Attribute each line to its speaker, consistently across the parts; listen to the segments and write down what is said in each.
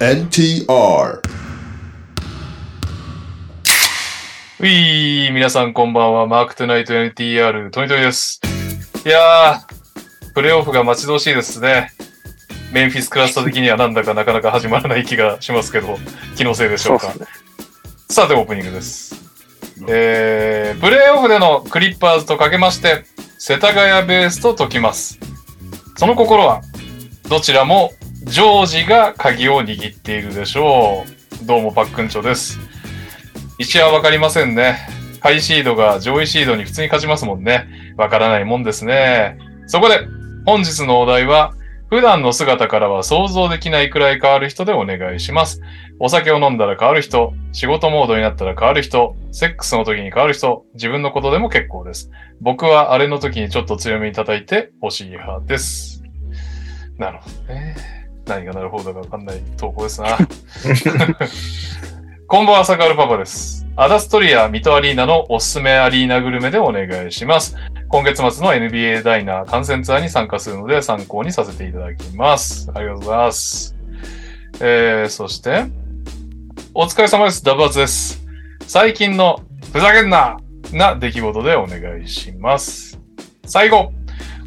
Speaker 1: NTR
Speaker 2: ういー、皆さんこんばんは。マークトゥナイト NTR、トニトニです。いやー、プレイオフが待ち遠しいですね。メンフィスクラスター的にはなんだかなかなか始まらない気がしますけど、気のせいでしょうか。
Speaker 3: そうですね。
Speaker 2: さて、オープニングです。えー、プレイオフでのクリッパーズとかけまして、世田谷ベースと解きます。その心は、どちらもジョージが鍵を握っているでしょう。どうもパックンチョです。一夜わかりませんね。ハイシードが上位シードに普通に勝ちますもんね。わからないもんですね。そこで、本日のお題は、普段の姿からは想像できないくらい変わる人でお願いします。お酒を飲んだら変わる人、仕事モードになったら変わる人、セックスの時に変わる人、自分のことでも結構です。僕はあれの時にちょっと強めに叩いてほしい派です。なるほどね。何がなるほどかわかんない投稿ですな。こんばんは、サカルパパです。アダストリア、水戸アリーナのおすすめアリーナグルメでお願いします。今月末の NBA ダイナー観戦ツアーに参加するので参考にさせていただきます。ありがとうございます。えー、そして、お疲れ様です。ダブアツです。最近のふざけんなな出来事でお願いします。最後、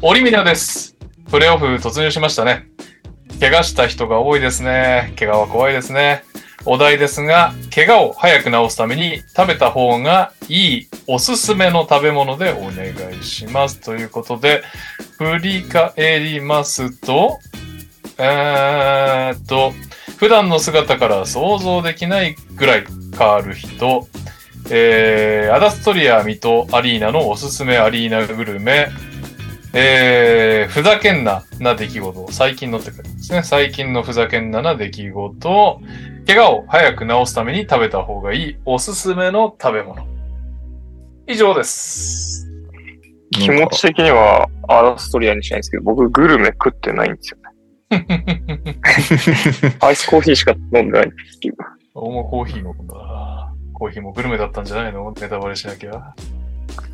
Speaker 2: オリミナです。プレイオフ突入しましたね。怪我した人が多いですね。怪我は怖いですね。お題ですが、怪我を早く治すために食べた方がいいおすすめの食べ物でお願いします。ということで、振り返りますと、えーっと、普段の姿から想像できないぐらい変わる人、えー、アダストリア水戸アリーナのおすすめアリーナグルメ、えー、ふざけんなな出来事、最近のって書いてますね。最近のふざけんなな出来事、怪我を早く治すために食べた方がいいおすすめの食べ物。以上です。
Speaker 3: 気持ち的にはアダストリアにしないんですけど、僕グルメ食ってないんですよね。 アイスコーヒーしか飲んでないっていう。
Speaker 2: おもコーヒーも飲んだな。コーヒーもグルメだったんじゃないのネタバレしなきゃ。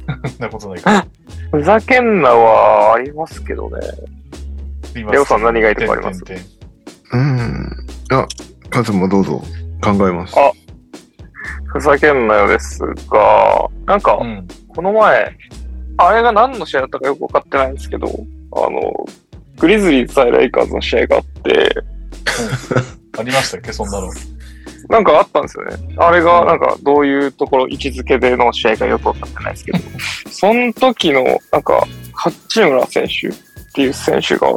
Speaker 2: そんなことないか。
Speaker 3: ふざけんなはありますけどね。
Speaker 2: 今
Speaker 3: レオさん何がいいとかあります
Speaker 2: てんてんて
Speaker 1: う
Speaker 2: ん
Speaker 1: んあカズもどうぞ考えます
Speaker 3: あふざけんなよですが、なんか、
Speaker 2: うん。
Speaker 3: この前、あれが何の試合だったかよくわかってないんですけど、あの、グリズリーズ対レイカーズの試合があって、
Speaker 2: ありましたっけそんな の。
Speaker 3: なんかあったんですよね。あれが、なんか、どういうところ、位置づけでの試合かよくわかってないですけど、その時の、なんか、八村選手っていう選手が、なん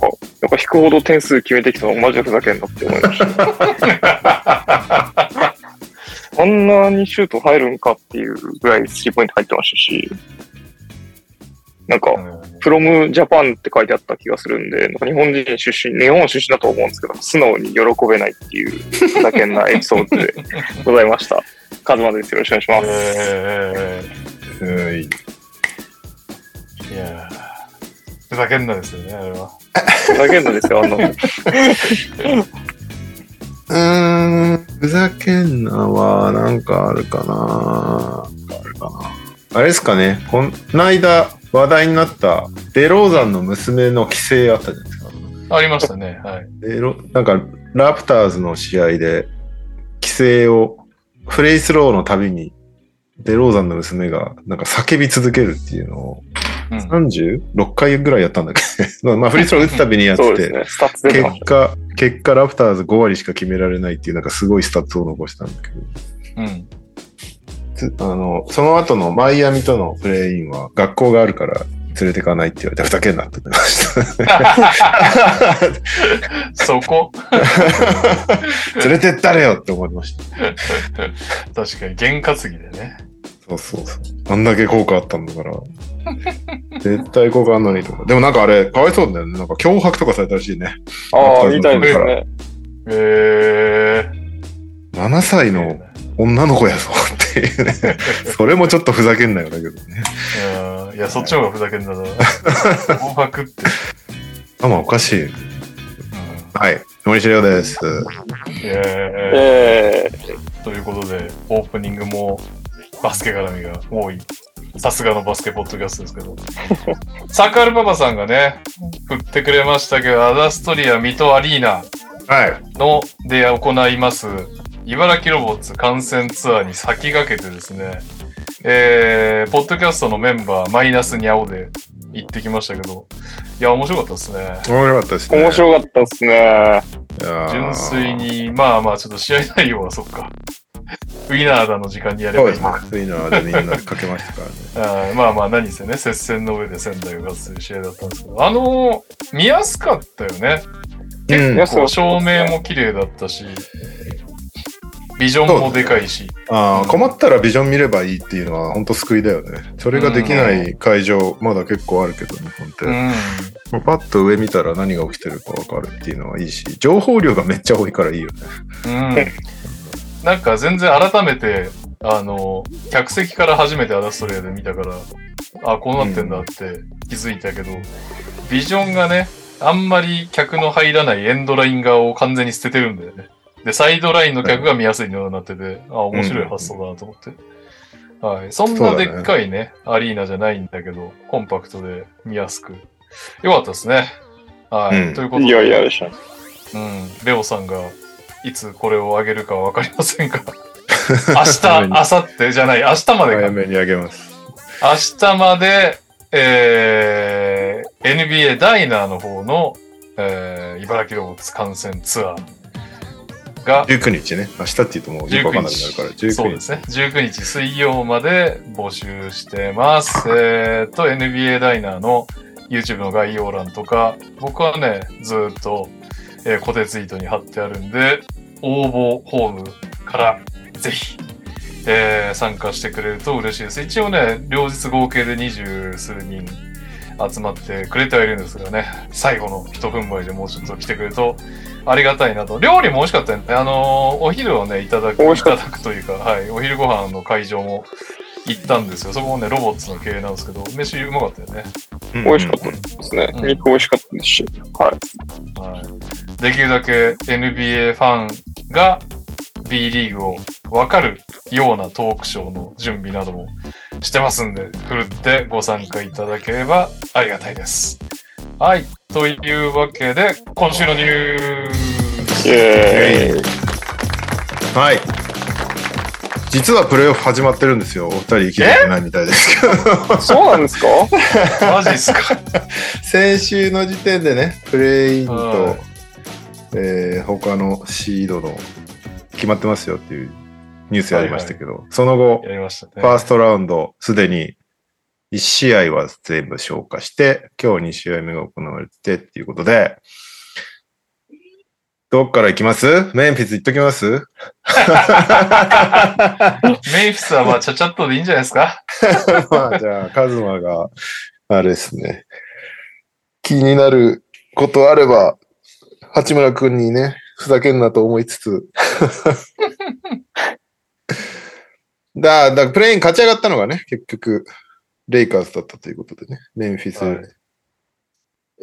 Speaker 3: か、なんか引くほど点数決めてきたの、マジでふざけんなって思いました。あんなにシュート入るんかっていうぐらいスリーポイント入ってましたし、なんか、フロムジャパンって書いてあった気がするんで、なんか日本人出身、日本出身だと思うんですけど、素直に喜べないっていう、ふざけんなエピソードでございました。カズマです。よろしくお願いします。
Speaker 2: え
Speaker 1: はい
Speaker 2: ー、いやーふざけんなですよね、あれは。
Speaker 3: ふざけんなですよ、あんなの。
Speaker 1: うーん、ふざけんなは、なんかあるかななんかあるかなあれですかね、こないだ話題になった、デローザンの娘の規制あったじゃないですか。
Speaker 2: ありましたね、はい。
Speaker 1: デロなんか、ラプターズの試合で、規制を、フレイスローのたびに、デローザンの娘が、なんか叫び続けるっていうのを、
Speaker 2: うん
Speaker 1: 36回ぐらいやったんだっけ まあ、フリースロー打つたびにやってて
Speaker 3: そうです、ね。スタッツ出てまし
Speaker 1: 結果、結果、ラプターズ5割しか決められないっていう、なんかすごいスタッツを残したんだけど、
Speaker 2: うん。
Speaker 1: つあの、その後のマイアミとのプレイインは、学校があるから連れてかないって言われて、ふざけんなって思いま した。
Speaker 2: そこ
Speaker 1: 連れてったれよって思いました。
Speaker 2: 確かに、験担ぎでね。
Speaker 1: そうそうそう。あんだけ効果あったんだ から。絶対効果あんのにとか。でもなんかあれ、かわいそうだよね。なんか脅迫とかされたらしいね。
Speaker 3: た。ああ、みたいですね。
Speaker 2: えー。
Speaker 1: 7歳の女の子やぞっていう ね。それもちょっとふざけんなよだけどね。
Speaker 2: うんいや、そっちの方がふざけんなだな。紅白って。
Speaker 1: あ、まあおかしい。はい。森重です。
Speaker 2: うんえー
Speaker 3: え
Speaker 2: ということで、オープニングもバスケ絡みが多い。さすがのバスケポッドキャストですけど。サッカールパパさんがね、振ってくれましたけど、アダストリア、水戸アリーナ、
Speaker 1: はい。
Speaker 2: の、で行います、茨城ロボッツ観戦ツアーに先駆けてですね、えー、ポッドキャストのメンバーマイナスにゃおで行ってきましたけど、いや、面白かったですね。
Speaker 1: 面白かったですね。
Speaker 3: 面白かったですね。
Speaker 1: いやー
Speaker 2: 純粋。に、まあまあ、ちょっと試合内容はそっか。ウィナーだの時間にやれ
Speaker 1: そう
Speaker 2: ばい
Speaker 1: で
Speaker 2: い
Speaker 1: す
Speaker 2: の
Speaker 1: ね
Speaker 2: か。。
Speaker 1: ついのでみんなかけましたからね。
Speaker 2: あーまあまあ、何せね、接戦の上で仙台を勝つという試合だったんですけど、あのー見やすかったよね。
Speaker 1: うん
Speaker 3: いや、そ
Speaker 2: こう
Speaker 3: うそ
Speaker 2: 照
Speaker 3: う
Speaker 2: 明も綺麗だったし、ビジョンもでかいし、
Speaker 1: ああ、困ったらビジョン見ればいいっていうのは本当救いだよね。それができない会場、まだ結構あるけど、日本って。
Speaker 2: うん。
Speaker 1: もうパッと上見たら何が起きてるかわかるっていうのはいいし、情報量がめっちゃ多いからいいよね。
Speaker 2: うん。なんか全然改めて、あの、客席から初めてアダストリアで見たから、あ、こうなってんだって気づいたけど、ビジョンがね、あんまり客の入らないエンドライン側を完全に捨ててるんだよね。で、サイドラインの客が見やすいようになってて、あ、面白い発想だなと思って。はい。そん
Speaker 1: そ
Speaker 2: な
Speaker 1: うだ
Speaker 2: で
Speaker 1: ね
Speaker 2: っかいね、アリーナじゃないんだけど、コンパクトで見やすく。よかったですね。はい。
Speaker 1: うん
Speaker 2: ということで。
Speaker 3: いやいやでしたね。
Speaker 2: うん、レオさんがいつこれをあげるかわかりませんが明日、明後日じゃない、明日まで
Speaker 1: 早
Speaker 2: か。
Speaker 1: めにあげます。
Speaker 2: 明日まで、えー、NBA ダイナーの方の、えー、茨城ロボッツ観戦ツアーが
Speaker 1: 19日ね。明日って言うともうよくわかんなくなるから、19日。
Speaker 2: そうですね。19日水曜まで募集してます。えー、と、NBA ダイナーの YouTube の概要欄とか、僕はね、ずーっと、えー固定ツイートに貼ってあるんで、応募フォームからぜひ、えー参加してくれると嬉しいです。一応ね、両日合計で20数人集まってくれてはいるんですがね、最後の一踏ん張りでもうちょっと来てくれるとありがたいなと。料理も美味しかったよね。あのーお昼をね、いただく、
Speaker 3: 美
Speaker 2: い
Speaker 3: 味しか
Speaker 2: ただ
Speaker 3: っ
Speaker 2: くというか、はい、お昼ご飯の会場も行ったんですよ。そこもね、ロボッツの経営なんですけど、飯うまかったよね。
Speaker 1: うん
Speaker 3: 美味しかったですね。
Speaker 2: うん
Speaker 3: 肉美味しかったですし。はい。
Speaker 2: はい、できるだけ NBA ファンが B リーグを分かるようなトークショーの準備などもしてますんで、ふるってご参加いただければありがたいです。はい。というわけで、今週のニュー
Speaker 3: イ
Speaker 2: ス。
Speaker 3: エーイ。
Speaker 1: はい。実はプレイオフ始まってるんですよ。お二人聞いてないみたいですけど。
Speaker 3: そうなんですか
Speaker 2: マジっすか
Speaker 1: 先週の時点でね、プレイイン
Speaker 2: は
Speaker 1: と
Speaker 2: い、
Speaker 1: えー他のシードの決まってますよっていうニュースやりましたけど、その後、
Speaker 2: やりましたね。
Speaker 1: ファーストラウンド、すでに1試合は全部消化して、今日2試合目が行われてっていうことで、どっから行きますメンフィス行っときます
Speaker 2: メイフィスはまあちゃちゃっとでいいんじゃないですか
Speaker 1: まあじゃあ、カズマが、あれですね。気になることあれば、八村くんにね、ふざけんなと思いつ つ。だ、だ、プレイン勝ち上がったのがね、結局、レイカーズだったということでね、メンフィス、
Speaker 2: はい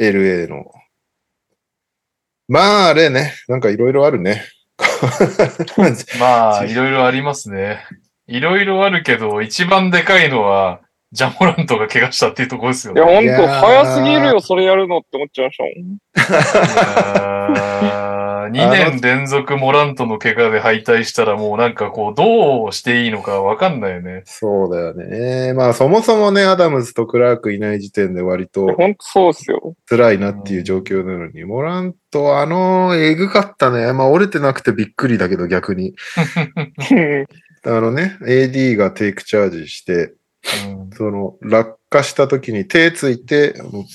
Speaker 1: LA の。まあ、あれね、なんかいろいろある ね。
Speaker 2: まあ、いろいろありますね。いろいろあるけど、一番でかいのは、ジャモラントが怪我したっていうところですよ
Speaker 3: い
Speaker 2: ね
Speaker 3: や、。ほん
Speaker 1: いや
Speaker 3: と、
Speaker 1: ー
Speaker 3: 早すぎるよ、それやるのって思っちゃいましたもん。
Speaker 2: 2年連続モラントの怪我で敗退したらもうなんかこうどうしていいのかわかんないよね。
Speaker 1: そうだよね。まあそもそもね、アダムズとクラークいない時点で割と
Speaker 3: ほんとそうですよ。
Speaker 1: 辛いなっていう状況なのに、モラント、あの、えぐかったね。まあ折れてなくてびっくりだけど逆に。あのね、AD がテイクチャージして、
Speaker 2: うん
Speaker 1: その落下した時に手ついて、も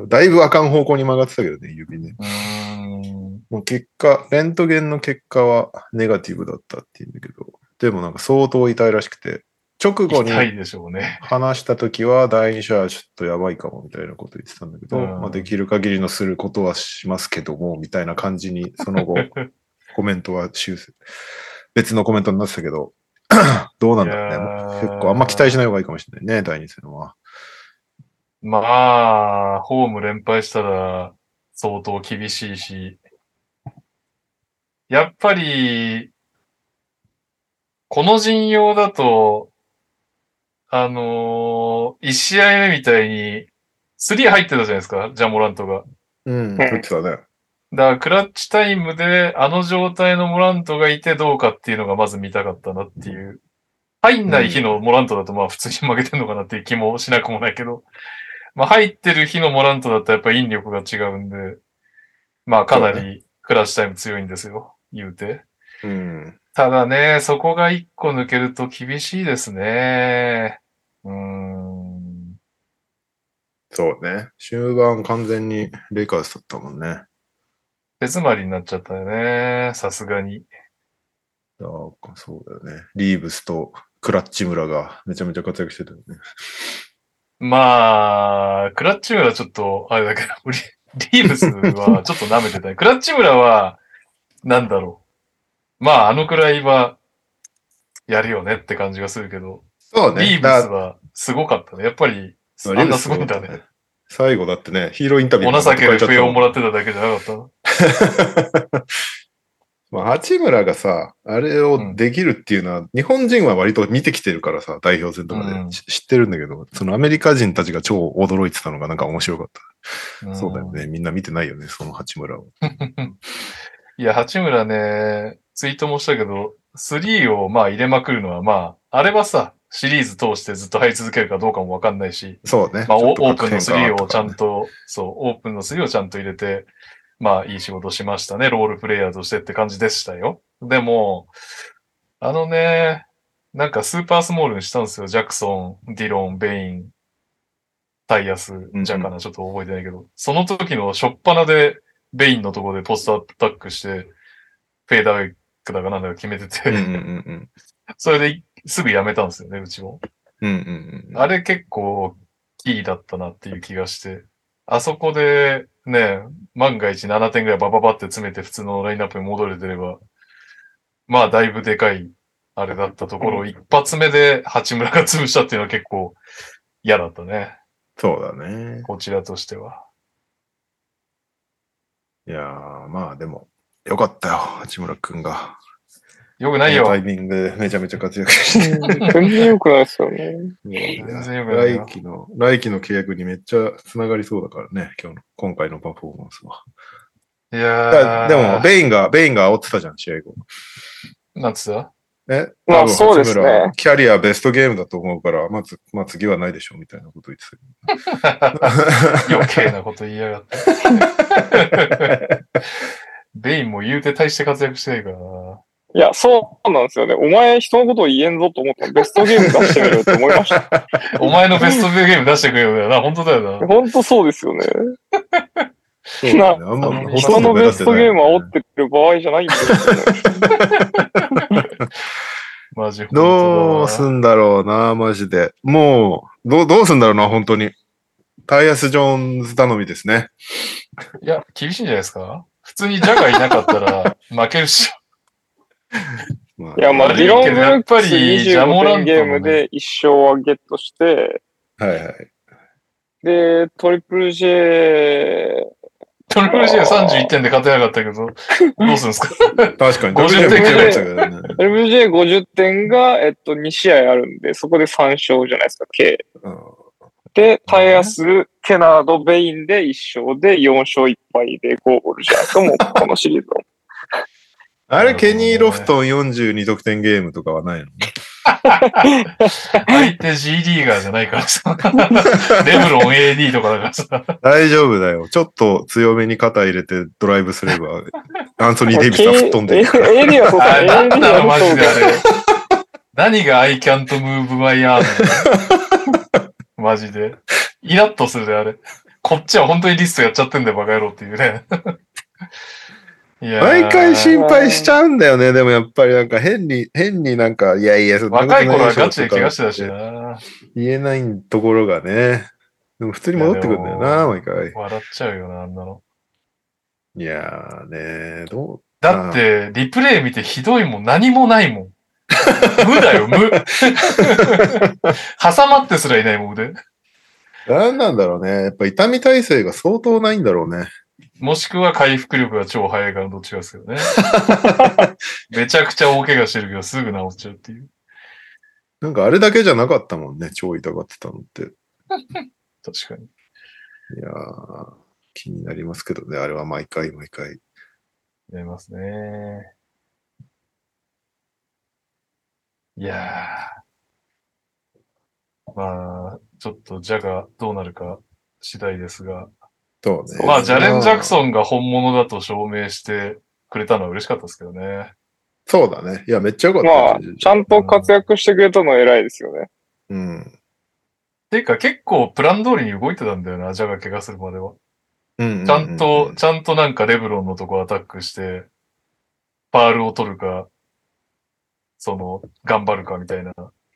Speaker 1: うだいぶあかん方向に曲がってたけどね、指ね。
Speaker 2: うーん
Speaker 1: もう結果、レントゲンの結果はネガティブだったっていうんだけど、でもなんか相当痛いらしくて、直後に
Speaker 2: 痛いでしょうね。
Speaker 1: 話した時は第2者はちょっとやばいかもみたいなこと言ってたんだけど、
Speaker 2: うん
Speaker 1: まあ、できる限りのすることはしますけども、みたいな感じ に、その後、コメントは修正。別のコメントになってたけど、 どうなんだろうね
Speaker 2: いやー。
Speaker 1: 結構あんま期待しない方がいいかもしれないね、第2戦は。
Speaker 2: まあ、ホーム連敗したら相当厳しいし、やっぱり、この陣容だと、あのー、1試合目みたいに、3入ってたじゃないですか、ジャモラントが。
Speaker 1: うん、
Speaker 3: ん
Speaker 1: 言ってたね。
Speaker 2: だから、クラッチタイムで、あの状態のモラントがいてどうかっていうのがまず見たかったなっていう。入んない日のモラントだと、まあ、普通に負けてんのかなっていう気もしなくもないけど、まあ、入ってる日のモラントだったらやっぱ引力が違うんで、まあ、かな
Speaker 1: そう
Speaker 2: りクラッチタイム強いんですよ、言うて。
Speaker 1: うん。
Speaker 2: ただね、そこが一個抜けると厳しいですね。うーん。
Speaker 1: そうね。終盤完全にレイカーズだったもんね。
Speaker 2: 手詰まりになっちゃったよね。さすがに。
Speaker 1: そうかそうだよね。リーブスとクラッチ村がめちゃめちゃ活躍してたよね。
Speaker 2: まあ、クラッチ村はちょっと、あれだけど、リリ ーブスはちょっと舐めてた。クラッチ村は、なんだろう。まあ、あのくらいは、やるよねって感じがするけど、
Speaker 1: そうね。
Speaker 2: リーブ
Speaker 1: だ
Speaker 2: スはすごかったね。やっぱり、あ
Speaker 1: リー
Speaker 2: ん
Speaker 1: ブ
Speaker 2: な
Speaker 1: ス
Speaker 2: すごいんだね。。
Speaker 1: 最後だってね、ヒーローインタビュ
Speaker 2: お
Speaker 1: ー
Speaker 2: 情けで笛をも
Speaker 1: ら
Speaker 2: らってただけじゃなかったの。
Speaker 1: まあ、八村がさ、あれをできるっていうのは、日本人は割と見てきてるからさ、代表戦とかで、
Speaker 2: うん
Speaker 1: し知ってるんだけど、そのアメリカ人たちが超驚いてたのがなんか面白かった。 そうだよね。みんな見てないよね、その八村を。
Speaker 2: いや、八村ね、ツイートもしたけど、3をまあ入れまくるのはまあ、あれはさ、シリーズ通してずっと入り続けるかどうかもわかんないし、
Speaker 1: そうね。
Speaker 2: まあ、
Speaker 1: ちょ
Speaker 2: オ
Speaker 1: っと
Speaker 2: ープ
Speaker 1: 確
Speaker 2: ンの
Speaker 1: 変
Speaker 2: 3
Speaker 1: があ
Speaker 2: を
Speaker 1: っ
Speaker 2: ち
Speaker 1: たか
Speaker 2: ゃ
Speaker 1: らね
Speaker 2: んと、そう、オープンの3をちゃんと入れて、まあ、いい仕事しましたね。ロールプレイヤーとしてって感じでしたよ。でも、あのね、なんかスーパースモールにしたんですよ。ジャクソン、ディロン、ベイン、タイヤス、ジャンかな、ちょっと覚えてないけど、その時の初っ端で、ベインのところでポストアタックして、フェーダーウェイクだかなんだか決めてて、
Speaker 1: うんうんうん
Speaker 2: それですぐやめたんですよね、うちも。
Speaker 1: うん。うんうんうん。
Speaker 2: あれ結構キーだったなっていう気がして、あそこでね、万が一7点ぐらいバババって詰めて普通のラインナップに戻れてれば、まあだいぶでかいあれだったところ、一発目で八村が潰したっていうのは結構嫌だったね、
Speaker 1: そうだね。
Speaker 2: こちらとしては。
Speaker 1: いやー、まあでも、よかったよ、八村くんが。
Speaker 2: よくないよ
Speaker 1: この。タイミングでめちゃめちゃ活躍して。
Speaker 3: 全然良くないですよね。
Speaker 2: 全然良くないな
Speaker 1: 来期の、来期の契約にめっちゃつながりそうだからね、今日の、今回のパフォーマンスは。
Speaker 2: いや
Speaker 1: だ
Speaker 2: ー
Speaker 1: でも、ベインが、ベインが煽ってたじゃん、試合後。
Speaker 2: なんつった
Speaker 1: え
Speaker 3: まあ
Speaker 1: 多分
Speaker 3: そうですね
Speaker 1: 八村キャリアベストゲームだと思うから、まず、まあ次はないでしょう、みたいなこと言ってたけど。
Speaker 2: 余計なこと言いやが って。ベインも言うて大して活躍してないからな。
Speaker 3: いや、そうなんですよね。お前、人のことを言えんぞと思ったらベストゲーム出してみろって思い ました。
Speaker 2: お前のベストゲーム出してくれよな、本当だよな。
Speaker 3: ほんとそうですよね。
Speaker 1: そうだよねあんま
Speaker 2: あの
Speaker 1: ほと
Speaker 3: 人
Speaker 1: んど
Speaker 3: の
Speaker 1: 目
Speaker 3: ベ
Speaker 1: 立
Speaker 3: ス
Speaker 1: って
Speaker 3: ト
Speaker 1: ない
Speaker 3: ゲームを煽ってる場合じゃないんですよね。
Speaker 2: マジ本当だ
Speaker 1: どうすんだろうな、マジで。もう、どう、どうすんだろうな、本当に。タイアス・ジョーンズ頼みですね。
Speaker 2: いや、厳しいんじゃないですか普通にジャガーいなかっ たら負けるっし
Speaker 1: ま
Speaker 3: いや、まあ、
Speaker 2: あ
Speaker 3: デ
Speaker 2: れ
Speaker 3: ィロン・
Speaker 2: け
Speaker 3: ブ
Speaker 2: ど
Speaker 3: ル
Speaker 2: や
Speaker 3: ッ
Speaker 2: っ
Speaker 3: ク
Speaker 2: ぱ
Speaker 3: ス
Speaker 2: りジャモ
Speaker 3: 25
Speaker 2: ラントもね
Speaker 3: 点ゲームで1勝はゲットして、
Speaker 1: はいはい。
Speaker 3: で、トリプル J、
Speaker 2: ょ。トリプル J は31点で勝てなかったけど、どうするん ですか
Speaker 1: 確かに。
Speaker 2: 50
Speaker 3: 点
Speaker 1: 50点だったけどね
Speaker 3: トリプル J50 点が、えっと、2試合あるんで、そこで3勝じゃないですか、計。
Speaker 1: うん
Speaker 3: で、タイヤス、ケナード、ベインで1勝で、4勝1敗で5ゴールじゃないですか、もう、このシリーズは。
Speaker 1: あれ、ケニー・ロフトン42得点ゲームとかはない の
Speaker 2: 相手 G リーガーじゃないから さ。レブロン AD とかだからさ。
Speaker 1: 大丈夫だよ。ちょっと強めに肩入れてドライブすれば、アンソニー・デイ ビスは吹っ飛んでいくから。
Speaker 3: エリアそう
Speaker 2: あ
Speaker 3: だ、
Speaker 2: れ、
Speaker 3: エ
Speaker 2: なん
Speaker 3: リ
Speaker 2: な
Speaker 3: ア
Speaker 2: のマ
Speaker 3: そう
Speaker 2: ジであ
Speaker 3: だ。
Speaker 2: れ。何が I can't move my arm マジで。イラッとするで、あれ。こっちは本当にリストやっちゃってんだよ、バカ野郎ってい うね。いやー
Speaker 1: 毎回心配しちゃうんだよね。でもやっぱりなんか変に、変になんか、いやいや、そんなことな
Speaker 2: 若い頃は
Speaker 1: しょ
Speaker 2: ガチで怪我してたし
Speaker 1: とか
Speaker 2: な。
Speaker 1: 言えないところがね。でも普通に戻ってくるんだよ
Speaker 2: いやで
Speaker 1: な、
Speaker 2: も
Speaker 1: 毎回。
Speaker 2: 笑っちゃうよな、あんなの。
Speaker 1: いやーねど
Speaker 2: だって、リプレイ見てひどいもん、何もないもん。無だよ、無。挟まってすらいないもん、腕。
Speaker 1: う、なんなんだろうね。やっぱ痛み耐性が相当ないんだろうね。
Speaker 2: もしくは回復力が超早いからどっちかですけどね。めちゃくちゃ大怪我してるけどすぐ治っちゃうっていう。
Speaker 1: なんかあれだけじゃなかったもんね、超痛がってたのって。
Speaker 2: 確かに。
Speaker 1: いやー気になりますけどね、あれは毎回毎回。
Speaker 2: やりますね。いやー。まあ、ちょっとジャがどうなるか次第ですが。
Speaker 1: そうね。
Speaker 2: まあ、ジャレン・ジャク
Speaker 1: ン。
Speaker 2: ソンが本物だと証明してくれたのは嬉しかったですけどね。
Speaker 1: そうだね。いや、めっちゃよかった
Speaker 3: まあ
Speaker 1: ね。、
Speaker 3: ちゃんと活躍してくれたのは偉いですよね。
Speaker 1: うん。
Speaker 2: ていうか結構プラン通りに動いてたんだよな、ジャが怪我するまでは。
Speaker 1: うん。
Speaker 2: ちゃんと、ちゃんとなんかレブロンのとこアタックして、パールを取るか、その、頑張るかみたいな。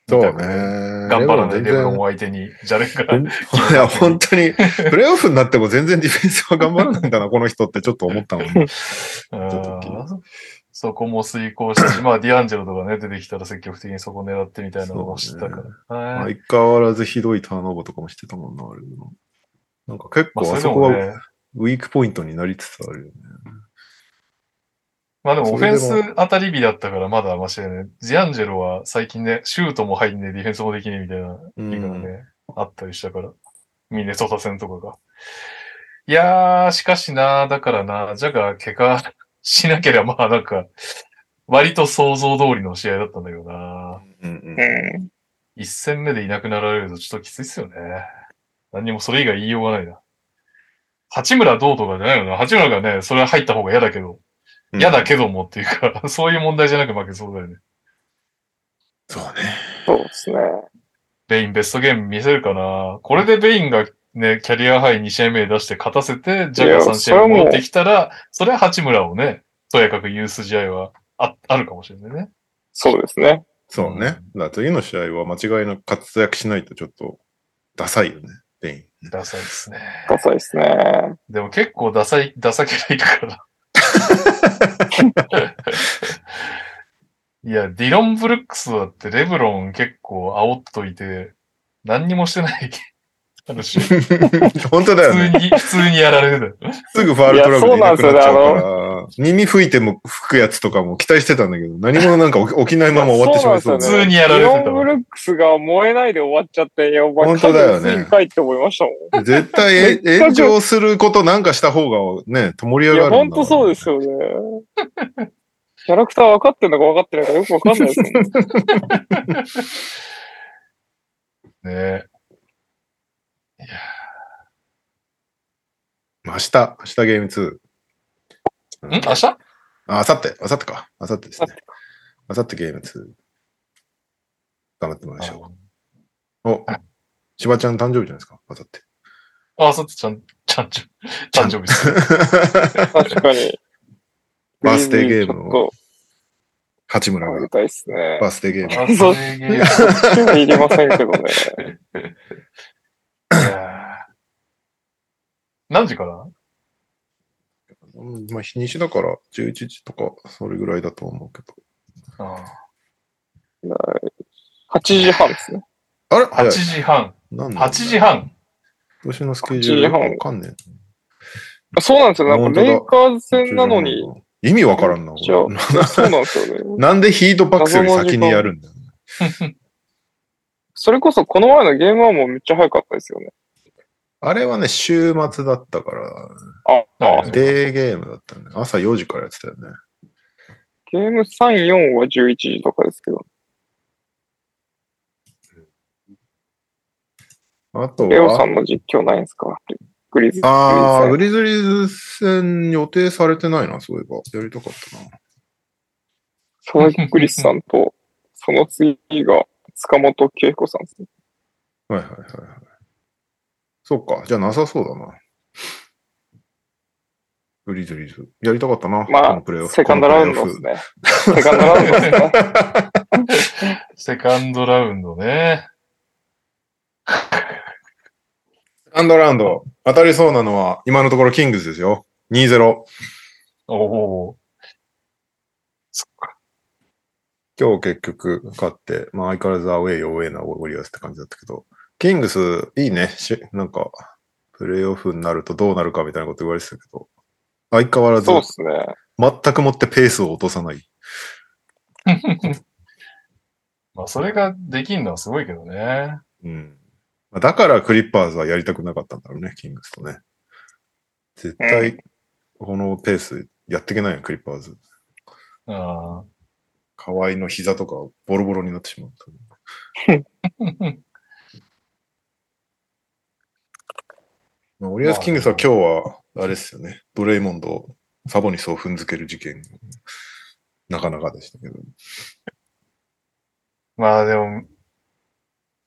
Speaker 1: そうね。
Speaker 2: 頑
Speaker 1: 頑
Speaker 2: 張らないレブロンを相手に、じゃれンが。
Speaker 1: いや、本当に、プレイオフになっても全然ディフェンスは頑張らないんだな、この人ってちょっと思ったもん、ね。
Speaker 2: あーそこも遂行したし、まあ、ディアンジェロとかね、出てきたら積極的にそこ狙ってみたいなのも知ったから。はい
Speaker 1: 相変わらずひどいターンオーバーとかもしてたもんな、あれもなんか結
Speaker 2: ま
Speaker 1: 構
Speaker 2: あ、そ
Speaker 1: あ
Speaker 2: れ
Speaker 1: そ
Speaker 2: で
Speaker 1: こ
Speaker 2: も
Speaker 1: は
Speaker 2: ね、
Speaker 1: ウィークポイントになりつつあるよね。
Speaker 2: まあでもオフェン
Speaker 1: それで
Speaker 2: ス当たり日だったからまだましだよね。ディアンジェロは最近ね、シュートも入んねえ、ディフェンスもできねえみたいな
Speaker 1: う
Speaker 2: リーグが
Speaker 1: ん、
Speaker 2: ね、あったりしたから。ミネソタ戦とかが。いやー、しかしな、だからな、ジャガー怪我しなければ、まあなんか、割と想像通りの試合だったんだけどな。
Speaker 1: うんうん
Speaker 3: うん。
Speaker 2: 一戦目でいなくなられるとちょっときついっすよね。何にもそれ以外言いようがないな。八村どうとかじゃないよな。八村がね、それ入った方が嫌だけど、
Speaker 1: うん
Speaker 2: 嫌だけどもっていうか、 そういう問題じゃなく負けそうだよね。
Speaker 1: そうね。
Speaker 3: そうですね。
Speaker 2: ベインベストゲーム見せるかなこれでベインがね、キャリアハイ2試合目出して勝たせて、ジャガー3試合目戻ってきたら、それは八村をね、とやかく言う筋合いはああるかもしれないね。
Speaker 3: そうですね。
Speaker 1: そうね。だから次の試合は間違いなく活躍しないとちょっと、ダサいよね、ベイン。
Speaker 2: ダサいですね。
Speaker 3: ダサいですね。
Speaker 2: でも結構ダサい、ダサキャラいる から。いや、ディロン・ブルックスだってレブロン結構煽っといて、何にもしてない。あ る種普
Speaker 1: 本当だよね
Speaker 2: 通。に、普通にやられる。
Speaker 1: すぐファールトラブル
Speaker 3: い
Speaker 1: に
Speaker 3: や
Speaker 1: なくなっちゃう
Speaker 3: そうなん
Speaker 1: か
Speaker 3: です
Speaker 1: ら、耳吹いても吹くやつとかも期待してたんだけど、何もなんか起き起 きないまま終わってしまいそう
Speaker 2: 普
Speaker 1: だ
Speaker 2: 通
Speaker 1: ね
Speaker 2: にやられて
Speaker 3: イ
Speaker 2: た
Speaker 3: オン
Speaker 2: わ
Speaker 3: ブ。ルックスが燃えないで終わっちゃって、いや、お前、
Speaker 1: 本当だよね
Speaker 3: 完全にかいって思いましたもん。
Speaker 1: 絶対え炎上することなんかした方がね、ともり
Speaker 3: い
Speaker 1: 上がる
Speaker 3: や、
Speaker 1: んだ
Speaker 3: ほんとそうですよね。キャラクター分かってんのか分かってないかよく分かんないですもんね。
Speaker 2: ね
Speaker 1: 明日、明日ゲーム2。
Speaker 2: ん明日
Speaker 1: あ、明後日、明後日か。明後日ですね。明後日ゲーム2。頑張ってもらいましょう。お、しばちゃん誕生日じゃないですか、明後日。
Speaker 2: あ、そうちゃん、ちゃんちゃん、誕生日です。
Speaker 3: 確かに。
Speaker 1: バースデーゲームを
Speaker 3: ちょっ
Speaker 1: 八
Speaker 3: と
Speaker 1: 村
Speaker 3: 食べ
Speaker 1: が
Speaker 3: たいですね
Speaker 1: バ。ースデーゲーム。
Speaker 2: あ そういうゲームいや
Speaker 3: 手はいりませんけどね。
Speaker 2: ー何時から
Speaker 1: うんまあ、日にちだから11時とか、それぐらいだと思うけど。
Speaker 2: あ
Speaker 3: 8時半ですね。
Speaker 1: あれ
Speaker 2: ー
Speaker 1: 早
Speaker 2: 8
Speaker 1: い。
Speaker 2: 時半。
Speaker 1: なんだ
Speaker 2: 8時半。
Speaker 1: 今年のスケジュール
Speaker 3: 8
Speaker 1: わかんね
Speaker 3: そうなんですよ。なんかレイカーズ
Speaker 1: え。
Speaker 3: 戦なのに。。
Speaker 1: 意味わからんな、
Speaker 3: じゃあ
Speaker 1: これ
Speaker 3: そうなんですよね。
Speaker 1: なんでヒートパックスより先にやるんだよ。
Speaker 3: それこそこの前のゲームはもうめっちゃ早かったですよね。
Speaker 1: あれはね、週末だったから、
Speaker 3: あ、あ
Speaker 2: はい
Speaker 1: デーゲームだったね。朝4時からやってたよね。
Speaker 3: ゲーム3、4は11時とかですけど。
Speaker 1: あと
Speaker 3: レオさ
Speaker 1: は、
Speaker 3: んの実況ないんですかグリズ。
Speaker 1: あー、グリズリーズ戦予定されてないな、そういえば。やりたかったな。
Speaker 3: 佐々木クリスさんと、その次が塚本恵子さんですね。
Speaker 1: はいはいはいはい。そっか、じゃあなさそうだな。グリズリーズ。やりたかったな、こ
Speaker 3: ま
Speaker 1: のプレイオ
Speaker 3: あ、
Speaker 1: フ。
Speaker 3: セカンドラウンド
Speaker 1: この
Speaker 3: です
Speaker 1: プレイオフ
Speaker 3: ね。セカンドラウンドですね。
Speaker 2: セカンドラウンドね。
Speaker 1: セカンドラウンド、当たりそうなのは、今のところキングスですよ。2-0。
Speaker 2: おおー。そっか。
Speaker 1: 今日結局勝って、まあ相変わらずアウェイ弱えなウォリアーズって感じだったけど、キングスいいね。しなんか、プレイオフになるとどうなるかみたいなこと言われてたけど、相変わらず
Speaker 3: そうですね。
Speaker 1: 全くもってペースを落とさない。
Speaker 2: まあ、それができんのはすごいけどね。
Speaker 1: うん。まあだからクリッパーズはやりたくなかったんだろうね、キングスとね。絶対
Speaker 3: う、
Speaker 1: このペースやっていけないよ、クリッパーズ。
Speaker 2: あ
Speaker 1: 河合の膝とかボロボロになってしまう。
Speaker 2: ー
Speaker 1: まあ、オリアスキングスは今日は、あれですよね。ドレイモンドをサボニスを踏んづける事件、なかなかでしたけど。
Speaker 2: まあでも、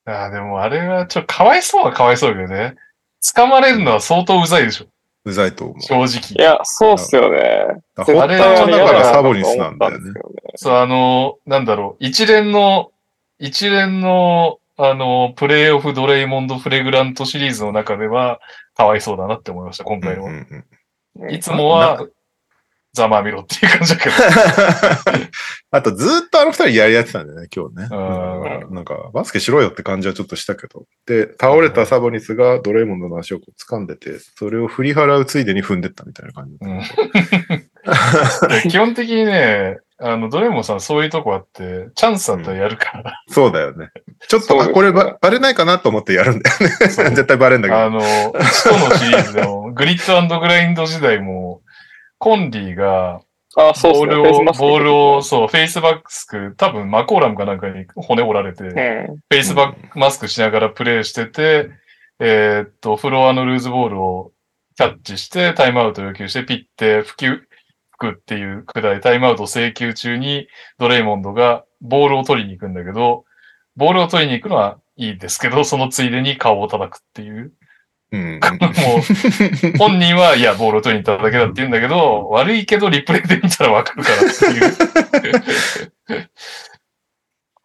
Speaker 2: あーでもあれはちょっとかわいそうはかわいそうだけどね。掴まれるのは相当うざいでしょ、
Speaker 1: うざいと思う。
Speaker 2: 正
Speaker 3: い
Speaker 2: 直。
Speaker 3: や、そうっすよね。
Speaker 1: あ
Speaker 3: 絶
Speaker 1: 本
Speaker 3: 対
Speaker 1: 当
Speaker 2: あ
Speaker 1: は
Speaker 2: れ
Speaker 1: だ
Speaker 3: 嫌
Speaker 1: から
Speaker 3: な
Speaker 1: サボニスなんだよね
Speaker 3: と思った。んです
Speaker 2: そう、あの、なんだろう、一連の、一連の、あの、プレイオフドレイモンド・フレグラントシリーズの中では、かわいそうだなって思いました、今
Speaker 1: うん
Speaker 2: 回
Speaker 1: う
Speaker 2: は。
Speaker 1: んうん
Speaker 3: けどね
Speaker 2: いつもは、ざまあみろっていう感じだけど。
Speaker 1: あとずーっとあの二人やり合ってたんだよね、今日ね。だ
Speaker 2: うん
Speaker 1: からなんか、バスケしろよって感じはちょっとしたけど。で、倒れたサボニスがドレイモンドの足をこう掴んでて、それを振り払うついでに踏んでったみたいな感じ。
Speaker 2: うん で基本的にね、あの、ドレモンさんそういうとこあって、チャンスあったらやるから、
Speaker 1: そうだよね。ちょっと、
Speaker 3: そうです
Speaker 1: あ
Speaker 3: ね
Speaker 1: こればバレないかなと思ってやるんだよね。
Speaker 2: そう
Speaker 1: 絶対バレんだけ
Speaker 2: あ
Speaker 1: ど。
Speaker 2: の、使徒のシリーズでも、グリッドグラインド時代も、コンリーが、
Speaker 3: あ、そうっす
Speaker 2: ボー
Speaker 3: ね。
Speaker 2: ル
Speaker 3: フェイス
Speaker 2: を、
Speaker 3: マスク
Speaker 2: ボールを、そう、フェイスバックスク、多分マコーラムかなんかに骨折られて、
Speaker 3: う
Speaker 2: フ
Speaker 3: ん。
Speaker 2: ェイスバックマスクしながらプレイしてて、えーっと、フロアのルーズボールをキャッチして、タイムアウトを要求して、ピッて、吹き、吹くっていうくだり、タイムアウト請求中に、ドレイモンドがボールを取りに行くんだけど、ボールを取りに行くのはいいですけど、そのついでに顔を叩くっていう。
Speaker 1: うん。
Speaker 2: もう、本人は、いや、ボールを取りに行っただけだって言うんだけど、悪いけど、リプレイで見たらわかるからっていう。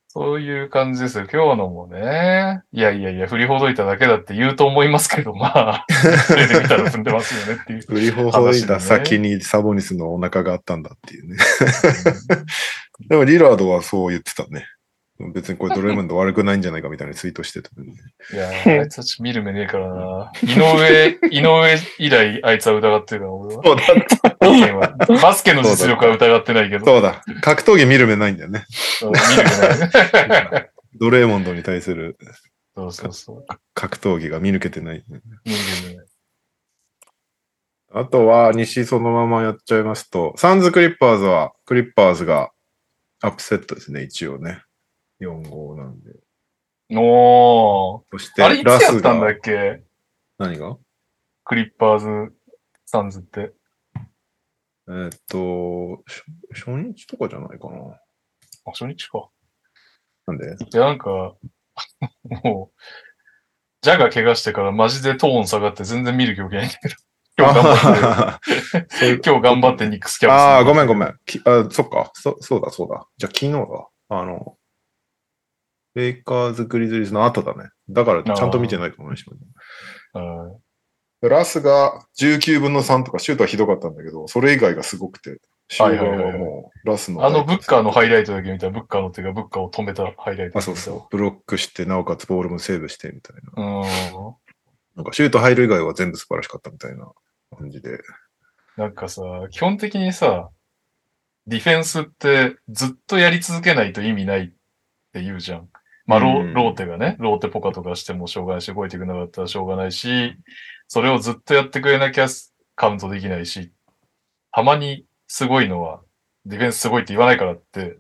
Speaker 2: そういう感じですよ。今日のもね。いやいやいや、振りほどいただけだって言うと思いますけど、まあ、リプレイで見たら踏んでますよねっていう。
Speaker 1: 振り放放いた先にサボニスのお腹があったんだっていうね。でもリラードはそう言ってたね。別にこれドレイモンド悪くないんじゃないかみたいなツイートしてた、ね。
Speaker 2: いや、あいつたち見る目ねえからな。井上、井上以来、あいつは疑ってるな、俺は。
Speaker 1: そうだ、
Speaker 2: バスケの実力は疑ってないけど、
Speaker 1: そうだ。格闘技見る目ないんだよね。
Speaker 2: 見る目ない。
Speaker 1: ドレイモンドに対する
Speaker 2: そうそうそう。
Speaker 1: 格闘技が見抜けてない、
Speaker 2: 見る目ない。
Speaker 1: あとは、西そのままやっちゃいますと、サンズクリッパーズは、クリッパーズがアップセットですね、一応ね。4-5なんで。
Speaker 2: お
Speaker 1: そし
Speaker 2: ー。
Speaker 1: て、
Speaker 2: あれいつや
Speaker 1: ラス
Speaker 2: ったんだ
Speaker 1: が
Speaker 2: っ、け
Speaker 1: 何が
Speaker 2: クリッパーズ、サンズって。
Speaker 1: えーっと、し初日とかじゃないかな。
Speaker 2: あ、初日か。
Speaker 1: なんで
Speaker 2: いや、なんか、 もう、ジャガ怪我してからマジでトーン下がって全然見る気起きないんだ けど。今日頑張って、
Speaker 1: あ ー
Speaker 2: 今日頑張ってニックスキャンプ
Speaker 1: あー、ごめんご
Speaker 2: ん。
Speaker 1: めん。きあそっかそ。そうだそうだ。じゃあ昨日だ。あの、レイカーズ・グリズリーズの後だね。だからちゃんと見てないかもしれない。
Speaker 2: うん
Speaker 1: ラスが19分の3とか、シュートはひどかったんだけど、それ以外がすごくて、シュート
Speaker 2: はいはい
Speaker 1: は
Speaker 2: はいは
Speaker 1: もう、ラスの。
Speaker 2: あのブッカーのハイライトだけ見たら、ブッカーの手がブッカーを止めたハイライト。
Speaker 1: あ、そうそう。ブロックして、なおかつボールもセーブしてみたいな。
Speaker 2: う。うん。
Speaker 1: なんか、シュート入る以外は全部素晴らしかったみたいな感じで。
Speaker 2: なんかさ、基本的にさ、ディフェンスってずっとやり続けないと意味ないって言うじゃん。まあ、ロ
Speaker 1: うん
Speaker 2: ローテがね、ローテポカとかしてもしょうがないし、動いてくれなかったらしょうがないし、それをずっとやってくれなきゃカウントできないし、たまにすごいのは、ディフェンスすごいって言わないからって、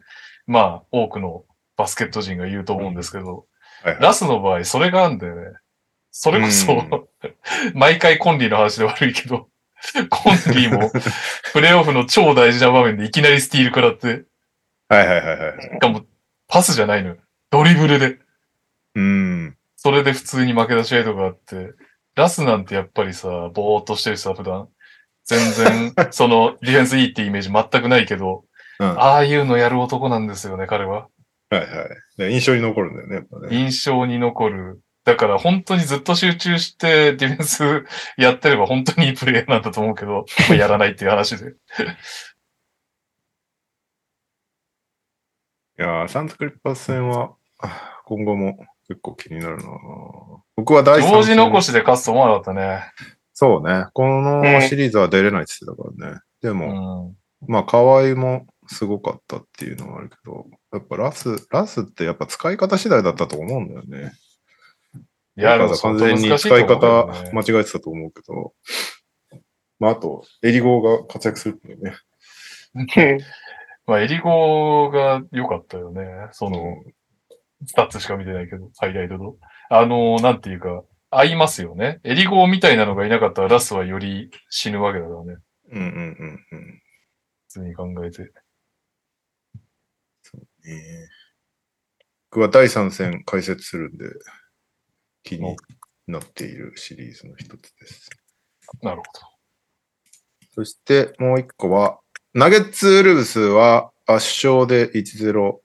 Speaker 2: まあ、多くのバスケット人が言うと思うんですけど、
Speaker 1: はいはい
Speaker 2: ラスの場合、それがあるんだよね。それこそ、
Speaker 1: うん
Speaker 2: 毎回コンリーの話で悪いけど、コンリーも、プレイオフの超大事な場面でいきなりスティール食らって、
Speaker 1: はいはいはいはい。
Speaker 2: しかも、パスじゃないのよ。ドリブルで。
Speaker 1: うん。
Speaker 2: それで普通に負け出し合いとかあって、ラスなんてやっぱりさ、ぼーっとしてるしさ、普段。全然、その、ディフェンスいいってイメージ全くないけど、
Speaker 1: うん。は
Speaker 2: ああいうのやる男なんですよね、彼は。
Speaker 1: いはいで。印象に残るんだよね、やっぱね。
Speaker 2: 印象に残る。だから本当にずっと集中してディフェンス やってれば本当にいいプレイヤーなんだと思うけど、まあやらないっていう話で。
Speaker 1: いやーサンズクリッパーズ戦は、あ今後も結構気になるな僕は第3
Speaker 2: 同
Speaker 1: 戦。
Speaker 2: 時残しで勝つと思わなかったね。
Speaker 1: そうね。このシリーズは出れないって言ってたからね。で
Speaker 2: う
Speaker 1: も、
Speaker 2: ん。
Speaker 1: まあ、河合もすごかったっていうのはあるけど、やっぱラス、ラスってやっぱ使い方次第だったと思うんだよね。
Speaker 2: いや、で
Speaker 1: だ
Speaker 2: も
Speaker 1: から
Speaker 2: 相
Speaker 1: 完
Speaker 2: 当
Speaker 1: 全
Speaker 2: 難し
Speaker 1: に
Speaker 2: と
Speaker 1: 使い
Speaker 2: 思うよ
Speaker 1: 方
Speaker 2: ね
Speaker 1: 間違えてたと思うけど、まあ、あと、エリゴーが活躍するっていうね。
Speaker 2: まあ、エリゴが良かったよね。その、スタッツしか見てないけど、ハイライトと。あのー、なんていうか、合いますよね。エリゴみたいなのがいなかったらラスはより死ぬわけだからね。
Speaker 1: うんうんうんうん。
Speaker 2: 普通に考えて。
Speaker 1: ええ僕は第3戦解説するんで、気になっているシリーズの一つです。
Speaker 2: なるほ
Speaker 1: そしてもう一個は、ナゲッツ・ウルブスは圧勝で1-0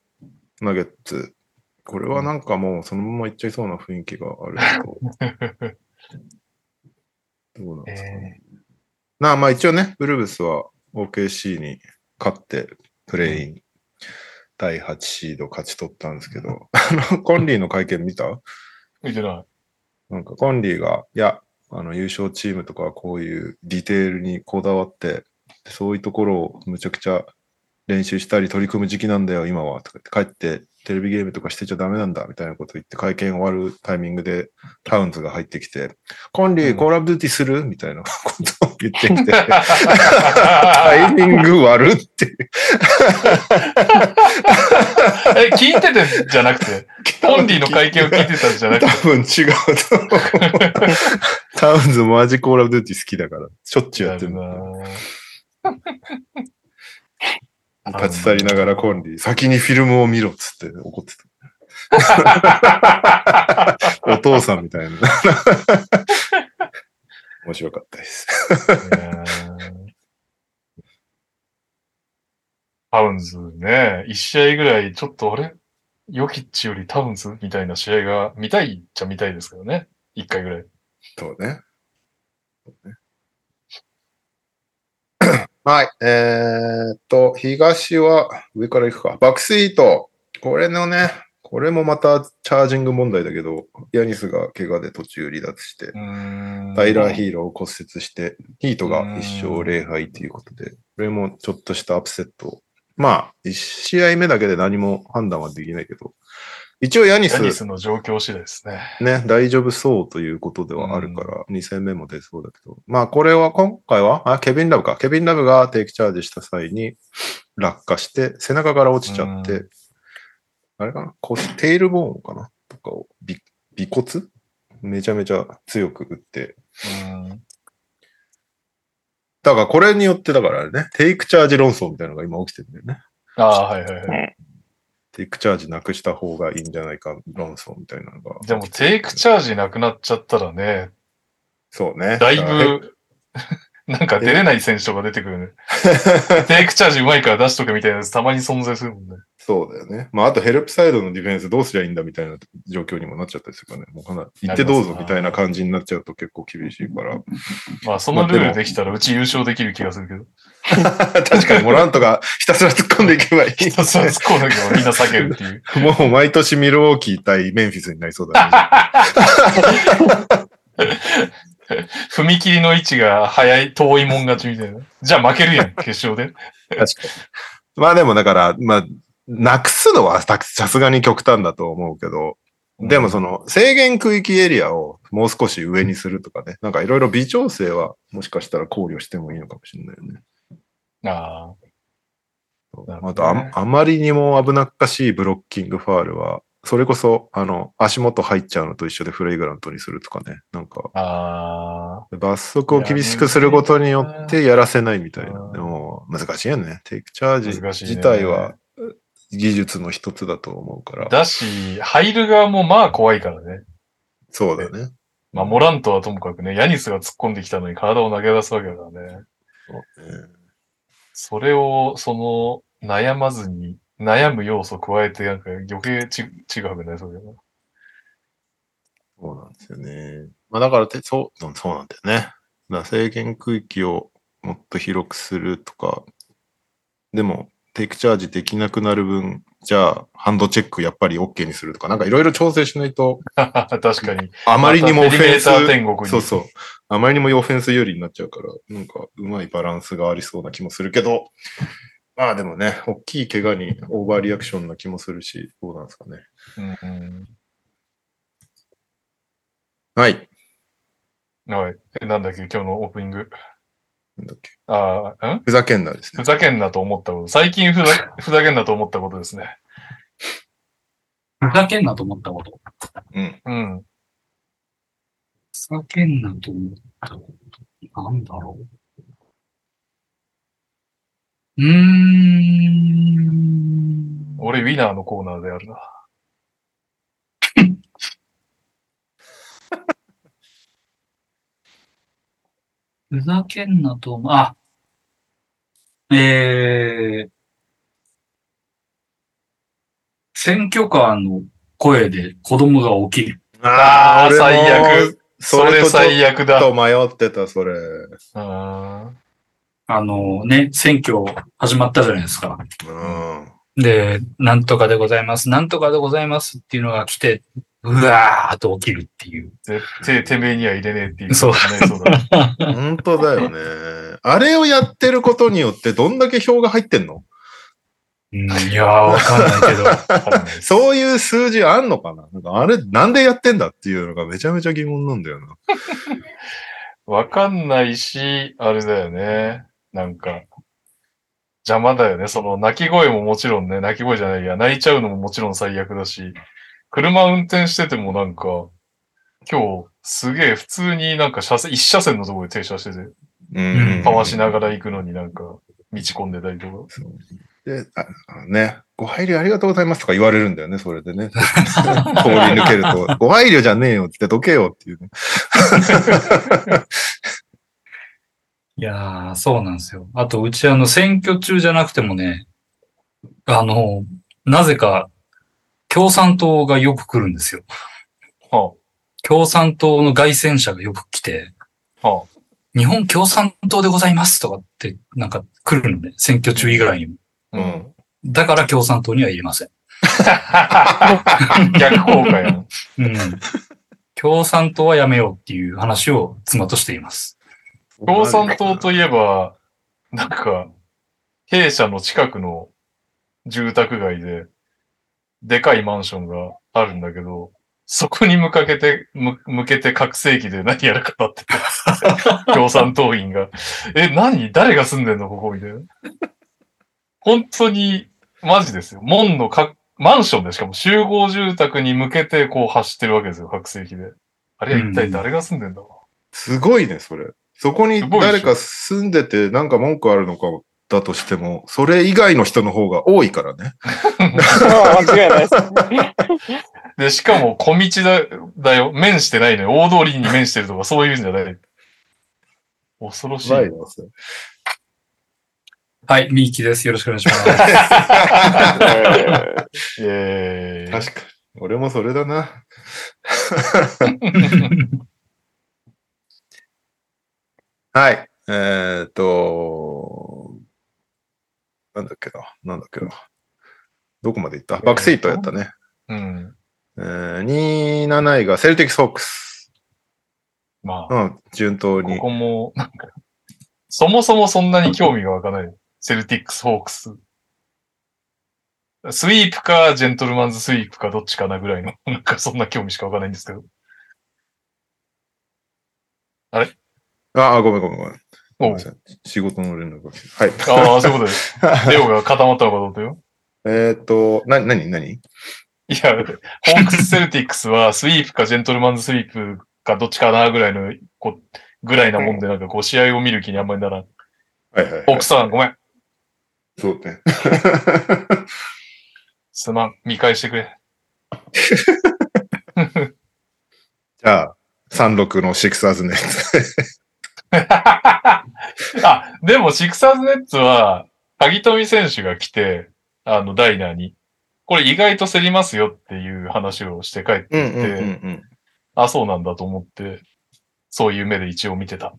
Speaker 1: ナゲッツ。これはなんかもうそのままいっちゃいそうな雰囲気があるけど、どうなん
Speaker 2: ど。
Speaker 1: ですかね。なあまあ一応ね、ウルブスは OKC に勝ってプレイン、第8シード勝ち取ったんですけど、 あの、コンリーの会見見た
Speaker 2: 見 てない。
Speaker 1: なんかコンリーが、いや、あの優勝チームとかはこういうディテールにこだわって、そういうところをむちゃくちゃ練習したり取り組む時期なんだよ、今は。とか言って帰ってテレビゲームとかしてちゃダメなんだ、みたいなこと言って会見終わるタイミングでタウンズが入ってきて、コンリ
Speaker 2: う
Speaker 1: ー、
Speaker 2: ん
Speaker 1: コーラブデューティするみたいなことを言ってきて、 タ
Speaker 2: は
Speaker 1: イミング悪っていう。
Speaker 2: え、 聞いててんじゃなくて、オンリーの会見を聞いてたんじゃなく
Speaker 1: 多
Speaker 2: て、
Speaker 1: 分違うと 思う。タウンズマジコーラブデューティ好きだから、しょっちゅうやってる
Speaker 2: な。
Speaker 1: 立ち去りながらコンリー、先にフィルムを見ろっつって怒ってた。お父さんみたいな。 面白かったです。
Speaker 2: タウンズね、一試合ぐらい、ちょっとあれヨキッチよりタウンズみたいな試合が見たいっちゃ見たいですけどね。一回ぐらい。
Speaker 1: そうね。そうねはい。えーっと、東は上から行くか。バックスイート。これのね、これもまたチャージング問題だけど、ヤニスが怪我で途中離脱して、タ
Speaker 2: タ
Speaker 1: イラー・ヒ
Speaker 2: ー。
Speaker 1: ーローを骨折して、ヒートが1勝0敗ということで、これもちょっとしたアップセット。まあ、1試合目だけで何も判断はできないけど、一応ヤニ
Speaker 2: ヤ
Speaker 1: ス、
Speaker 2: ニスの状況次第ですね。
Speaker 1: ね、大丈夫そうということではあるから、2戦目も出そうだけど、まあ、これは今回は、あ、ケビン・ラブか。ケビン・ラブがテイクチャージした際に落下して、背中から落ちちゃって、
Speaker 2: う
Speaker 1: あれかなこうテールボーンかなとかを、び尾骨めちゃめちゃ強く打って、
Speaker 2: うん
Speaker 1: だからこれによって、だからあれね、テイクチャージ論争みたいなのが今起きてるんだよね。
Speaker 2: ああ、はいはいはい。
Speaker 1: テイクチャージなくした方がいいんじゃないか論争みたいなのが。
Speaker 2: でも、テイクチャージなくなっちゃったらね、
Speaker 1: そうね。
Speaker 2: だい
Speaker 1: からへ。
Speaker 2: ぶ、 なんか出れない選手とか出てくるね。テイクチャージうまいから出しとけみたいなやつたまに存在するもんね。
Speaker 1: そうだよね。まあ、あとヘルプサイドのディフェンスどうすりゃいいんだみたいな状況にもなっちゃったりするからね。もうかなり、行ってどうぞみたいな感じになっちゃうと結構厳しい から。
Speaker 2: まあ、そのルールできたらうち優勝できる気がするけど。
Speaker 1: 確かにモラントがひたすら突っ込んでいけばいい。
Speaker 2: ひ たすら突っ込んだけどみんな避けるって いう。
Speaker 1: もう毎年ミルウォーキー対メンフィスになりそうだね。
Speaker 2: 踏み切りの位置が早い、遠いもん勝ちみたいな。じゃあ負けるやん、決勝で。
Speaker 1: 確かに。まあでもだから、まあ、なくすのはささすがに極端だと思うけど、でもその制限区域エリアをもう少し上にするとかね、なんかいろいろ微調整はもしかしたら考慮してもいいのかもしれないよね。
Speaker 2: あなるほ
Speaker 1: あ
Speaker 2: ど
Speaker 1: とあ
Speaker 2: ね
Speaker 1: ん、あまりにも危なっかしいブロッキングファールは、それこそ、あの、足元入っちゃうのと一緒でフレイグラントにするとかね、なんか、
Speaker 2: あ、あ
Speaker 1: 罰則を厳しくすることによってやらせないみたいな。でも、難しいよね。テイクチャー
Speaker 2: 難し
Speaker 1: ジ
Speaker 2: いね
Speaker 1: 自体は技術の一つだと思うか
Speaker 2: あ。
Speaker 1: ら。
Speaker 2: だし、入る側もまあ怖いからね。
Speaker 1: そうだね。
Speaker 2: まあ、モラントはともかくね、ヤニスが突っ込んできたのに体を投げ出すわけだからね。
Speaker 1: そうね
Speaker 2: それを、その、悩まずに、悩む要素加えて、なんか余計ち、ちぐはぐになりそうだよ
Speaker 1: そうなんですよね。まあだからてそう、そうそうなんだよね。だから制限区域をもっと広くするとか、でも、テイクチャージできなくなる分、じゃあ、ハンドチェックやっぱり OK にするとか、なんかいろいろ調整しないと、
Speaker 2: な。 確かに。
Speaker 1: あまりにもオ
Speaker 2: エ
Speaker 1: フ
Speaker 2: レ
Speaker 1: ェン
Speaker 2: ベー
Speaker 1: ス
Speaker 2: タ、ー天国に。
Speaker 1: そうそう。あまりにもオフェンス有利になっちゃうから、なんかうまいバランスがありそうな気もするけど、まあでもね、大きい怪我にオーバーリアクションな気もするし、どうなんですかね。
Speaker 2: うんうん
Speaker 1: はい。
Speaker 2: はい。えなんだっけ、今日のオープニング。
Speaker 1: なんだっけ。
Speaker 2: ああ、ん
Speaker 1: ふざけんなですね
Speaker 2: ふ。ざけんなと思ったこと。最近ふざふざけんなと思ったことですね。
Speaker 4: ふざけんなと思ったこと。
Speaker 2: うん。
Speaker 4: ふざけんなと思ったこと。なんだろう。うーん。
Speaker 2: 俺、ウィナーのコーナーであるな。
Speaker 4: ふざけんなと思う。あ。えー。選挙カーの声で子供が起きる。
Speaker 2: あ
Speaker 1: 俺
Speaker 2: ー
Speaker 1: も
Speaker 2: 最悪。そ
Speaker 1: それ
Speaker 2: れ
Speaker 1: とちょ
Speaker 2: 最悪だ。
Speaker 1: っと
Speaker 2: う
Speaker 1: 迷ってた、それ。
Speaker 2: ーん。
Speaker 4: あのね、選挙始まったじゃないですか。
Speaker 1: うん。
Speaker 4: で、なんとかでございます、なんとかでございますっていうのが来て、うわーっと起きるっていう。
Speaker 2: 絶対てめえには入れねえっていう。
Speaker 4: そう
Speaker 2: ね。そうだ。
Speaker 1: 本当だよね。あれをやってることによってどんだけ票が入ってんの
Speaker 4: うん、いやー、わかんないけど。
Speaker 2: わかんないです
Speaker 1: そういう数字あんのかななんかあれ、なんでやってんだっていうのがめちゃめちゃ疑問なんだよな。
Speaker 2: わかんないし、あれだよね。なんか、邪魔だよね。その、泣き声ももちろんね、泣き声じゃないや、泣いちゃうのももちろん最悪だし、車運転しててもなんか、今日、すげえ普通になんか車線、一車線のところで停車してて、
Speaker 1: うん
Speaker 2: かわしながら行くのになんか、道込んでたりとか。
Speaker 1: で、ああのね、ご配慮ありがとうございますとか言われるんだよね、それでね。 通り抜けると、ご配慮じゃねえよってどけよっていうね。
Speaker 4: いやー、そうなんですよ。あと、うちあの、選挙中じゃなくてもね、あの、なぜか、共産党がよく来るんですよ。
Speaker 2: は
Speaker 4: 共産党の外戦車がよく来て、
Speaker 2: あ、は
Speaker 4: 日本共産党でございますとかって、なんか来るのね、選挙中以外にも。
Speaker 2: あ。うん。
Speaker 4: だから共産党には入れません。
Speaker 2: 逆効果やん。
Speaker 4: うん。共産党はやめようっていう話を妻としています。
Speaker 2: 共産党といえば、なんか、弊社の近くの住宅街で、でかいマンションがあるんだけど、そこに向かけて、む向けて拡声器で何やらかな ってて共産党員が。え、何誰が住んでんのここみたいな。本当に、マジですよ。門のか、マンションでしかも集合住宅に向けてこう走ってるわけですよ、拡声器で。あれは一体誰が住んでんだろう
Speaker 1: すごいね、それ。そこに
Speaker 2: すごいでしょ
Speaker 1: 誰か住んでてなんか文句あるのかだとしても、それ以外の人の方が多いからね。
Speaker 3: まあ、間違いないですね。
Speaker 2: で、しかも小道だだよ。面してないのよ。大通りに面してるとか、そういうんじゃない。恐ろしい。
Speaker 1: ないですよ
Speaker 4: はい、ミーキです。よろしくお願いし ます。
Speaker 3: えー
Speaker 2: えー、
Speaker 1: 確かに。俺もそれだ な。はい。えーっと、なんだっけな、なんだっけな。どこまで行ったバックセイトやったね。
Speaker 2: うん。
Speaker 1: えー、27位がセルティックスホークス。
Speaker 2: まあ、
Speaker 1: うん、順当
Speaker 2: こ
Speaker 1: に。
Speaker 2: こも、なんか、そもそもそんなに興味が湧かない。セルティックス、ホークス。スイープか、ジェントルマンズスイープか、どっちかなぐらいの、なんかそんな興味しか湧かないんですけど。
Speaker 1: ああ、ごめんごめんごめん。ごめん
Speaker 2: おう
Speaker 1: なさい仕事の連絡が来てはい。
Speaker 2: ああ、そういうことです。レオが固まったのかと思ったよ。
Speaker 1: えーっと、な、なになに
Speaker 2: いや、ホークス・セルティックスはスイープかジェントルマンズスイープかどっちかなぐらいの、こうぐらいなもんで、なんかこう試合を見る気にあんまりならん。
Speaker 1: はいはい、
Speaker 2: ホ
Speaker 1: は
Speaker 2: ー
Speaker 1: い
Speaker 2: ク。スさん、ごめん。
Speaker 1: そうね。
Speaker 2: すまん。見返してくれ。
Speaker 1: じゃあ、36のシクサーズネッツ。
Speaker 2: あ、でもシクサーズネッツは、萩富選手が来て、あの、ダイナーに、これ意外と競りますよっていう話をして帰って、
Speaker 1: うん
Speaker 2: うんうん
Speaker 1: ん。
Speaker 2: あ、そうなんだと思って、そういう目で一応見てた。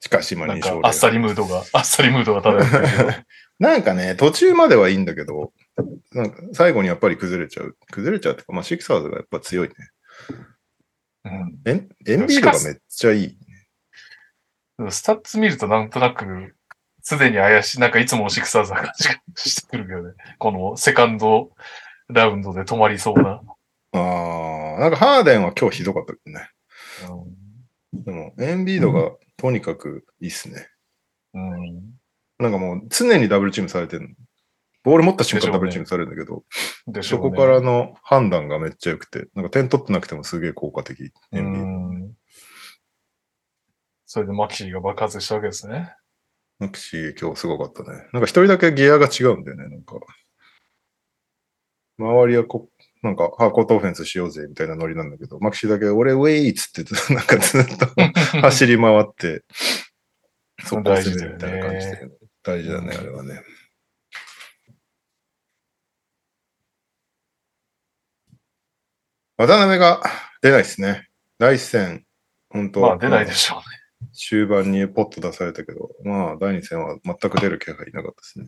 Speaker 1: しかし、まあ、
Speaker 2: なん
Speaker 1: 2勝
Speaker 2: か、
Speaker 1: 0
Speaker 2: あっさりムードが、あっさりムードが漂って るけど。
Speaker 1: なんかね、途中まではいいんだけど、なんか最後にやっぱり崩れちゃう。崩れちゃうっていうか、まあ、シクサーズがやっぱ強いね。
Speaker 2: うん
Speaker 1: エンエンビードがめっちゃいい。
Speaker 2: スタッツ見るとなんとなく、すでに怪しい、なんかいつものシクサーズな感じがしてくるけどね。このセカンドラウンドで止まりそうな。
Speaker 1: あー、なんかハーデンは今日ひどかったけどね。
Speaker 2: うん
Speaker 1: でも、エンビードがとにかくいいっすね。
Speaker 2: うん。
Speaker 1: なんかもう常にダブルチームされてるの。ボール持った瞬
Speaker 2: でしょう
Speaker 1: 間ダ
Speaker 2: ね
Speaker 1: ブルチームされるんだけど、
Speaker 2: でしょ、
Speaker 1: そう
Speaker 2: ね。
Speaker 1: こからの判断がめっちゃ良くて、なんか点取ってなくてもすげえ効果的。エ
Speaker 2: う
Speaker 1: ンビード
Speaker 2: ん。それでマキシーが爆発したわけですね。
Speaker 1: マクシー今日すごかったね。なんか一人だけギアが違うんだよね、なんか。周りはこ、なんか、ハーコートオフェンスしようぜ、みたいなノリなんだけど、マクシーだけ、俺、ウェイっつって ず、なんかずっ と走り回って、そこを攻めるみたいな感じで、大事だね、あれはね。渡辺が出ないですね。第一戦、本当
Speaker 2: まあ出ないでしょうね。
Speaker 1: 終盤にポッと出されたけど、まあ、第2戦は全く出る気配なかったですね。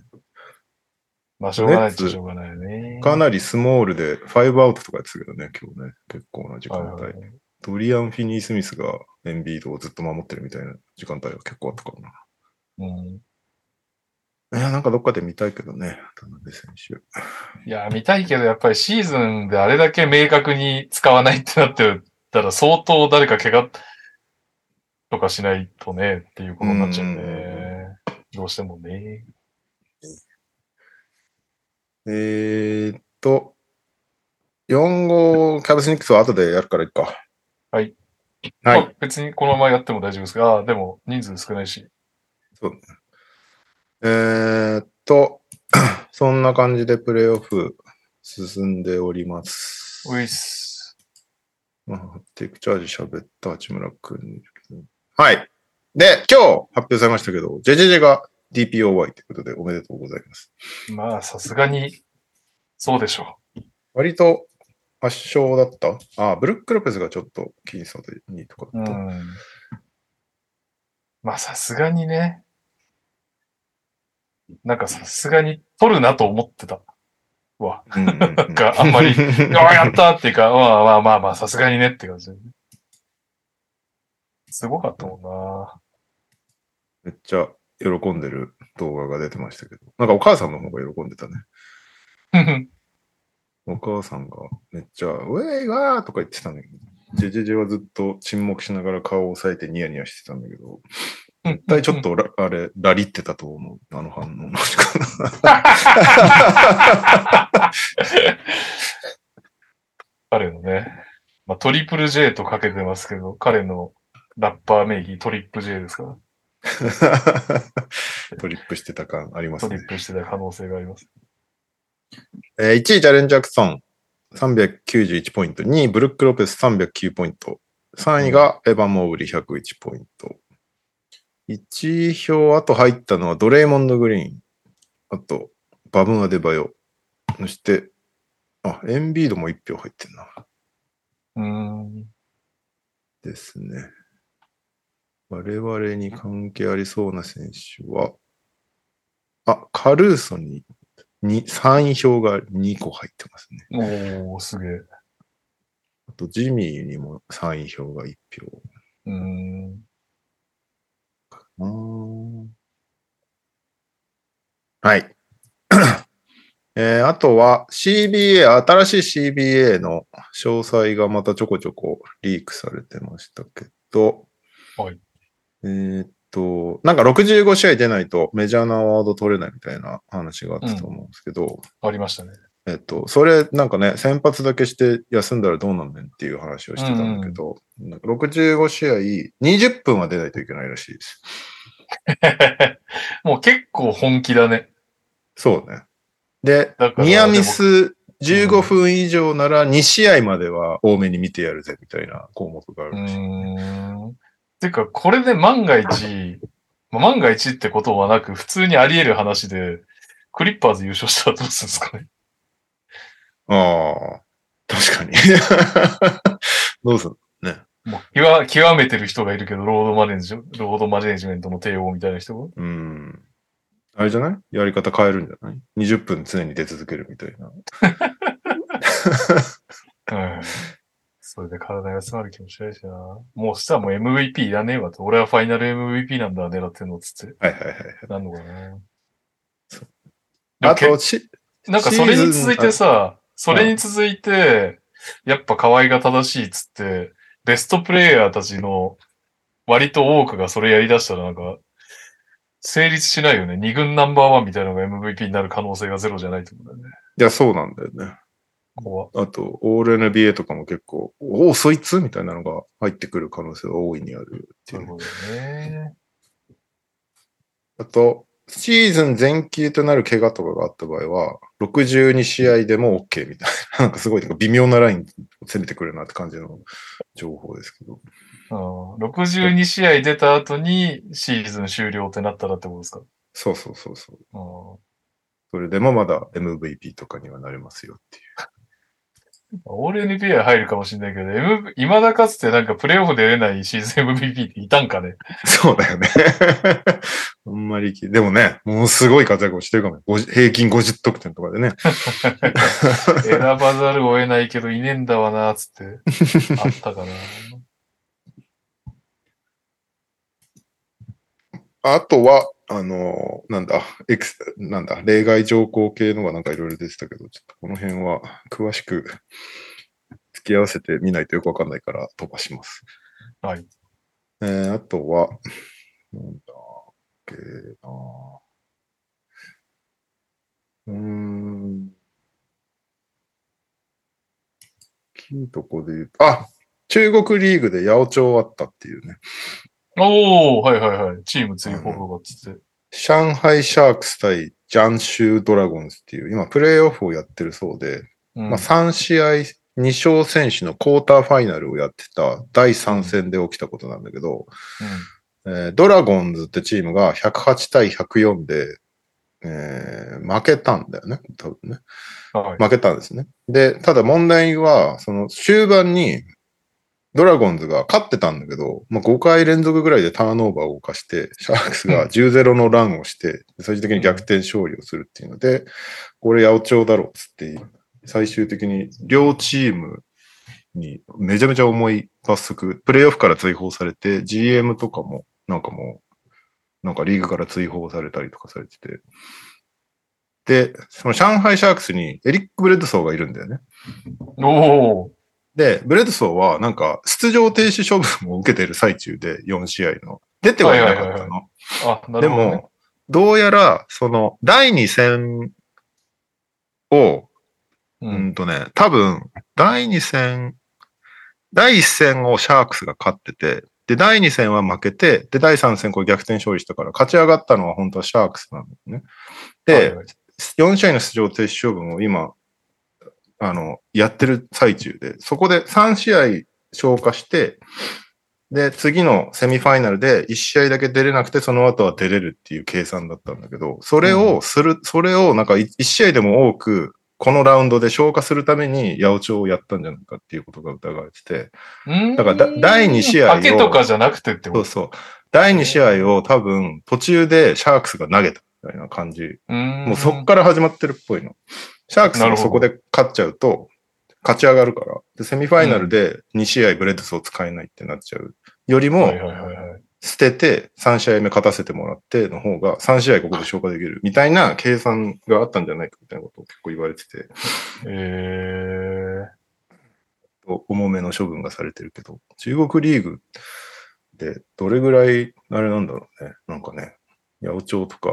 Speaker 2: まあしょうがないっち
Speaker 1: ネッ
Speaker 2: ゃ
Speaker 1: ツ
Speaker 2: しょうがないよね。
Speaker 1: かなりスモールで5アウトとかやってたけどね、今日ね、結構な時
Speaker 2: はい
Speaker 1: 間
Speaker 2: はいはい
Speaker 1: 帯。ドリアン・フィニー・スミスがエンビードをずっと守ってるみたいな時間帯は結構あったかな。
Speaker 2: うん
Speaker 1: いや、なんかどっかで見たいけどね、田辺選手。
Speaker 2: いや、見たいけど、やっぱりシーズンであれだけ明確に使わないってなってたら、相当誰か怪我とかしないとね、っていうことになっちゃうね。どうしてもね。
Speaker 1: えーっと、4号、キャブスニックスは後でやるからいいか。
Speaker 2: はい。
Speaker 1: は
Speaker 2: ま
Speaker 1: い。
Speaker 2: あ別にこのままやっても大丈夫ですが、でも人数少ないし。
Speaker 1: えーっと、 そんな感じでプレイオフ進んでおります。
Speaker 2: ういっす。
Speaker 1: まあ、テイクチャージ喋った八村くん。はい。で、今日発表されましたけど、JJJ が DPOY ということでおめでとうございます。
Speaker 2: まあ、さすがに、そうでしょ
Speaker 1: 割と圧勝だったああ、ブルック・ロペスがちょっと僅差で2位とかだ
Speaker 2: う。う
Speaker 1: った。
Speaker 2: ん。まあ、さすがにね。なんかさすがに取るなと思ってた。わ。
Speaker 1: うんうんうん
Speaker 2: なんかあん まり ああ、やったっていうか、まあまあまあまあ、さすがにねって感じだよね。すごかったもんな。
Speaker 1: めっちゃ喜んでる動画が出てましたけど、なんかお母さんの方が喜んでたね。お母さんがめっちゃ、ウェイガーとか言ってたんだけど、ジェジェジェはずっと沈黙しながら顔を押さえてニヤニヤしてたんだけど、絶対ちょっとラ、あれ、ラリってたと思う。あの反応の仕方
Speaker 2: 彼のね、まあ、トリプル J とかけてますけど、彼のラッパー名義トリップ J ですから、
Speaker 1: トリップしてた感あります
Speaker 2: トリ
Speaker 1: ね
Speaker 2: ッ。プしてた可能性があります。
Speaker 1: えー、1位、チャレンジャクソン391ポイント、2位、ブルック・ロペス309ポイント、3位がエヴァン・モーブリー101ポイント。1位票、あと入ったのはドレイモンド・グリーン、あと、バブン・アデバヨ、そして、あ、エンビードも1票入ってんな。
Speaker 2: うーん。
Speaker 1: ですね。我々に関係ありそうな選手は、あ、カルーソにに3位票が2個入ってますね。
Speaker 2: おー、すげえ。う
Speaker 1: あと、ジミーにも3位票が1票。
Speaker 2: ーん。
Speaker 1: はい。 えーあとは CBA、新しい CBA の詳細がまたちょこちょこリークされてましたけど、
Speaker 2: はい。
Speaker 1: えーっと、なんか65試合出ないとメジャーなアワード取れないみたいな話があったと思うんですけど、
Speaker 2: ありましたね。
Speaker 1: えっと、それ、なんかね、先発だけして休んだらどうなんねんっていう話をしてたんだけど、なんか65試合、20分は出ないといけないらしいです。
Speaker 2: もう結構本気だね。
Speaker 1: そうね。で
Speaker 2: だ、から
Speaker 1: ニアミス15分以上なら2試合までは多めに見てやるぜみたいな項目があ
Speaker 2: う
Speaker 1: るらしい。
Speaker 2: ーん。てか、これで万が一、 まあ万が一ってことはなく、普通にあり得る話で、クリッパーズ優勝したらどうするんですかね。
Speaker 1: ああ、確かに。 どうする
Speaker 2: もう極極めてる人がいるけど、ロードマネージ、ロードマネージメントの帝王みたいな人が。
Speaker 1: うん。あれじゃないやり方変えるんじゃない ?20 分常に出続けるみたいな。
Speaker 2: うん。それで体が休まる気もしないしな。もうしたらもう MVP いらねえわと。俺はファイナル MVP なんだ、狙ってんのっつって。
Speaker 1: はいはいはいはい。
Speaker 2: なんのかな。
Speaker 1: あ
Speaker 2: でも
Speaker 1: と、し
Speaker 2: なんかそれに続いて
Speaker 1: シ
Speaker 2: さ、それに続いて、やっぱ河合が正しいっつって、ベストプレイヤーたちの割と多くがそれやり出したらなんか、成立しないよね。二軍ナンバーワンみたいなのが MVP になる可能性がゼロじゃないと思うんだよね。
Speaker 1: いや、そうなんだよね。
Speaker 2: ここは。
Speaker 1: あと、オール NBA とかも結構、おお、そいつみたいなのが入ってくる可能性が大いにあるってい
Speaker 2: な
Speaker 1: う
Speaker 2: る。ほどね。
Speaker 1: あと、シーズン全休となる怪我とかがあった場合は、62試合でも OK みたいな、 なんかすごい微妙なラインを攻めてくるなって感じの情報ですけど。
Speaker 2: うん62試合出た後にシーズン終了ってなったらってことですか
Speaker 1: そうそうそうそう。
Speaker 2: うん
Speaker 1: それでもまだ MVP とかにはなれますよっていう。
Speaker 2: オール NBA は入るかもしれないけど、M、未だかつてなんかプレイオフで出れないシーズン MVP っていたんかね。
Speaker 1: そう だよね。あんまりき、でもね、ものすごい活躍をしてるかも。50平均50得点とかでね。
Speaker 2: 選ばざるを得ないけど、いねえんだわな、つ って。あったかな。
Speaker 1: あとは、あの、なんだ、エクス、なんだ、例外条項系のがなんかいろいろ出てたけど、ちょっとこの辺は詳しく付き合わせてみないとよくわかんないから飛ばします。
Speaker 2: はい。
Speaker 1: えー、あとは、なんだっけなうーん。大きいとこで言うと、あ中国リーグで八百長あったっていうね。
Speaker 2: おー、はいはいはい。チーム追放がつって。
Speaker 1: 上海シャークス対ジャンシュードラゴンズっていう、今プレイオフをやってるそうで、
Speaker 2: うん
Speaker 1: まあ、3試合、2勝選手のクォーターファイナルをやってた第3戦で起きたことなんだけど、えードラゴンズってチームが108対104で、えー負けたんだよね。多分ね。
Speaker 2: うんはい。
Speaker 1: 負けたんですね。で、ただ問題は、その終盤に、ドラゴンズが勝ってたんだけど、まあ、5回連続ぐらいでターンオーバーを犯して、シャークスが10-0のランをして、最終的に逆転勝利をするっていうので、これ八百長だろっつって、最終的に両チームにめちゃめちゃ重い罰則、プレイオフから追放されて、GM とかもなんかもう、なんかリーグから追放されたりとかされてて、で、その上海シャークスにエリック・ブレッドソーがいるんだよね。
Speaker 2: おー。
Speaker 1: で、ブレッドソーはなんか出場停止処分を受けている最中で4試合の。出てはいなか
Speaker 2: は
Speaker 1: っ
Speaker 2: いは
Speaker 1: た
Speaker 2: い
Speaker 1: の。
Speaker 2: あ、な
Speaker 1: で
Speaker 2: るほど、ね。
Speaker 1: も、どうやらその第2戦を、
Speaker 2: う。
Speaker 1: うんんとね、多分第2戦、第1戦をシャークスが勝ってて、で、第2戦は負けて、で、第3戦これ逆転勝利したから、勝ち上がったのは本当はシャークスなんだよね。で、
Speaker 2: はいはい、
Speaker 1: 4試合の出場停止処分を今、あの、やってる最中で、そこで3試合消化して、で、次のセミファイナルで1試合だけ出れなくて、その後は出れるっていう計算だったんだけど、それをする、それをなんか1試合でも多く、このラウンドで消化するために八百長をやったんじゃないかっていうことが疑われてて、
Speaker 2: うん
Speaker 1: だからだ第二試合を
Speaker 2: 賭けとかじゃなくてって
Speaker 1: そ
Speaker 2: こ
Speaker 1: う
Speaker 2: と
Speaker 1: そう。第2試合を多分途中でシャークスが投げたみたいな感じも
Speaker 2: も
Speaker 1: うそっから始まってるっぽいの。シャークス
Speaker 2: なる
Speaker 1: も
Speaker 2: ほど
Speaker 1: そこで勝っちゃうと、勝ち上がるから。で、セミファイナルで2試合ブレッドスを使えないってなっちゃう。よりも
Speaker 2: はい、はいはいはい。
Speaker 1: 捨てて3試合目勝たせてもらっての方が3試合ここで消化できるみたいな計算があったんじゃないかみたいなことを結構言われてて、
Speaker 2: えー、
Speaker 1: 重めの処分がされてるけど、中国リーグってどれぐらいあれなんだろうね。なんかね、八百長とか、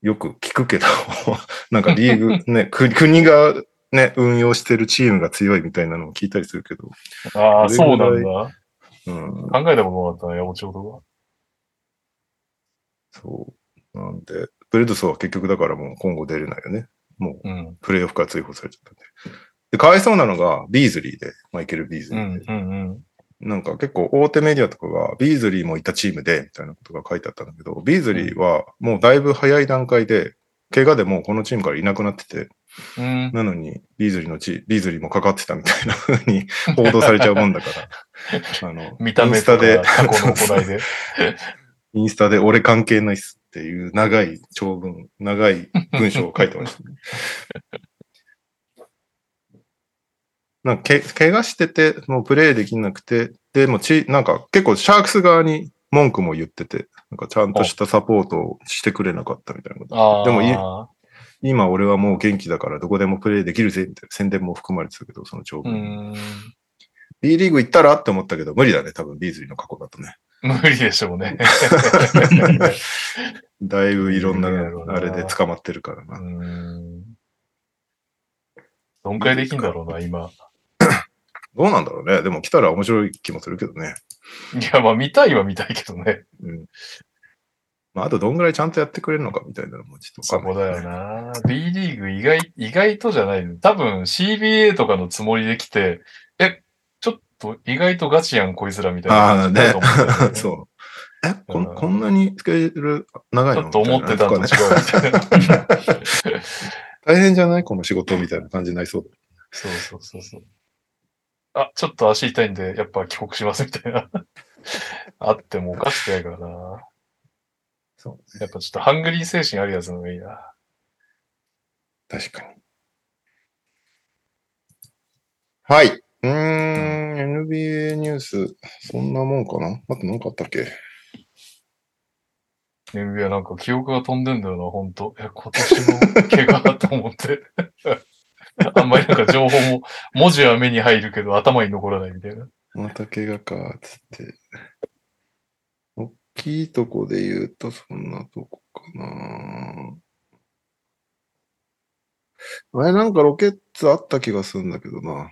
Speaker 1: よく聞くけど、 なんかリーグね、 く国がね、運用してるチームが強いみたいなのを聞いたりするけど、
Speaker 2: ああ、
Speaker 1: ど
Speaker 2: そう
Speaker 1: れぐらい
Speaker 2: なんだ。
Speaker 1: うん、
Speaker 2: 考えたことなかったな、山本ちょうど
Speaker 1: そう。なんで、ブレッドソーは結局だからもう今後出れないよね。もう
Speaker 2: が。うん。
Speaker 1: プレイオフから追放されちゃったんで。で、かわいそうなのが、ビーズリーで、マイケル・ビーズ
Speaker 2: う
Speaker 1: リーで
Speaker 2: ん、うん、うん。
Speaker 1: なんか結構大手メディアとかが、ビーズリーもいたチームで、みたいなことが書いてあったんだけど、ビーズリーはもうだいぶ早い段階で、怪我でもうこのチームからいなくなってて、
Speaker 2: うん、
Speaker 1: なのに、ビーズリーのチ、ビーズリーもかかってたみたいな風に報道されちゃうもんだ から、あの、
Speaker 2: 見た
Speaker 1: イン
Speaker 2: 目
Speaker 1: スタ
Speaker 2: とか
Speaker 1: で、
Speaker 2: 過去の行 い
Speaker 1: そうそう
Speaker 2: で。
Speaker 1: インスタで俺関係ないっすっていう長い長文、長い文章を書いてましたね。なんかけ、怪我してて、もうプレイできなくて、でもち、なんか結構シャークス側に文句も言ってて、なんかちゃんとしたサポートをしてくれなかったみたいなこと。
Speaker 2: ああ。
Speaker 1: でもい今俺はもう元気だからどこでもプレイできるぜ、みたいな宣伝も含まれてたけど、その長
Speaker 2: う
Speaker 1: 文に。
Speaker 2: ん。
Speaker 1: B リーグ行ったらって思ったけど、無理だね。多分、ビーズリーの過去だとね。
Speaker 2: 無理でしょうね。
Speaker 1: だいぶいろんな、
Speaker 2: 無理だろうな
Speaker 1: あれで捕まってるから
Speaker 2: う
Speaker 1: な。
Speaker 2: んどんくらいできんだろうな、今。
Speaker 1: どうなんだろうね。でも来たら面白い気もするけどね。
Speaker 2: いや、まあ見たいは見たいけどね。
Speaker 1: うん。まあ、あとどんぐらいちゃんとやってくれるのかみたいなのもちょっと
Speaker 2: そ
Speaker 1: わか
Speaker 2: こ
Speaker 1: んない
Speaker 2: だよな。B リーグ意外、意外とじゃない。多分 CBA とかのつもりで来て、え、ちょっと意外とガチやん、こいつらみたい
Speaker 1: あ
Speaker 2: な
Speaker 1: あ、
Speaker 2: 感じだ
Speaker 1: ね
Speaker 2: と思うんだよ。 ね。
Speaker 1: そう。え、こ
Speaker 2: うん
Speaker 1: んこんなにスケジュール長い
Speaker 2: ち
Speaker 1: の
Speaker 2: ょっと思ってたんと違う
Speaker 1: み
Speaker 2: み
Speaker 1: たいな
Speaker 2: たいな。
Speaker 1: 大変じゃないこの仕事みたいな感じになりそう。
Speaker 2: そうそうそうそう。あ、ちょっと足痛いんで、やっぱ帰国しますみたいな。 あってもおかしくないからな。
Speaker 1: そう
Speaker 2: やっぱちょっとハングリー精神あるやつの方がいいな。
Speaker 1: 確かに。はい。うーん、NBA ニュース、そんなもんかなあと何かあったっけ
Speaker 2: いや、なんか記憶が飛んでんだよな、ほんと。え、今年の怪我だと思って。 あんまりなんか情報も、文字は目に入るけど頭に残らないみたいな。
Speaker 1: また怪我か、つって。大きいとこで言うと、そんなとこかな。あれ、なんかロケッツあった気がするんだけどな。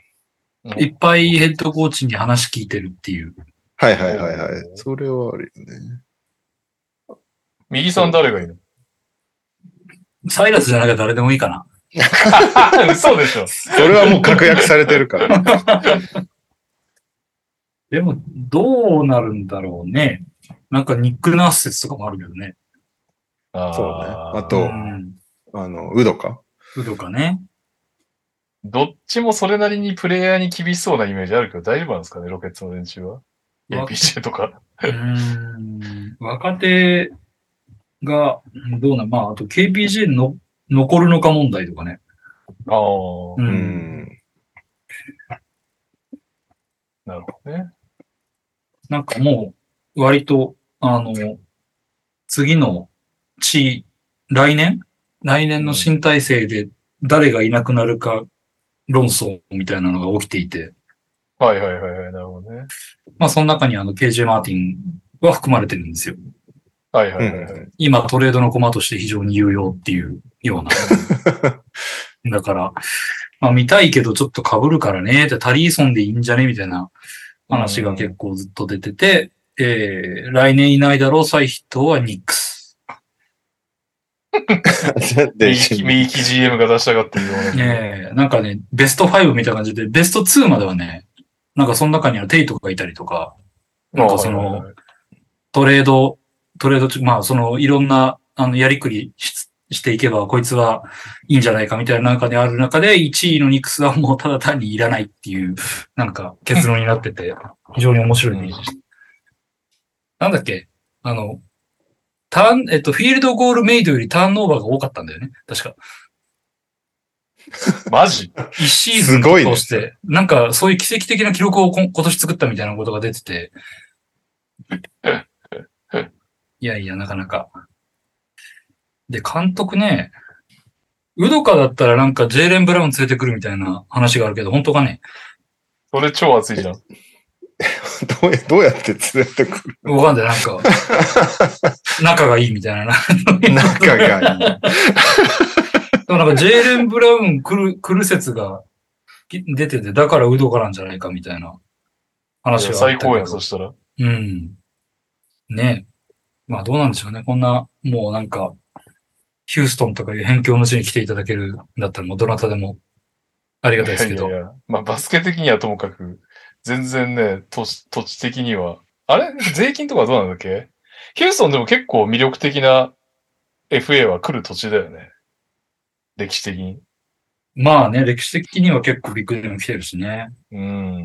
Speaker 4: いっぱいヘッドコーチに話聞いてるっていう。
Speaker 1: はいはいはいはい。それはあるよね。
Speaker 2: 右さん誰がいいの
Speaker 4: サイラスじゃなきゃ誰でもいいかな。
Speaker 2: 嘘でしょ。
Speaker 1: それはもう確約されてるから。
Speaker 4: でも、どうなるんだろうね。なんかニック・ナース説とかもあるけどね。
Speaker 2: あー
Speaker 1: そうねあと
Speaker 4: ん。
Speaker 1: あの、ウドか。
Speaker 4: ウドかね。
Speaker 2: どっちもそれなりにプレイヤーに厳しそうなイメージあるけど、大丈夫なんですかね、ロケッツの連中は。
Speaker 4: わ
Speaker 2: APJ とか。
Speaker 4: うーん。若手が、どうな、まあ、あと KPJ の残るのか問題とかね。
Speaker 2: ああ、
Speaker 4: う。
Speaker 1: うんん。
Speaker 2: なるほどね。
Speaker 4: なんかもう、割と、あの、次の地、来年来年の新体制で誰がいなくなるか論争みたいなのが起きていて。
Speaker 2: はいはいはいはい、なるほどね。
Speaker 4: まあ、その中にあの、KJ マーティンは含まれてるんですよ。
Speaker 2: はいはいはいはい。
Speaker 1: う
Speaker 4: 今、トレードの駒として非常に有用っていうような。だから、まあ、見たいけどちょっと被るからね、ってタリーソンでいいんじゃねみたいな話が結構ずっと出てて、えー、来年いないだろう、再筆頭はニックス。
Speaker 2: 右利き右利き GM が出したがってるような。
Speaker 4: えー、なんかね、ベスト5みたいな感じで、ベスト2まではね、なんかその中にはテイトがいたりとか、なんかそ
Speaker 2: はいはい
Speaker 4: の
Speaker 2: は、い
Speaker 4: トレード、トレード中、まあ、その、いろんな、あの、やりくりししていけば、こいつはいいんじゃないかみたいな中である中で、1位のニックスはもうただ単にいらないっていう、なんか結論になってて、非常に面白いニュースでした。なんだっけあの、ターン、えっと、フィールドゴールメイドよりターンオーバーが多かったんだよね。確か。
Speaker 2: マジ
Speaker 4: 一シーズン
Speaker 1: すごいね
Speaker 4: 通して、なんかそういう奇跡的な記録をこん今年作ったみたいなことが出て て。いやいや、なかなか。で、監督ね、ウドカだったらなんかジェーレン・ブラウン連れてくるみたいな話があるけど、本当かね
Speaker 2: それ超熱いじゃん。
Speaker 1: どうやどうやって連れてくる
Speaker 4: わかんない、なん か、仲がいいみたいな。
Speaker 1: 仲がいい。
Speaker 4: でもなんかジェーレン・ブラウン来る、来る説がき出てて、だからウドカなんじゃないかみたいな話があったけ
Speaker 2: 最
Speaker 4: ど。
Speaker 2: 高やん、そしたら。
Speaker 4: うん。ねえ。まあどうなんでしょうね。こんな、もうなんか、ヒューストンとかいう辺境の地に来ていただけるんだったら、もうどなたでもありがたいですけど。
Speaker 2: いやいやいやまあ、バスケ的にはともかく、全然ね、土地土地的には。あれ税金とかどうなんだっけヒューストンでも結構魅力的な FA は来る土地だよね。歴史的に。
Speaker 4: まあね、歴史的には結構ビッグでも来てるしね。
Speaker 2: うん。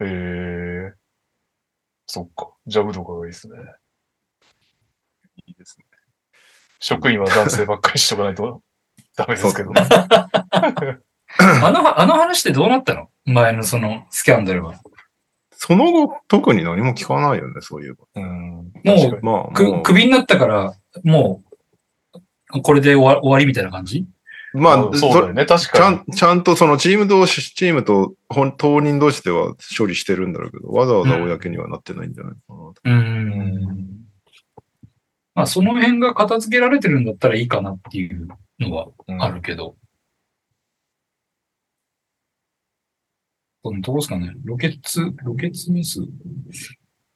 Speaker 2: へえ。そっか。ジャブとかがいいですね。
Speaker 1: いいですね
Speaker 2: 職員は男性ばっかりしとかないと ダメですけど。
Speaker 4: あの、あの話ってどうなったの前のそのスキャンダルは。
Speaker 1: その後、特に何も聞かないよね、そういうこ
Speaker 2: うん。
Speaker 4: もう
Speaker 2: 確か
Speaker 1: と。まあ、も
Speaker 4: く、
Speaker 1: う
Speaker 4: クビになったから、もう、これで終わ終わりみたいな感じ
Speaker 1: まあ、
Speaker 2: そうだよね。確
Speaker 1: ちゃ
Speaker 2: かに。
Speaker 1: ん、ちゃんとそのチーム同士、チームと本当人同士では処理してるんだろうけど、わざわざ公にはなってないんじゃないかなと。
Speaker 4: うん。まあ、その辺が片付けられてるんだったらいいかなっていうのは
Speaker 2: うん
Speaker 4: あるけど。うん、どうですかね。ロケッツ、ロケッツミス。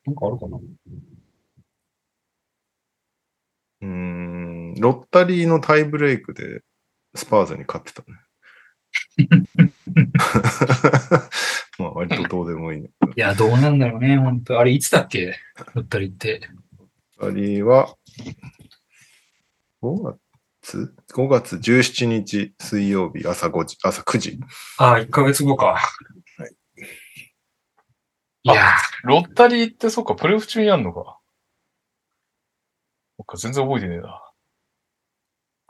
Speaker 4: なんかあるかな
Speaker 1: うーん、ロッタリーのタイブレイクでスパーズに勝ってたね。 まあ割とどうでもいいね。
Speaker 4: いや、どうなんだろうね、本当あれ、いつだっけロッタリーって。
Speaker 1: ロッタリーは5月 ?5 月17日水曜日朝5時、朝9時。
Speaker 4: ああ、1ヶ月後か。いやー、
Speaker 2: ロッタリーって、そっか、プレーオフ中にやんのか。そっか、全然覚えてねえな。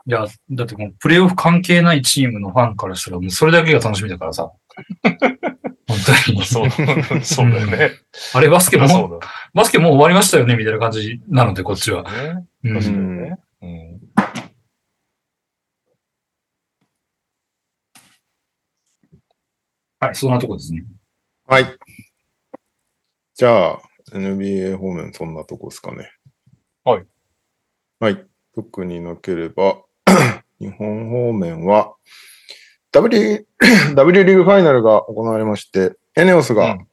Speaker 4: いや、だってもうプレイオフ関係ないチームのファンからしたら、もうそれだけが楽しみだ からさ。本当に。
Speaker 2: そう、そう だよね。
Speaker 4: あれ、バスケも、
Speaker 2: そう
Speaker 4: バスケもう終わりましたよね、みたいな感じなので、こっち
Speaker 2: う
Speaker 4: は。
Speaker 2: だね。
Speaker 4: うん
Speaker 2: 確か
Speaker 1: ん
Speaker 2: にね。うん。
Speaker 4: はい、そんなとこですね。
Speaker 1: はい。じゃあ、NBA 方面そんなとこですかね。
Speaker 2: はい。
Speaker 1: はい。特になければ、 日本方面は、W、W リーグファイナルが行われまして、エネオスが、
Speaker 2: う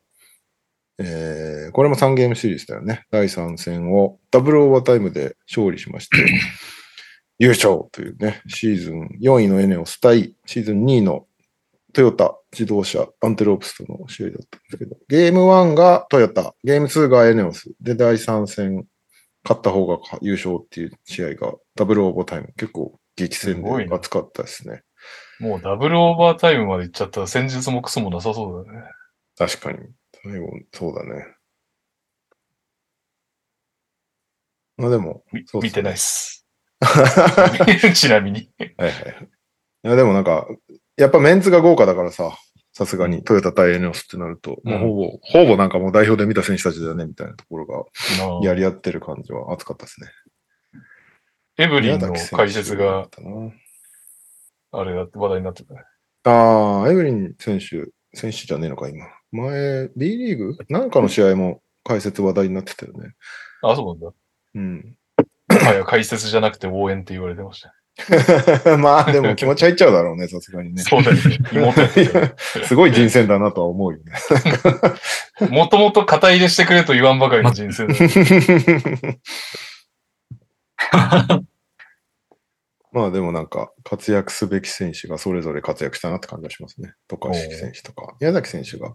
Speaker 1: えーこれも3ゲームシリーズだよね。第3戦をダブルオーバータイムで勝利しま して、優勝というね、シーズン4位のエネオス対シーズン2位のトヨタ自動車アンテロープスとの試合だったんですけど、ゲーム1がトヨタ、ゲーム2がエネオス、で、第3戦、勝った方が優勝っていう試合がダブルオーバータイム、結構激戦
Speaker 2: すごい
Speaker 1: で
Speaker 2: ね
Speaker 1: 熱かったですね。
Speaker 2: もうダブルオーバータイムまで行っちゃったら戦術もクソもなさそうだね。
Speaker 1: 確かに。最後、そうだね。まあでも、
Speaker 2: み
Speaker 1: そうっすね
Speaker 2: 見てない っす。
Speaker 1: は
Speaker 2: ちなみに。
Speaker 1: いはいはい。いやでもなんか、やっぱメンツが豪華だからさ、さすがにトヨタ対エネオスってなると、
Speaker 2: うん
Speaker 1: もうほぼ、ほぼなんかもう代表で見た選手たちだよね、みたいなところが、
Speaker 2: な
Speaker 1: やり合ってる感じは熱かったですね。
Speaker 2: エブリ
Speaker 1: 宮
Speaker 2: ンの
Speaker 1: 崎選手
Speaker 2: 解説が、
Speaker 1: だったな。
Speaker 2: あれだって話題になってたね。
Speaker 1: ああ、エブリン選手、選手じゃねえのか、今。前、B リーグなんかの試合も解説話題になってたよね。
Speaker 2: あ、そうなんだ。
Speaker 1: うん。
Speaker 2: あいや、解説じゃなくて応援って言われてました。
Speaker 1: まあ、でも気持ち入っちゃうだろうね、さすがにね。
Speaker 2: そうだよね。妹やってたよね
Speaker 1: すごい人選だなとは思うよね。
Speaker 2: もともと肩入れしてくれと言わんばかりの人生だよ
Speaker 1: まあでもなんか、活躍すべき選手がそれぞれ活躍したなって感じがしますね。渡嘉敷選手とか、宮崎選手が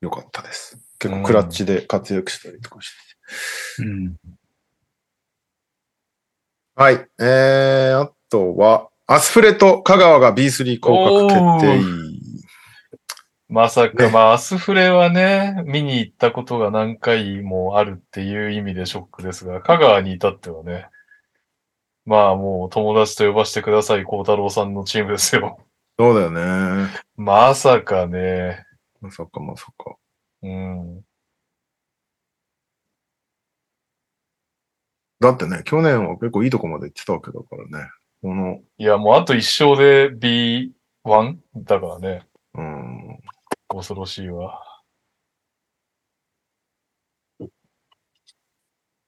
Speaker 1: 良かったです。結構クラッチで活躍したりとかして。
Speaker 4: うん。
Speaker 1: はい。えー、あとは、アスフレと香川が B3 降格決定。
Speaker 2: まさか、
Speaker 1: ね
Speaker 2: まあ、アスフレはね、見に行ったことが何回もあるっていう意味でショックですが、香川に至ってはね、まあもう友達と呼ばせてください、孝太郎さんのチームですよ。
Speaker 1: そうだよね。
Speaker 2: まさかね、
Speaker 1: まさかまさか。
Speaker 2: うん。
Speaker 1: だってね、去年は結構いいとこまで行ってたわけだからね。この、
Speaker 2: いや、もうあと一勝で B1? だからね、
Speaker 1: うん、
Speaker 2: 恐ろしいわ。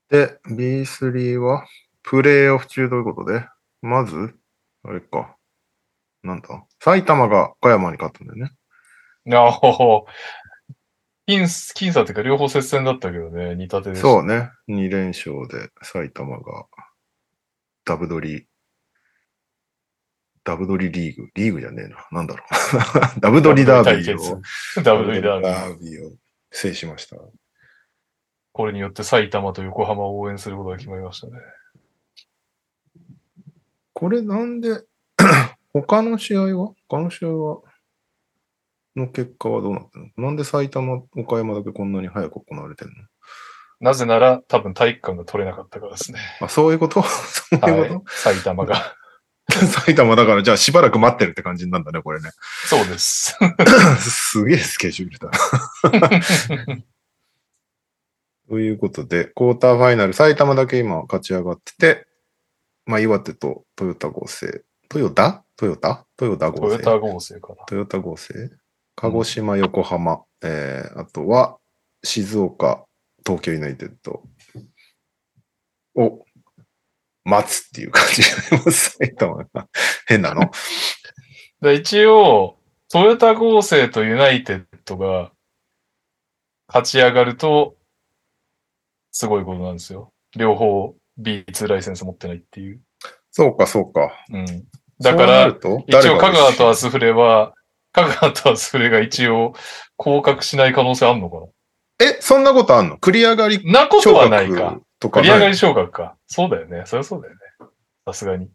Speaker 1: で、B3 は、プレイオフ中ということで、まず、あれか、なんだ、埼玉が岡山に勝ったんだよね。
Speaker 2: なほほ。僅僅差っていうか両方接戦だったけどね、似たてでした。
Speaker 1: そうね、2連勝で埼玉が、ダブドリ、ダブドリリーグ、リーグじゃねえな、なんだろう。 ダブドリダービーを、
Speaker 2: う。ダブルリダービー。
Speaker 1: ダブドリダービーを制しました。
Speaker 2: これによって埼玉と横浜を応援することが決まりましたね。
Speaker 1: これなんで、 他の試合は他の試合はの結果はどうなってるのなんで埼玉、岡山だけこんなに早く行われてるの
Speaker 2: なぜなら多分体育館が取れなかったからで すね。
Speaker 1: あ、そういうことそういう
Speaker 2: は
Speaker 1: こ
Speaker 2: い。埼玉が。
Speaker 1: と、 埼玉だから、じゃあしばらく待ってるって感じなんだね、これね。
Speaker 2: そうです。
Speaker 1: すげえスケジュールだな。 ということで、クォーターファイナル、埼玉だけ今勝ち上がってて、まあ、岩手とトヨタ合成、トヨタトヨタトヨタ
Speaker 2: ト
Speaker 1: 合
Speaker 2: ヨ
Speaker 1: 成。
Speaker 2: タ合成かな。
Speaker 1: トヨタ合成。鹿児島、横浜、えー、あとは静岡、東京ユナイテッドを待つっていう感じになります。 埼玉が変な の。
Speaker 2: で一応、トヨタ合成とユナイテッドが勝ち上がると、すごいことなんですよ。両方 B2 ライセンス持ってないっていう。
Speaker 1: そうか、そうか。
Speaker 2: うん。だ
Speaker 1: そ
Speaker 2: から、
Speaker 1: うなると
Speaker 2: 一応、香
Speaker 1: 誰が
Speaker 2: 川とアスフ レは、香川とアスフレが一応、降格しない可能性あんのか
Speaker 1: え、そんなことあんの繰り上がり
Speaker 2: ななこと
Speaker 1: 昇
Speaker 2: はないか
Speaker 1: 格。とか
Speaker 2: 繰り上が
Speaker 1: ない
Speaker 2: り昇格か。そうだよね。そりゃそうだよね。さすがに。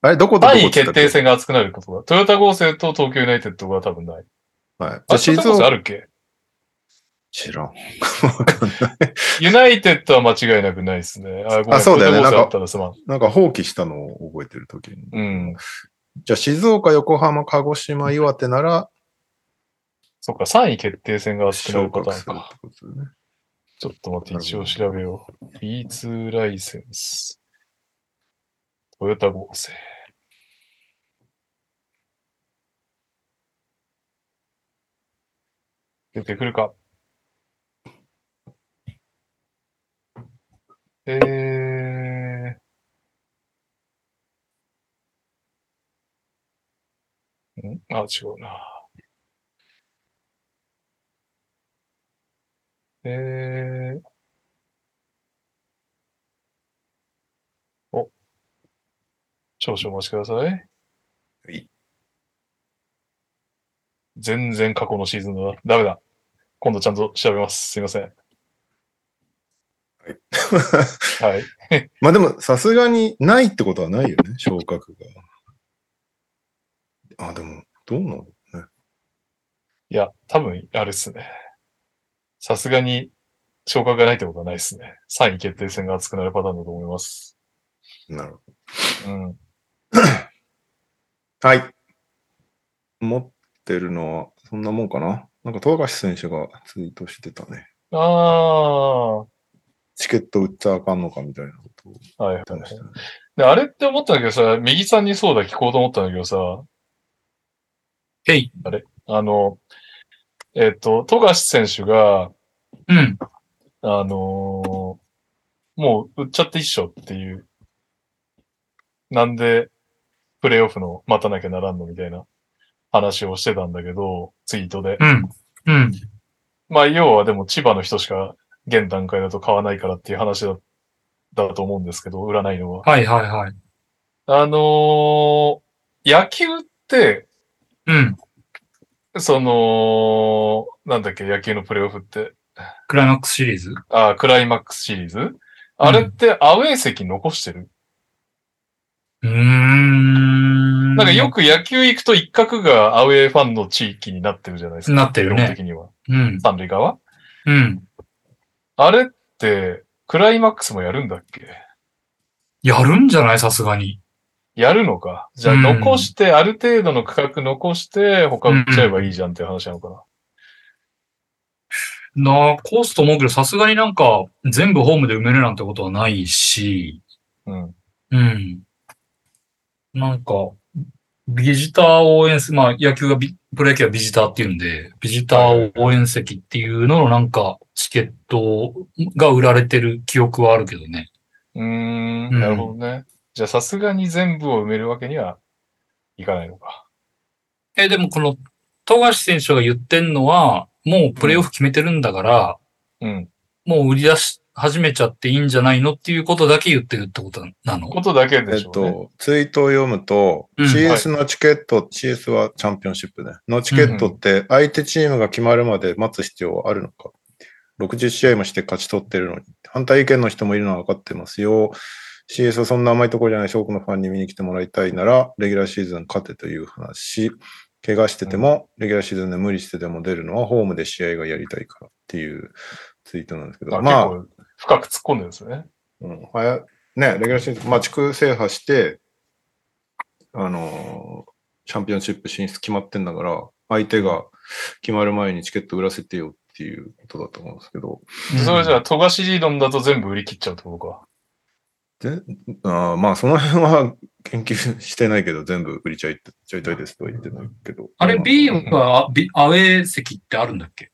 Speaker 1: あれ、どことどこ
Speaker 2: 単
Speaker 1: つっ
Speaker 2: 位
Speaker 1: た
Speaker 2: 決
Speaker 1: っけ
Speaker 2: 定戦が厚くなることが。トヨタ合成と東京ユナイテッドが多分ない。
Speaker 1: はい。じゃ
Speaker 2: あ、
Speaker 1: あ、
Speaker 2: トヨ
Speaker 1: 静
Speaker 2: タ合成あ
Speaker 1: 岡。
Speaker 2: るっけ
Speaker 1: 知らん。わかん ない。
Speaker 2: ユナイテッドは間違いなくないですね。あ、ごめん
Speaker 1: あそうだよね
Speaker 2: ト
Speaker 1: なんか
Speaker 2: ヨタ合成あったらすまん。
Speaker 1: なんか放棄したのを覚えてるときに。
Speaker 2: うん。
Speaker 1: じゃあ、静岡、横浜、鹿児島、岩手なら
Speaker 2: そっか、3位決定戦が厚くな
Speaker 1: 昇
Speaker 2: るパタ
Speaker 1: 格
Speaker 2: ーン
Speaker 1: するってことだ
Speaker 2: か。
Speaker 1: ね。
Speaker 2: ちょっと待って、一応調べよう。B2 ライセンス。トヨタ合成。出てくるか。えー。んあ、違うな。えー。お。少々お待ちください。
Speaker 1: はい。
Speaker 2: 全然過去のシーズンだ。ダメだ。今度ちゃんと調べます。すいません。はい。
Speaker 1: まあでも、さすがにないってことはないよ ね、昇格が。あ、でも、どうなのね。
Speaker 2: いや、多分、あれですね。さすがに、昇格がないってことはないですね。3位決定戦が熱くなるパターンだと思います。
Speaker 1: なるほ
Speaker 2: うん。
Speaker 1: ど。はい。持ってるのは、そんなもんかな。なんか、富樫選手がツイートしてたね。
Speaker 2: ああ、は
Speaker 1: チケット売っちゃあかんのかみたいなことを言
Speaker 2: いはいはい
Speaker 1: っ。てましたね。
Speaker 2: で、あれって思ったんだけどさ、右さんにそうだ聞こうと思ったんだけどさ、
Speaker 4: へい。
Speaker 2: あの、えっ、と、富樫選手が、
Speaker 4: うん。
Speaker 2: あのーもう売っちゃって一緒っていう。なんで、プレイオフの待たなきゃならんのみたいな話をしてたんだけど、ツイートで。
Speaker 4: うん。うん。
Speaker 2: まあ、要はでも千葉の人しか現段階だと買わないからっていう話だだと思うんですけど、売らないのは。
Speaker 4: はいはいはい。
Speaker 2: あのー野球って、
Speaker 4: うん。
Speaker 2: その、なんだっけ、野球のプレーオフって、
Speaker 4: クライマックスシリーズ
Speaker 2: あークライマックスシリーズあれってアウェー席残してる、
Speaker 4: うーん。
Speaker 2: なんかよく野球行くと一角がアウェーファンの地域になってるじゃないですか。
Speaker 4: なってるね
Speaker 2: 基本的には。
Speaker 4: うん。
Speaker 2: 三塁側
Speaker 4: うん。
Speaker 2: あれって、クライマックスもやるんだっけ
Speaker 4: やるんじゃないさすがに。
Speaker 2: やるのか。じゃあ
Speaker 4: うん
Speaker 2: 残して、ある程度の区画残して、他売っちゃえばいいじゃんっていう話なのかな。
Speaker 4: なあ、コースと思うけど、さすがになんか、全部ホームで埋めるなんてことはないし、
Speaker 2: うん。
Speaker 4: うん。なんか、ビジター応援す、まあ野球がビ、プロ野球はビジターっていうんで、ビジター応援席っていうののなんか、チケットが売られてる記憶はあるけどね。
Speaker 2: うーん、なるほどね。じゃあさすがに全部を埋めるわけにはいかないのか。
Speaker 4: え、でもこの、富樫選手が言ってんのは、もうプレイオフ決めてるんだから、
Speaker 2: うん。
Speaker 4: もう売り出し始めちゃっていいんじゃないのっていうことだけ言ってるってことなの
Speaker 2: ことだけで
Speaker 1: えっ
Speaker 2: しょうね。
Speaker 1: と、ツイートを読むと、
Speaker 4: うん
Speaker 1: CS のチケット、CS はチャンピオンシップね、のチケットって相手チームが決まるまで待つ必要はあるのか。60試合もして勝ち取ってるのに。反対意見の人もいるのは分かってますよ。CS はそんな甘いところじゃないし、多くのファンに見に来てもらいたいなら、レギュラーシーズン勝てという話。怪我してても、レギュラーシーズンで無理してでも出るのはホームで試合がやりたいからっていうツイートなんですけど、
Speaker 2: まあ、
Speaker 1: まあ、
Speaker 2: 結構深く突っ込んでるんですね。
Speaker 1: うん、はやね、レギュラーシーズン、まあ、地区制覇して、あのーチャンピオンシップ進出決まってんだから、相手が決まる前にチケット売らせてよっていうことだと思うんですけど、
Speaker 2: それじゃ
Speaker 4: ゃ
Speaker 2: あ、富樫理論だと全部売り切っちゃうってことか。
Speaker 1: であーまあ、その辺は研究してないけど、全部売りちょいちょいといですとは言ってないけど。
Speaker 4: あれ、
Speaker 1: うん
Speaker 4: ビームはあビアウェー席ってあるんだっけ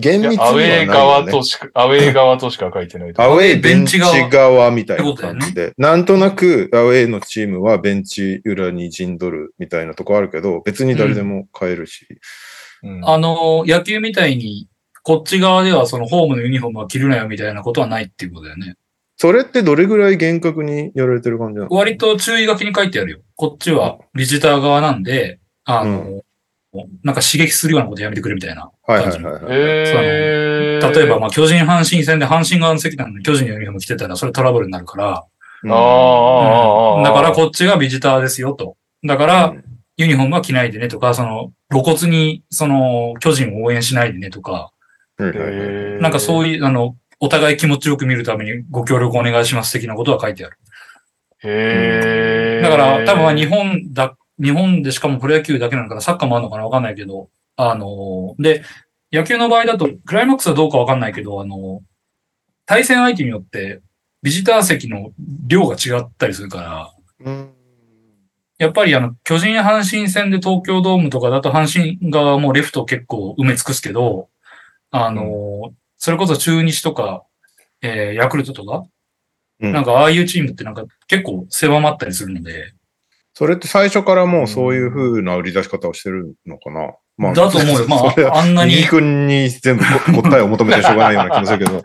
Speaker 1: 厳密に
Speaker 2: いや
Speaker 1: は
Speaker 2: アウ
Speaker 1: ないよね
Speaker 2: ェイ側としか、アウェイ側としか書いてないと
Speaker 1: ア
Speaker 2: 思う。
Speaker 1: ウェイベンチ側みたいな感
Speaker 4: ってこ
Speaker 1: じで、なんとなくアウェイのチームはベンチ裏に陣取るみたいなとこあるけど、別に誰でも買えるし、
Speaker 2: うん
Speaker 4: あの、野球みたいに、こっち側ではそのホームのユニフォームは着るなよみたいなことはないっていうことだよね。
Speaker 1: それってどれぐらい厳格にやられてる感じなの
Speaker 4: 割と注意書きに書いてあるよ。こっちはビジター側なんで、あの、なんか刺激するようなことやめてくれみたいな。
Speaker 1: はいはいはいはい。
Speaker 2: えー、
Speaker 4: 例えば、まあ、巨人阪神戦で阪神側の席なのに巨人のユニフォーム着てたらそれトラブルになるから、
Speaker 1: う
Speaker 2: あー
Speaker 1: ん
Speaker 2: あー、あーあー、
Speaker 4: だからこっちがビジターですよと。だから、
Speaker 1: うん
Speaker 4: ユニフォームは着ないでねとか、その、露骨に、その、巨人を応援しないでねとか、
Speaker 1: はいはいはい
Speaker 2: えー
Speaker 4: なんかそういう、あの、お互い気持ちよく見るためにご協力お願いします的なことは書いてある。
Speaker 2: へー
Speaker 4: だから、多分は日本だ、日本でしかもプロ野球だけなのかな、サッカーもあるのかなわかんないけど、あのー、で、野球の場合だと、クライマックスはどうかわかんないけど、あのー、対戦相手によって、ビジター席の量が違ったりするか
Speaker 1: う
Speaker 4: ら、
Speaker 1: ん
Speaker 4: やっぱりあの、巨人阪神戦で東京ドームとかだと阪神側はもうレフトを結構埋め尽くすけど、あのー、それこそ中日とか、えーヤクルトとか、
Speaker 1: うん
Speaker 4: なんかああいうチームってなんか結構狭まったりするので、
Speaker 1: それって最初からもうそういう風な売り出し方をしてるのかな、ま
Speaker 4: だと思 うよ。ま
Speaker 1: それは
Speaker 4: あ、あんなに
Speaker 1: 右、君に全部こ答えを求めてしょうがないような気もする けど。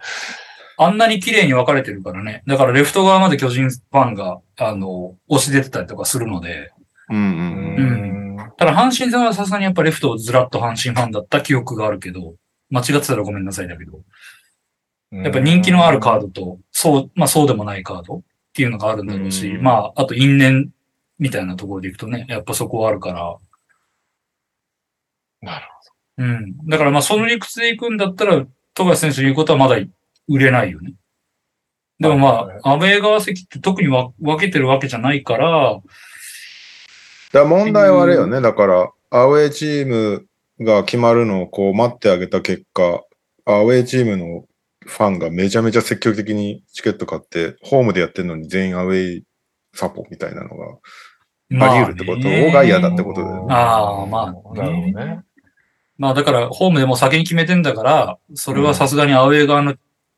Speaker 4: あんなに綺麗に分かれてるからね。だからレフト側まで巨人ファンが、あの、押し出てたりとかするので。
Speaker 1: うんうん
Speaker 2: う
Speaker 1: うん
Speaker 2: ん
Speaker 4: ただ阪神さんはさすがにやっぱレフトをずらっと阪神ファンだった記憶があるけど、間違ってたらごめんなさいだけど。やっぱ人気のあるカードと、そう、まあそうでもないカードっていうのがあるんだろうし、
Speaker 1: うん
Speaker 4: まあ、あと因縁みたいなところでいくとね、やっぱそこはあるから。
Speaker 2: なる
Speaker 4: ほど。うん。だからまあその理屈でいくんだったら、富樫選手の言うことはまだ売れないよね。でも
Speaker 2: はい
Speaker 4: ま
Speaker 2: はい
Speaker 4: あ、アメ側席って特にわ分けてるわけじゃないから、
Speaker 1: だから問題はあれよね。だから、アウェイチームが決まるのをこう待ってあげた結果、アウェイチームのファンがめちゃめちゃ積極的にチケット買って、ホームでやってるのに全員アウェイサポみたいなのが
Speaker 4: ま
Speaker 1: あ
Speaker 4: あ
Speaker 1: り得るってことが嫌だってことだよね
Speaker 4: あーまあね
Speaker 2: なるほどね。
Speaker 4: まあだから、ホームでもう先に決めてんだから、それはさすがにアウェー側の、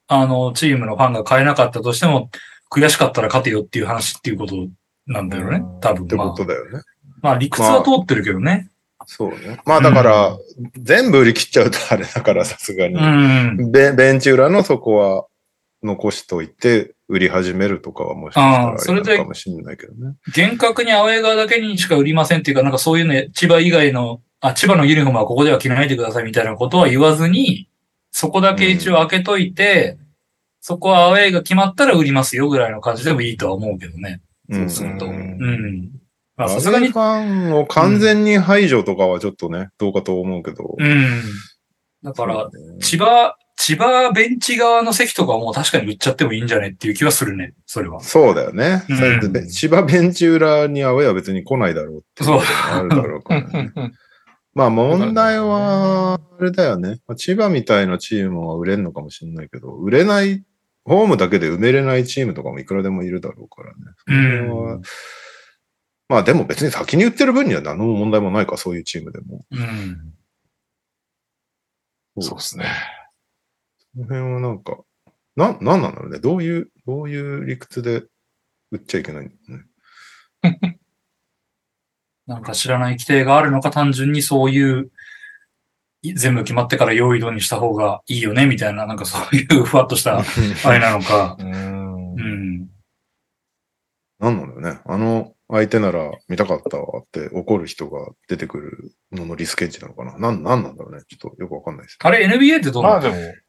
Speaker 4: あの、チームのファンが買えなかったとしても、悔しかったら勝てよっていう話っていうことなんだよね
Speaker 2: うん。
Speaker 4: 多分
Speaker 1: って
Speaker 4: ま
Speaker 1: こ
Speaker 4: あ
Speaker 1: と。だよね。
Speaker 4: まあ理屈は通ってるけどね。
Speaker 1: そうね。まあだから、全部売り切っちゃうとあれだからさすがに、
Speaker 4: うん。
Speaker 1: ベ。ベンチ裏のそこは残しといて、売り始めるとかはもしかした
Speaker 4: あー
Speaker 1: ら
Speaker 4: それ
Speaker 1: あ
Speaker 4: で
Speaker 1: れなのかもしれないけどね。
Speaker 4: 厳格にアウェー側だけにしか売りませんっていうか、なんかそういうの、千葉以外の、あ、千葉のユニフォームはここでは着ないでくださいみたいなことは言わずに、そこだけ一応開けといて、そこはアウェーが決まったら売りますよぐらいの感じでもいいとは思うけどね。そうすると。
Speaker 1: う
Speaker 4: うんん。
Speaker 2: うん
Speaker 4: まあさすがに
Speaker 1: ファンを完全に排除とかはちょっとね、どうかと思うけど。
Speaker 4: うん。だから、千葉、千葉ベンチ側の席とかはもう確かに売っちゃってもいいんじゃねっていう気はするね、それは。
Speaker 1: そうだよね。
Speaker 4: うん
Speaker 1: それで千葉ベンチ裏にアウェイは別に来ないだろうっていう
Speaker 4: そ
Speaker 1: の
Speaker 4: う
Speaker 1: があるだろうから ね。まあ問題は、あれだよね。まあ千葉みたいなチームは売れんのかもしれないけど、売れない、ホームだけで埋めれないチームとかもいくらでもいるだろうからね。
Speaker 4: うん
Speaker 1: それはまあでも別に先に売ってる分には何の問題もないか、そういうチームでも。
Speaker 4: うん。
Speaker 2: そうですね。
Speaker 1: この辺はなんか、な、なんなんだろうね。どういう、どういう理屈で売っちゃいけないんだろうね。
Speaker 4: なんか知らない規定があるのか、単純にそういう、い全部決まってから用意度にした方がいいよね、みたいな、なんかそういうふわっとしたあれなのか。
Speaker 2: うん
Speaker 4: うん。
Speaker 1: なんなんだろうね。あの相手なら見たかったわって怒る人が出てくるののリスケッチなのかな。なん、なんなんだろうね。ちょっとよくわかんないです。
Speaker 4: あれ、NBA ってどう
Speaker 2: ま
Speaker 4: な
Speaker 2: あ
Speaker 4: の
Speaker 2: で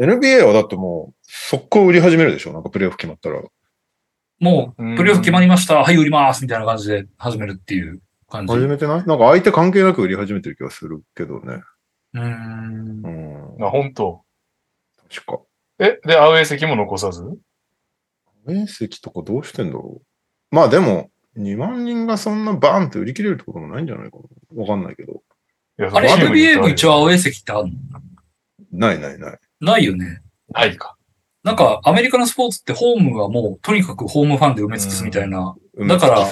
Speaker 2: も、
Speaker 1: NBA はだってもう、速攻売り始めるでしょ。なんかプレイオフ決まったら。
Speaker 4: も
Speaker 2: う
Speaker 4: う、
Speaker 2: ん
Speaker 4: プレイオフ決まりました、はい、売ります、みたいな感じで始めるっていう感じ。
Speaker 1: 始
Speaker 4: う
Speaker 1: めてないなんか相手関係なく売り始めてる気がするけどね。
Speaker 4: ん
Speaker 1: う。ん。
Speaker 2: まあ本当。
Speaker 1: 確か。
Speaker 2: え、で、アウェイ席も残さず
Speaker 1: 面積とかどうしてんだろう。まあでも、2万人がそんなバーンって売り切れるってこともないんじゃないかな。わかんないけど。
Speaker 2: いや
Speaker 4: あれ、
Speaker 2: そのチームに
Speaker 4: NBA も一応アウ
Speaker 2: よ
Speaker 4: ェー席ってあるの
Speaker 1: ないないない。
Speaker 4: ないよね。
Speaker 2: ないか。
Speaker 4: なんかアメリカのスポーツってホームはもうとにかくホームファンで埋め尽くすみたいな。だから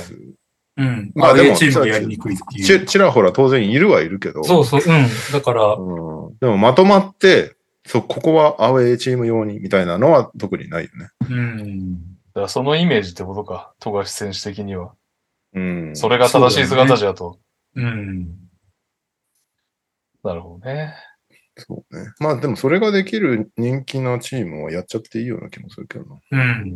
Speaker 4: うん。
Speaker 1: まあでも
Speaker 4: RA チームがやりにくいってい
Speaker 1: ち
Speaker 4: う。
Speaker 1: ちらほら当然いるはいるけど、
Speaker 4: そうそう、うん。だから、
Speaker 1: うん、でもまとまって、そう、ここはアウェーチーム用にみたいなのは特にないよね。
Speaker 4: うん。
Speaker 2: だからそのイメージってことか、富樫選手的には。
Speaker 1: うん。
Speaker 2: それが正しい姿じゃと。
Speaker 4: うん。
Speaker 2: なるほどね。
Speaker 1: そうね。まあでもそれができる人気なチームはやっちゃっていいような気もするけどな。
Speaker 4: うん。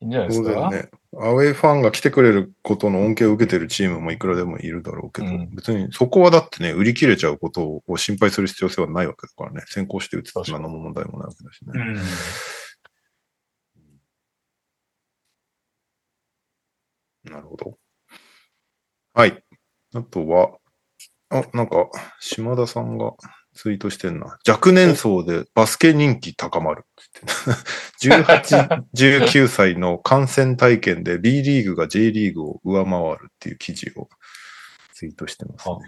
Speaker 2: いいんじゃないです
Speaker 1: 当
Speaker 2: か
Speaker 1: 然。ね。アウェーファンが来てくれることの恩恵を受けてるチームもいくらでもいるだろうけど、
Speaker 2: うん
Speaker 1: 別にそこはだってね、売り切れちゃうことを心配する必要性はないわけだからね。先行して打つと何の問題もないわけだしね。
Speaker 4: うん。
Speaker 1: なるほど。はい。あとは、あ、なんか、島田さんがツイートしてんな。若年層でバスケ人気高まる って言ってんな18、19歳の感染体験で B リーグが J リーグを上回るっていう記事をツイートしてますね、
Speaker 2: あ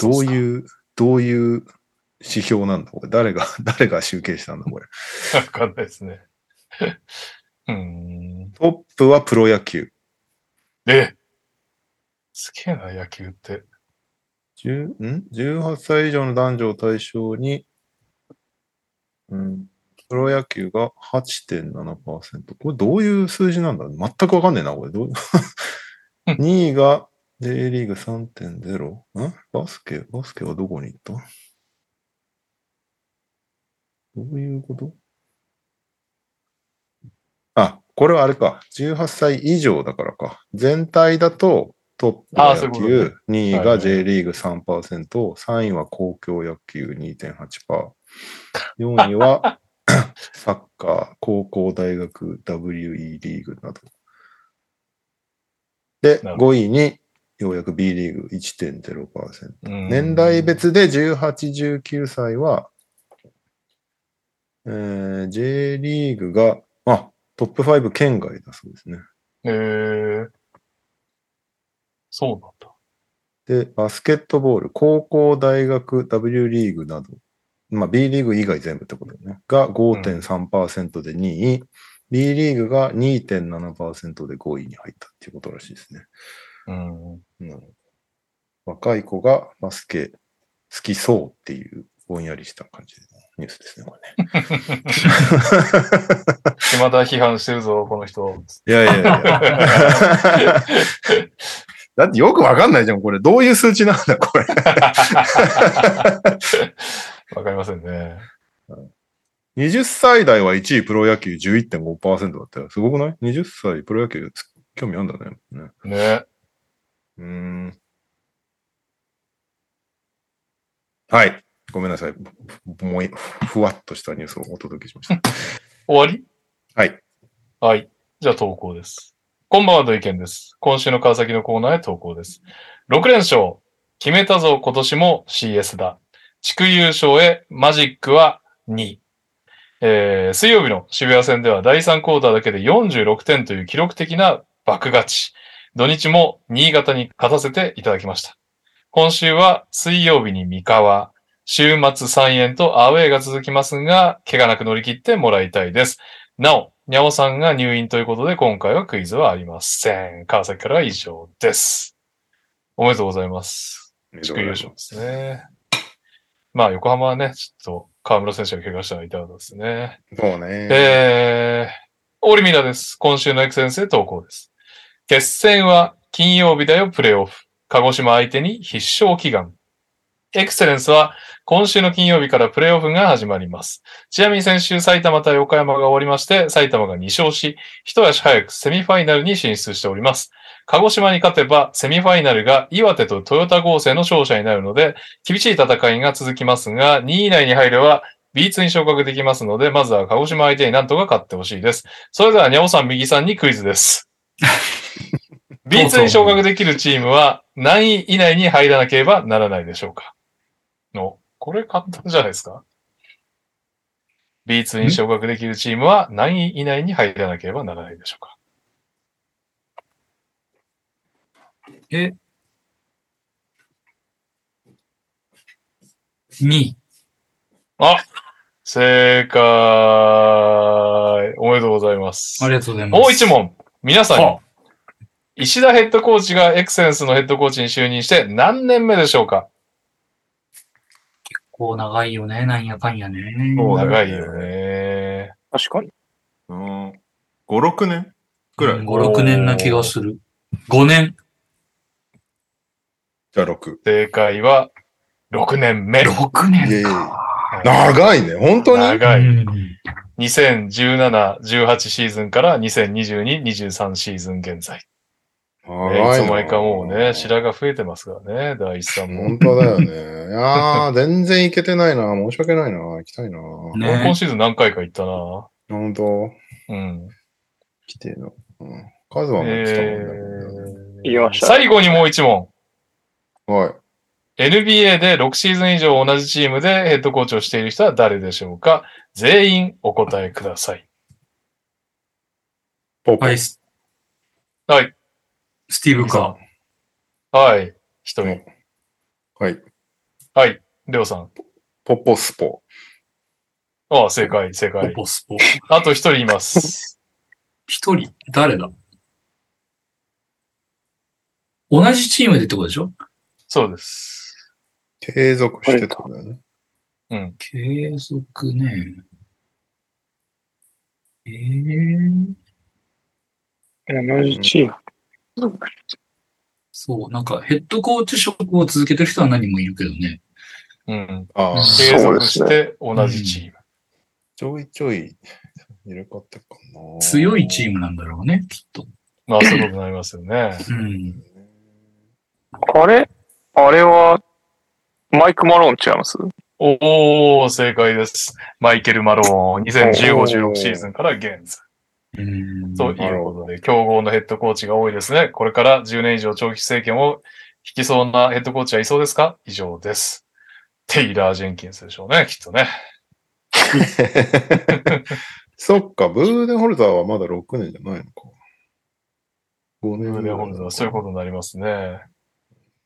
Speaker 1: どういう、どういう指標なんだこれ。誰が、誰が集計したんだこれ。
Speaker 2: わかんないですね。 うーん。
Speaker 1: トップはプロ野球。
Speaker 2: えすげえな、野球って。
Speaker 1: 10ん18歳以上の男女を対象に、うん、プロ野球が8.7%。これどういう数字なんだ全くわかんねえな、こ れ。どう2位が J リーグ3.0。んバスケバスケはどこに行ったどういうことあ、これはあれか。18歳以上だからか。全体だとト
Speaker 2: あ
Speaker 1: ッ
Speaker 2: ー
Speaker 1: プ
Speaker 2: そういう
Speaker 1: 野
Speaker 2: ことね
Speaker 1: 球、2位
Speaker 2: はいは
Speaker 1: が
Speaker 2: い
Speaker 1: J リーグ3%、3位は公共野球2.8%、4位は サッカー、高校、大学、WE リーグなど。で、
Speaker 2: なるほ
Speaker 1: 5位にようやく B リーグ1.0%。
Speaker 2: うん
Speaker 1: 年代。別で18、19歳は、えー J リーグが、あ、トップ5圏外だそうですね。
Speaker 2: えー、そうなんだ。
Speaker 1: で、バスケットボール、高校、大学、W リーグなど、まあ、B リーグ以外全部ってことだよね、が5.3%で2位、B リーグが2.7%で5位に入ったっていうことらしいですね。
Speaker 2: うん。
Speaker 1: うん、若い子がバスケ好きそうっていうぼんやりした感じのニュースですね、これね。
Speaker 2: 島田批判してるぞ、この人。
Speaker 1: いやいやいや。 だってよくわかんないじゃん、これ。どういう数値なんだ、 これ。
Speaker 2: わかりませんね。
Speaker 1: 20歳代は1位プロ野球11.5%だったよ。すごくない ?20 歳プロ野球つ興味あんだね。ね
Speaker 2: ね。
Speaker 1: うーん。はい。ごめんなさい。ぼもいふわっとしたニュースをお届けしま した。
Speaker 2: 終わり
Speaker 1: はい。
Speaker 2: はい。じゃあ投稿です。こんばんは、土井健です。今週の川崎のコーナーへ投稿です。6連勝。決めたぞ、今年も CS だ。地区優勝へ、マジックは2。えー、水曜日の渋谷戦では第3クォーターだけで46点という記録的な爆勝ち。土日も新潟に勝たせていただきました。今週は水曜日に三河、週末三円とアウェーが続きますが、怪我なく乗り切ってもらいたいです。なお、にゃおさんが入院ということで、今回はクイズはありません。川崎からは以上です。おめでとうございます。地区優勝ですね。まあ、横浜はね、ちょっと河村選手が怪我したのが痛かったですね。
Speaker 1: そうね。
Speaker 2: えー、オリミナです。今週のエクセンスへ投稿です。決戦は金曜日だよ、プレイオフ。鹿児島相手に必勝祈願。エクセレンスは今週の金曜日からプレイオフが始まります。ちなみに先週埼玉対岡山が終わりまして、埼玉が2勝し、一足早くセミファイナルに進出しております。鹿児島に勝てば、セミファイナルが岩手とトヨタ合成の勝者になるので、厳しい戦いが続きますが、2位以内に入れば B2 に昇格できますので、まずは鹿児島相手になんとか勝ってほしいです。それでは、にゃおさん右さんにクイズです。B2 に昇格できるチームは何位以内に入らなければならないでしょうかの、これ簡単じゃないですか ?B2 に昇格できるチームは何位以内に入らなければならないでしょうか
Speaker 4: え ?2 位。
Speaker 2: あ正解。おめでとうございます。
Speaker 4: ありがとうございます。
Speaker 2: もう一問。皆さん
Speaker 4: は
Speaker 2: に、石田ヘッドコーチがエクセンスのヘッドコーチに就任して何年目でしょうか
Speaker 4: こう長いよね、なんやかんやね。
Speaker 1: そうだね
Speaker 2: 長いよね。
Speaker 3: 確かに。
Speaker 1: うん、5、6年くらい。
Speaker 4: 5、6年な気がする。5年。
Speaker 1: じゃあ6。
Speaker 2: 正解は、6年目。
Speaker 1: い
Speaker 4: 6
Speaker 1: えい
Speaker 4: 年
Speaker 1: え
Speaker 4: か。
Speaker 1: 長いね。本当に
Speaker 2: 長い。
Speaker 4: うん
Speaker 2: 2017、18シーズンから2022、23シーズン現在。
Speaker 1: 長
Speaker 2: えーいつ
Speaker 1: な
Speaker 2: もいかもうね、白が増えてますからね、第一さんも。
Speaker 1: 本当だよね。いやー、全然行けてないな。申し訳ないな。行きたい な。
Speaker 4: ね
Speaker 2: 今シーズン何回か行ったな。
Speaker 1: 本当
Speaker 2: うん。
Speaker 1: 来てえの。うん。カズはも来たも
Speaker 2: え
Speaker 1: んだ
Speaker 2: ー
Speaker 3: 言いましたね。
Speaker 2: 最後にもう一問。
Speaker 1: はい。
Speaker 2: NBA で6シーズン以上同じチームでヘッドコーチをしている人は誰でしょうか全員お答えください。
Speaker 1: ポポ。
Speaker 4: はい。ス
Speaker 2: はい。
Speaker 4: スティーブか。
Speaker 2: はい。一人。
Speaker 1: はい。
Speaker 2: はい。りょうさん。
Speaker 1: ポポスポ。
Speaker 2: ああ、正解、正
Speaker 4: ポ
Speaker 2: 解。
Speaker 4: ポスポ。
Speaker 2: あと一人い ます。
Speaker 4: 一人、誰だ同じチームでってことでしょ
Speaker 2: そうです。
Speaker 1: 継続してたんだよね。
Speaker 2: うん。
Speaker 4: 継続ね。えー、
Speaker 3: 同じチーム。
Speaker 4: そう、なんかヘッドコーチ職を続けてる人は何人もいるけどね。
Speaker 2: うん。
Speaker 1: ああ、
Speaker 2: 継
Speaker 3: そう
Speaker 2: 続
Speaker 3: です
Speaker 2: し
Speaker 3: ね
Speaker 2: て同じチーム。
Speaker 1: ちょいちょい、いるかったかな。
Speaker 4: 強いチー
Speaker 1: ム。
Speaker 4: ムなんだろうね、きっと。
Speaker 2: まあ、そういうことになりますよね。
Speaker 4: うん。
Speaker 3: あれあれは、マイク・マローン違います
Speaker 2: おー、正解です。マイケル・マローン、
Speaker 1: お
Speaker 2: 2015-16
Speaker 1: ー
Speaker 2: シーズンから現在。
Speaker 4: うん
Speaker 2: ということで、競合のヘッドコーチが多いですね。これから10年以上長期政権を引きそうなヘッドコーチはいそうですか以上です。テイラー・ジェンキンスでしょうね、きっとね。
Speaker 1: そっか、ブーデンホルダーはまだ6年じゃないのか。5年
Speaker 2: ね本日はそういうことになりますね。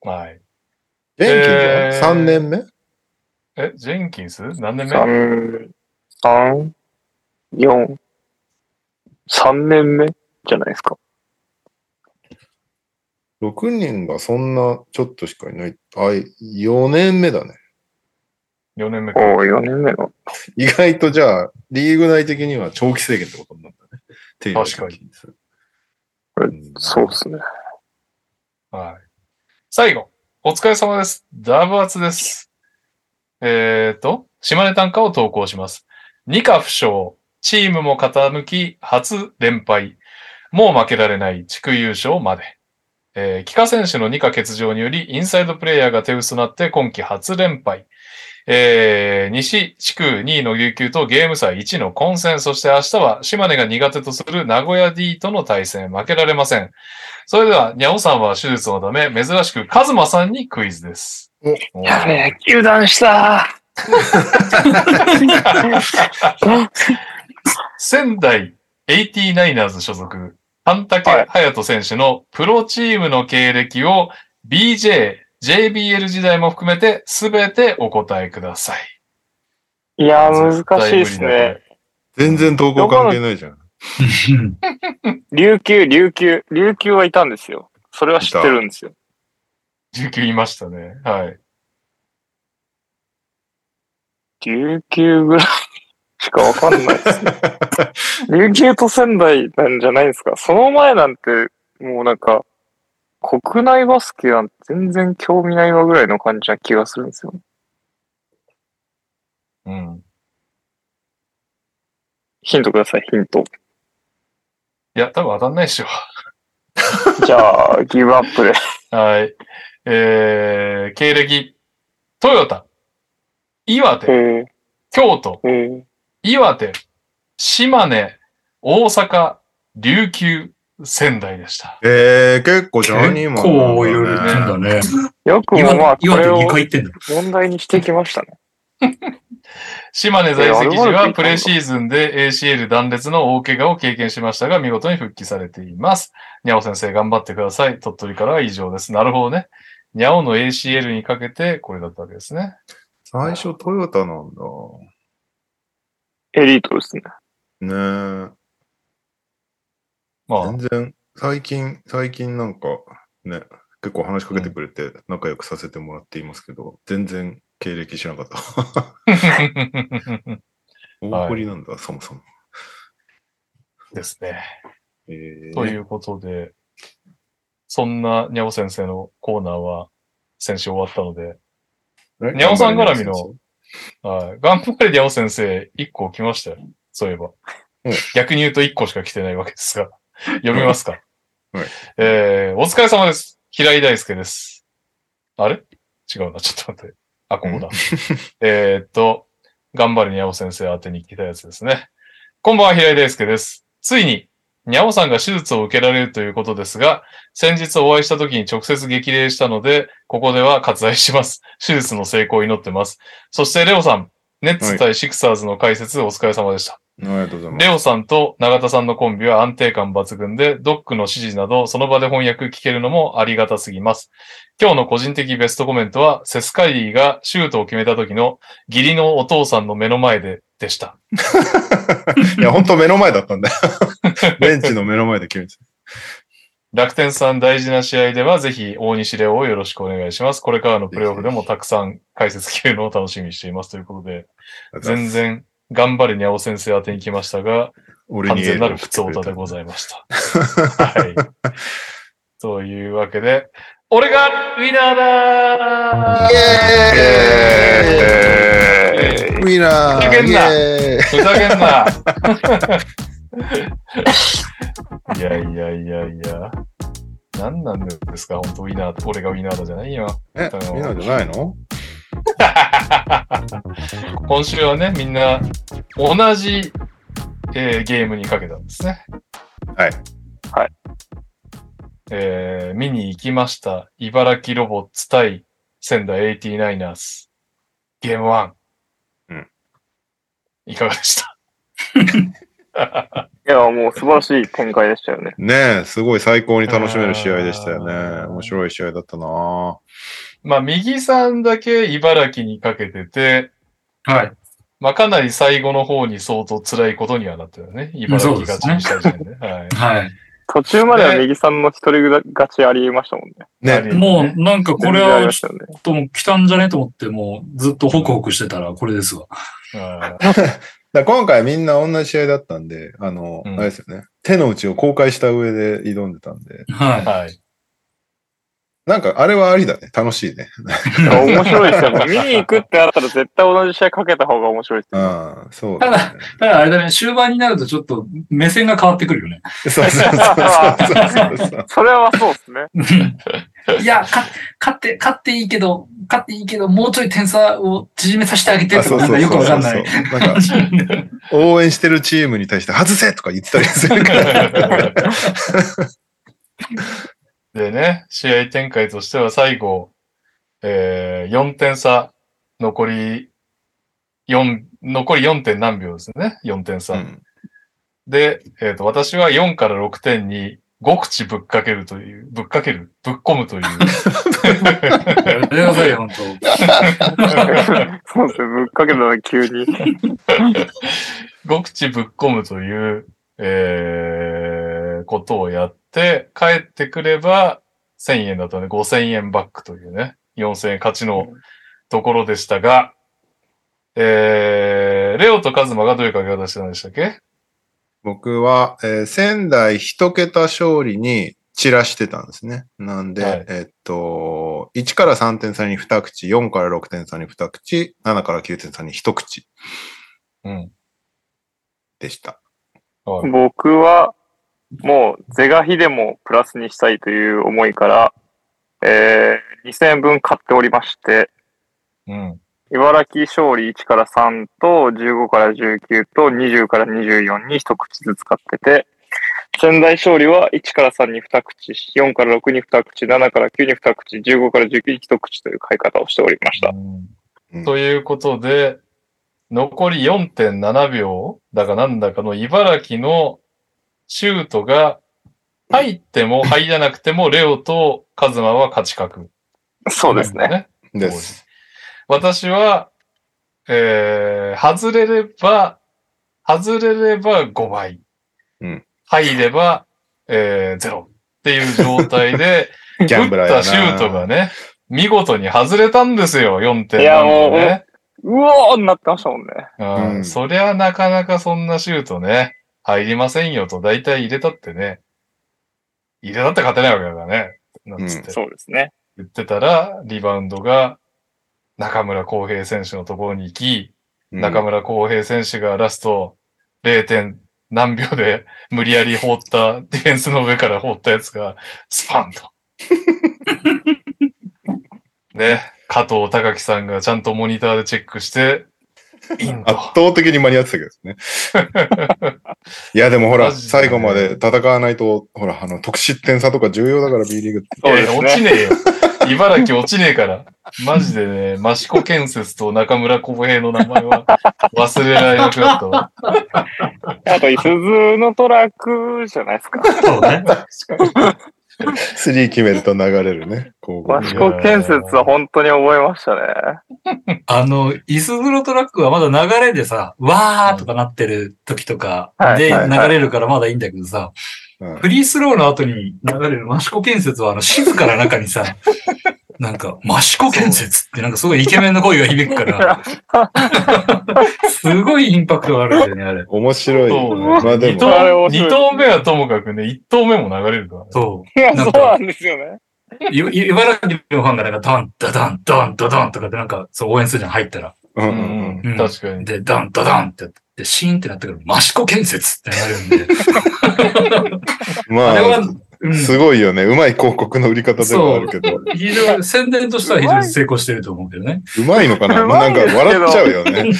Speaker 2: はい。
Speaker 1: ジェンキンじゃない
Speaker 2: えー
Speaker 1: ?3 年目
Speaker 2: え、ジェンキンス何年目
Speaker 3: 三、三、四、三年目じゃないですか。
Speaker 1: ?6 人がそんなちょっとしかいない。あい、4年目だね。
Speaker 2: ?4 年目か。
Speaker 3: おお、四年目の。
Speaker 1: 意外とじゃあ、リーグ内的には長期制限ってことになったね。テイラー
Speaker 2: 確かに
Speaker 1: ジェンキンス
Speaker 3: これ
Speaker 1: ん
Speaker 3: そうですね。
Speaker 2: はい。最後、お疲れ様です。ダブアツです。えっ、と、島根短歌を投稿します。二課不詳、チームも傾き、初連敗、もう負けられない地区優勝まで。えー、帰化選手の二課欠場により、インサイドプレイヤーが手薄となって今季初連敗。えー、西地区2位の琉球とゲーム差1の混戦、そして明日は島根が苦手とする名古屋 D との対戦、負けられません。それでは、にゃおさんは手術のため、珍しくカズマさんにクイズです。お
Speaker 3: え、球団した
Speaker 2: 仙台 89ers 所属、半竹
Speaker 3: はい
Speaker 2: 隼人選手のプロチームの経歴を BJ、JBL 時代も含めてすべてお答えください。
Speaker 3: いやー、難しいですね。。
Speaker 1: 全然投稿関係ないじゃん。
Speaker 4: うん
Speaker 3: 琉球、琉球、琉球はいたんですよ。それは知ってるんですよ。
Speaker 2: 19いましたね。はい。
Speaker 3: 琉球ぐらいしかわかんないですね。 琉球と仙台なんじゃないですか。その前なんて、もうなんか、国内バスケなんて全然興味ないわぐらいの感じな気がするんですよ。
Speaker 2: うん。
Speaker 3: ヒントください、ヒント。
Speaker 2: いや、多分当たんないでしょ。
Speaker 3: じゃあ、ギブアップで。
Speaker 2: はい。えー、経歴、トヨタ、岩手、
Speaker 3: え
Speaker 2: 京都、
Speaker 3: ー、え
Speaker 2: 岩手、島根、大阪、琉球、仙台でした。
Speaker 1: えー、結構ジャーニーマンなんだね。
Speaker 4: こういろいろ言ってんだね。
Speaker 3: ー、よくもまあ、こ
Speaker 4: 岩手岩手
Speaker 3: れを
Speaker 4: 2回行ってんだ。
Speaker 3: 問題にしてきましたね。
Speaker 2: 島根在籍時はプレシーズンで ACL 断裂の大怪我を経験しましたが、見事に復帰されています。にゃお先生頑張ってください。鳥取からは以上です。なるほどね。にゃおの ACL にかけてこれだったわけですね。
Speaker 1: 最初トヨタなんだ。
Speaker 3: エリートですね。
Speaker 1: ねえ。
Speaker 2: まあ、
Speaker 1: 全然、最近、最近なんか、ね、結構話しかけてくれて仲良くさせてもらっていますけど、全然経歴知らなかった。大堀なんだ、そもそも。
Speaker 2: ですね。
Speaker 1: えー
Speaker 2: ということで、そんなにゃお先生のコーナーは先週終わったので、
Speaker 1: え
Speaker 2: にゃおさん絡みの。はい頑張れにゃお先生、1個来ましたよ。そういえば
Speaker 1: うん。
Speaker 2: 逆に言うと1個しか来てないわけですが、 読みますか。
Speaker 1: はい
Speaker 2: えー、お疲れ様です。平井大輔です。あれ違うな、ちょっと待って。あ、ここだ。 えーっと、頑張れにゃお先生宛てに来たやつですね。こんばんは、平井大輔です。ついに、にゃおさんが手術を受けられるということですが、先日お会いした時に直接激励したので、ここでは割愛します。手術の成功を祈ってます。そして、レオさん、ネッツ対シクサーズの解説お疲れ様でした。
Speaker 1: ありがとうございます。
Speaker 2: レオさんと永田さんのコンビは安定感抜群で、ドックの指示など、その場で翻訳聞けるのもありがたすぎます。今日の個人的ベストコメントは、セスカリーがシュートを決めた時の義理のお父さんの目の前で、でした。
Speaker 1: いや、本当目の前だったん だよ。ベンチの目の前で決めて
Speaker 2: 楽天さん大事な試合では、ぜひ大西レオをよろしくお願いします。これからのプレイオフでもたくさん解説聞けるのを楽しみにしています。ということで、
Speaker 1: た。
Speaker 2: 全。然、頑張れにゃお先生宛てに来ましたが、
Speaker 1: 俺
Speaker 2: 完
Speaker 1: に
Speaker 2: 全なる普通歌でございました。はい。というわけで、俺がウィナーだー
Speaker 1: エ
Speaker 3: え
Speaker 1: ーイウィラ
Speaker 2: ふざけ
Speaker 1: ー
Speaker 2: んな
Speaker 1: イエーイ
Speaker 2: ふざけんな いやいやいやいや。何なんですか本当ウィナーって、俺がウィナーだじゃないよ。
Speaker 1: え、ウィナーじゃないの
Speaker 2: 今週はね、みんな同じ、えーゲームにかけたんですね。
Speaker 1: はい。
Speaker 3: はい。
Speaker 2: えー見に行きました。茨城ロボッツ対仙台 89ers。ゲーム1。
Speaker 1: うん。
Speaker 2: いかがでした
Speaker 3: いや、もう素晴らしい展開でしたよね。
Speaker 1: ねえ、すごい最高に楽しめる試合でしたよね。
Speaker 2: うん
Speaker 1: 面白い試合だったな
Speaker 2: まあ、右さんだけ茨城にかけてて、
Speaker 4: はい。
Speaker 2: まあ、かなり最後の方に相当辛いことにはなってるよね。茨城勝ちにした時点で。はい。
Speaker 4: はい。
Speaker 3: 途中までは右さんの一人勝ちありえましたもんね。
Speaker 1: ね、
Speaker 4: もう、なんかこ
Speaker 3: 全
Speaker 4: れ
Speaker 3: 然あり
Speaker 4: は
Speaker 3: ま
Speaker 4: ち
Speaker 3: したよね。
Speaker 4: ょっともう来たんじゃねと思って、もうずっとホクホクしてたらこれですわ。
Speaker 2: あ
Speaker 1: だから今回みんな同じ試合だったんで、あの、
Speaker 2: うん
Speaker 1: あれですよね。手の内を公開した上で挑んでたんで、
Speaker 4: は
Speaker 2: ー
Speaker 4: い。
Speaker 2: はい。
Speaker 1: なんかあれはありだね。楽しいね。
Speaker 3: いや面白いですよね。 見に行くってなったら絶対同じ試合かけた方が面白いですよね。
Speaker 1: うん、 そうだね。
Speaker 4: ただあれだね、終盤になるとちょっと目線が変わってく るよね。
Speaker 1: そうそうそうそうそう。
Speaker 3: それはそうですね。
Speaker 4: いや、か勝って、勝っていいけど、勝っていいけど、もうちょい点差を縮めさせてあげて
Speaker 1: あ
Speaker 4: と
Speaker 1: そう
Speaker 4: か、なん
Speaker 1: そ
Speaker 4: か
Speaker 1: う
Speaker 4: よく
Speaker 1: そう
Speaker 4: わ
Speaker 1: そ
Speaker 4: か
Speaker 1: うん
Speaker 4: ない。
Speaker 1: なんか、応援してるチームに対して、外せとか言ってたりするから。
Speaker 2: でね、試合展開としては最後、えー、4点差、残り4、残り 4. 点何秒ですね。4点差。
Speaker 1: うん
Speaker 2: で、えっ、と、私は4から6点に5口ぶっかけるという、ぶっかける、ぶっ込むという。
Speaker 4: やめてくださいよ、本
Speaker 3: そうですね。ぶっかけたら急に。
Speaker 2: 5口ぶっ込むという、えー、ことをやって、帰ってくれば1000円だったね。5000円バックというね、4000円勝ちのところでしたが、えー、レオとカズマがどういう掛け方してたんでしたっけ
Speaker 1: 僕は、えー仙台一桁勝利に散らしてたんですね。なんで、
Speaker 2: はい
Speaker 1: えっと、1から3点差に2口、4から6点差に2口、7から9点差に1口
Speaker 2: うん。
Speaker 1: でした。
Speaker 2: はい
Speaker 3: 僕は、もう、ゼガヒでもプラスにしたいという思いから、えー、2000円分買っておりまして、
Speaker 2: うん。
Speaker 3: 茨城勝利1から3と、15から19と、20から24に一口ずつ買ってて、仙台勝利は1から3に2口、4から6に2口、7から9に2口、15から19に一口という買い方をしておりました。
Speaker 1: うん
Speaker 2: ということで、残り4.7秒だかなんだかの茨城のシュートが入っても入らなくても、レオとカズマは勝ち確。
Speaker 3: そうですね。
Speaker 2: ね。
Speaker 1: です。
Speaker 2: 私は、えー、外れれば外れれば5倍。
Speaker 1: うん
Speaker 2: 入れば、えー、ゼロっていう状態で、
Speaker 1: ギャンブラーや
Speaker 2: 打
Speaker 1: な
Speaker 2: ったシュートがね、見事に外れたんですよ、4点
Speaker 3: いやもう
Speaker 2: ね。
Speaker 3: うわーになってましたもんね。
Speaker 2: うん
Speaker 1: うん
Speaker 2: そりゃなかなかそんなシュートね、入りませんよと、大体入れたってね、入れたって勝てないわけだからね、なんつって
Speaker 3: そうですね。
Speaker 2: 言ってたら、リバウンドが中村航平選手のところに行き、
Speaker 1: うん
Speaker 2: 中村航平選手がラスト 0. 点何秒で無理やり放った、ディフェンスの上から放ったやつが、スパンと。ね、加藤隆樹さんがちゃんとモニターでチェックして、イン
Speaker 1: 圧
Speaker 2: と。
Speaker 1: 倒的に間に合ってたけど ね。いや、でもほ
Speaker 2: マ
Speaker 1: ら、
Speaker 2: ジで
Speaker 1: 最後まで戦わないと、ほら、あの、得失点差とか重要だから B リーグって。
Speaker 3: そうで
Speaker 2: いやい
Speaker 3: す
Speaker 2: や
Speaker 3: ね
Speaker 2: 落ちねえよ。 茨城落ちねえから。マジでね、益子建設と中村小平の名前は忘れられなくなったわ。
Speaker 3: あと、鈴のトラックじゃないですか。
Speaker 4: そうね。
Speaker 1: スリー決めると流れるね。こう
Speaker 3: 益子建設は本当に覚えましたね。
Speaker 4: あの、イスズロトラックはまだ流れでさ、わーとかなってる時とか
Speaker 3: はい
Speaker 4: で
Speaker 1: はい
Speaker 4: 流
Speaker 1: はい
Speaker 4: れるからまだいいんだけど
Speaker 1: う
Speaker 4: さ、
Speaker 1: ん
Speaker 4: フリースローの後に流れるマシコ建設はあの静かな中にさ、なんか、マシコ建設ってなんかすごいイケメンの声が響くから、すごいインパクトがあるんだよね、あれ。
Speaker 1: 面白いよね。
Speaker 2: そう
Speaker 1: まあで
Speaker 2: 二
Speaker 1: も、
Speaker 3: あれ
Speaker 2: 投
Speaker 3: 面白い
Speaker 2: 二投目はともかくね、一投目も流れるからね。
Speaker 4: そ
Speaker 3: いや、
Speaker 4: な
Speaker 3: そ
Speaker 4: ん
Speaker 3: う
Speaker 4: か
Speaker 3: なんですよね。
Speaker 4: う。い茨城のファンがなんか、ダン、ダダン、ダン、ダダンとかってなんか、そう応援するじゃん、入ったら。
Speaker 1: うん
Speaker 2: う
Speaker 1: うんうん
Speaker 2: ん、
Speaker 1: い
Speaker 2: うん、確かに。
Speaker 4: で、ダン、ダダンってやって、シーンってなったけど、マシコ建設ってなるんで。あれ
Speaker 1: ま
Speaker 4: は
Speaker 1: あ、、
Speaker 4: うん、
Speaker 1: すごいよね。うまい広告の売り方ではあるけど、
Speaker 4: 非常に、宣伝としては非常に成功してると思うけ どね。
Speaker 1: うまいのかな
Speaker 3: う
Speaker 1: ま
Speaker 3: ま
Speaker 1: あ
Speaker 3: い
Speaker 1: なん
Speaker 3: ですけ
Speaker 1: か
Speaker 3: ど
Speaker 1: 笑っちゃう よね。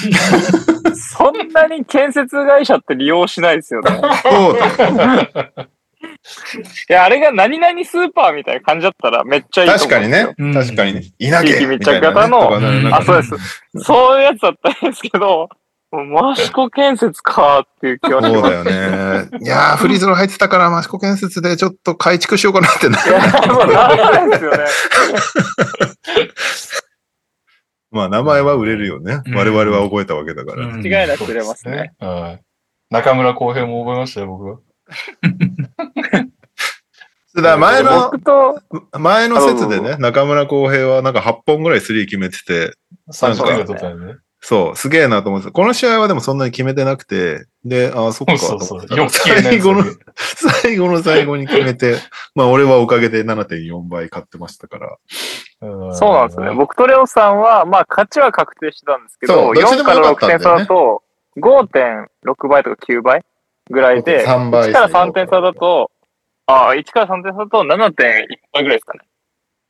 Speaker 3: そんなに建設会社って利用しないですよね。
Speaker 1: そうだよ。
Speaker 3: いや、あれが何々スーパーみたいな感じだったらめっちゃいいと思う
Speaker 1: 確
Speaker 3: んで
Speaker 1: か
Speaker 3: す
Speaker 1: に
Speaker 3: よ。
Speaker 1: ね。
Speaker 4: うん
Speaker 1: 確かにね。いなきゃ
Speaker 3: 地域密着型
Speaker 1: みた
Speaker 3: の
Speaker 1: いなねとかねなん
Speaker 3: あ、
Speaker 1: か
Speaker 3: そうです。そういうやつだったんですけど、もう益子建設かーっていう気はし
Speaker 1: そうだ
Speaker 3: ます。
Speaker 1: よね。いやー、フリーズロー入ってたから、益子建設でちょっと改築しようかなってな。
Speaker 3: いや、そうなんです よね。
Speaker 1: まあ、名前は売れるよね。
Speaker 4: うん
Speaker 1: 我々は覚えたわけだから。
Speaker 4: うん
Speaker 3: 間違いなく売れますね。
Speaker 2: はい。中村航平も覚えましたよ、僕は。
Speaker 1: だから前の、
Speaker 3: 僕と、
Speaker 1: 前の説でね、中村航平はなんか8本ぐらいスリー決めてて、
Speaker 2: 3勝目が取ったんでね。
Speaker 1: そう、すげえなと思ってたこの試合はでもそんなに決めてなくて、で、ああ、そっかと
Speaker 2: そ
Speaker 1: 思
Speaker 2: う
Speaker 1: って。
Speaker 2: そうそう。よく消えな
Speaker 1: 最
Speaker 2: いやつ
Speaker 1: 後
Speaker 2: だ
Speaker 1: の
Speaker 2: け、
Speaker 1: 最後の最後に決めて、 まあ俺はおかげで7.4倍買ってましたから。
Speaker 2: ど。
Speaker 3: そうなんですね。僕とレオさんは、まあ、勝ちは確定してたんですけ
Speaker 1: そ
Speaker 3: ど、
Speaker 1: うどっちで
Speaker 3: 4
Speaker 1: も
Speaker 3: か
Speaker 1: よ
Speaker 3: ら
Speaker 1: かったん
Speaker 3: 6
Speaker 1: だよ
Speaker 3: 点
Speaker 1: ね
Speaker 3: 差だと、5.6倍とか9倍ぐらいで、
Speaker 1: 5.3倍
Speaker 3: 1から3点差だと、ああ、1から3点差だと7.1倍ぐらいですかね。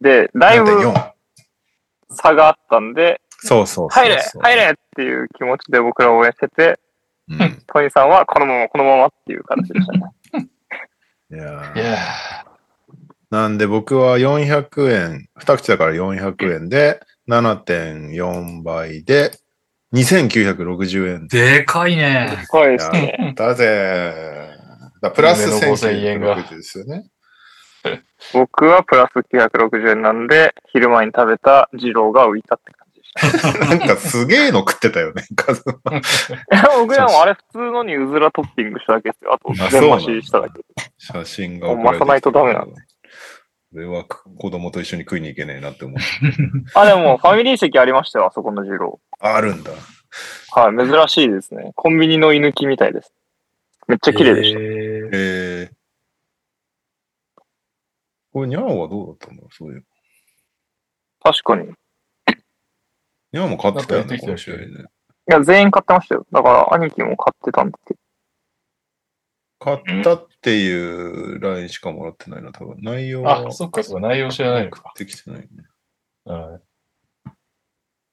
Speaker 3: で、だいぶ
Speaker 1: 7.4。
Speaker 3: 差があったんで、
Speaker 1: そうそうそうそう。
Speaker 3: 入れ入れっていう気持ちで僕ら応援してて、
Speaker 1: うん
Speaker 3: トニーさんはこのまま、このままっていう形でしたね。
Speaker 1: いや
Speaker 2: い
Speaker 1: ー
Speaker 2: や
Speaker 1: なんで僕は400円、二口だから400円で、7.4倍で、2960円
Speaker 4: でかいね。
Speaker 3: そうで
Speaker 1: い
Speaker 3: す
Speaker 1: や
Speaker 3: ね。
Speaker 1: だぜ。だプラス
Speaker 2: 夢の5000円が
Speaker 1: 1960ですよね。
Speaker 3: 僕はプラス960円なんで、昼間に食べた二郎が浮いたって感じで した。
Speaker 1: なんかすげえの食ってたよね、 カズマ。
Speaker 3: いや僕でもあれ普通のにうずらトッピングしただけですよ。あと
Speaker 1: あ、
Speaker 3: 全マシしただけ。
Speaker 1: 写真が送られてきた
Speaker 3: もう巻かないとダメなの
Speaker 1: これは子供と一緒に食いに行けねえなって思う。
Speaker 3: あ、でもファミリー席ありましたよ、あそこの二郎。
Speaker 1: あるんだ。
Speaker 3: はい、珍しいですね。コンビニの居抜きみたいです。めっちゃ綺麗でした。
Speaker 4: えー
Speaker 1: えー、これ、ニャンはどうだったんだろうそういう。
Speaker 3: 確かに。い
Speaker 1: ニャンも買ってたよ
Speaker 2: なんかやって
Speaker 1: ね、この
Speaker 2: きたよ
Speaker 1: 試合ね。
Speaker 3: や、全員買ってましたよ。だから兄貴も買ってたんですけ
Speaker 1: 買ったっていうラインしかもらってないな、多分。内容は
Speaker 2: あ、そっかそっか、内容知らないの
Speaker 1: 送
Speaker 2: か
Speaker 1: っ。てきてないね。
Speaker 2: はい。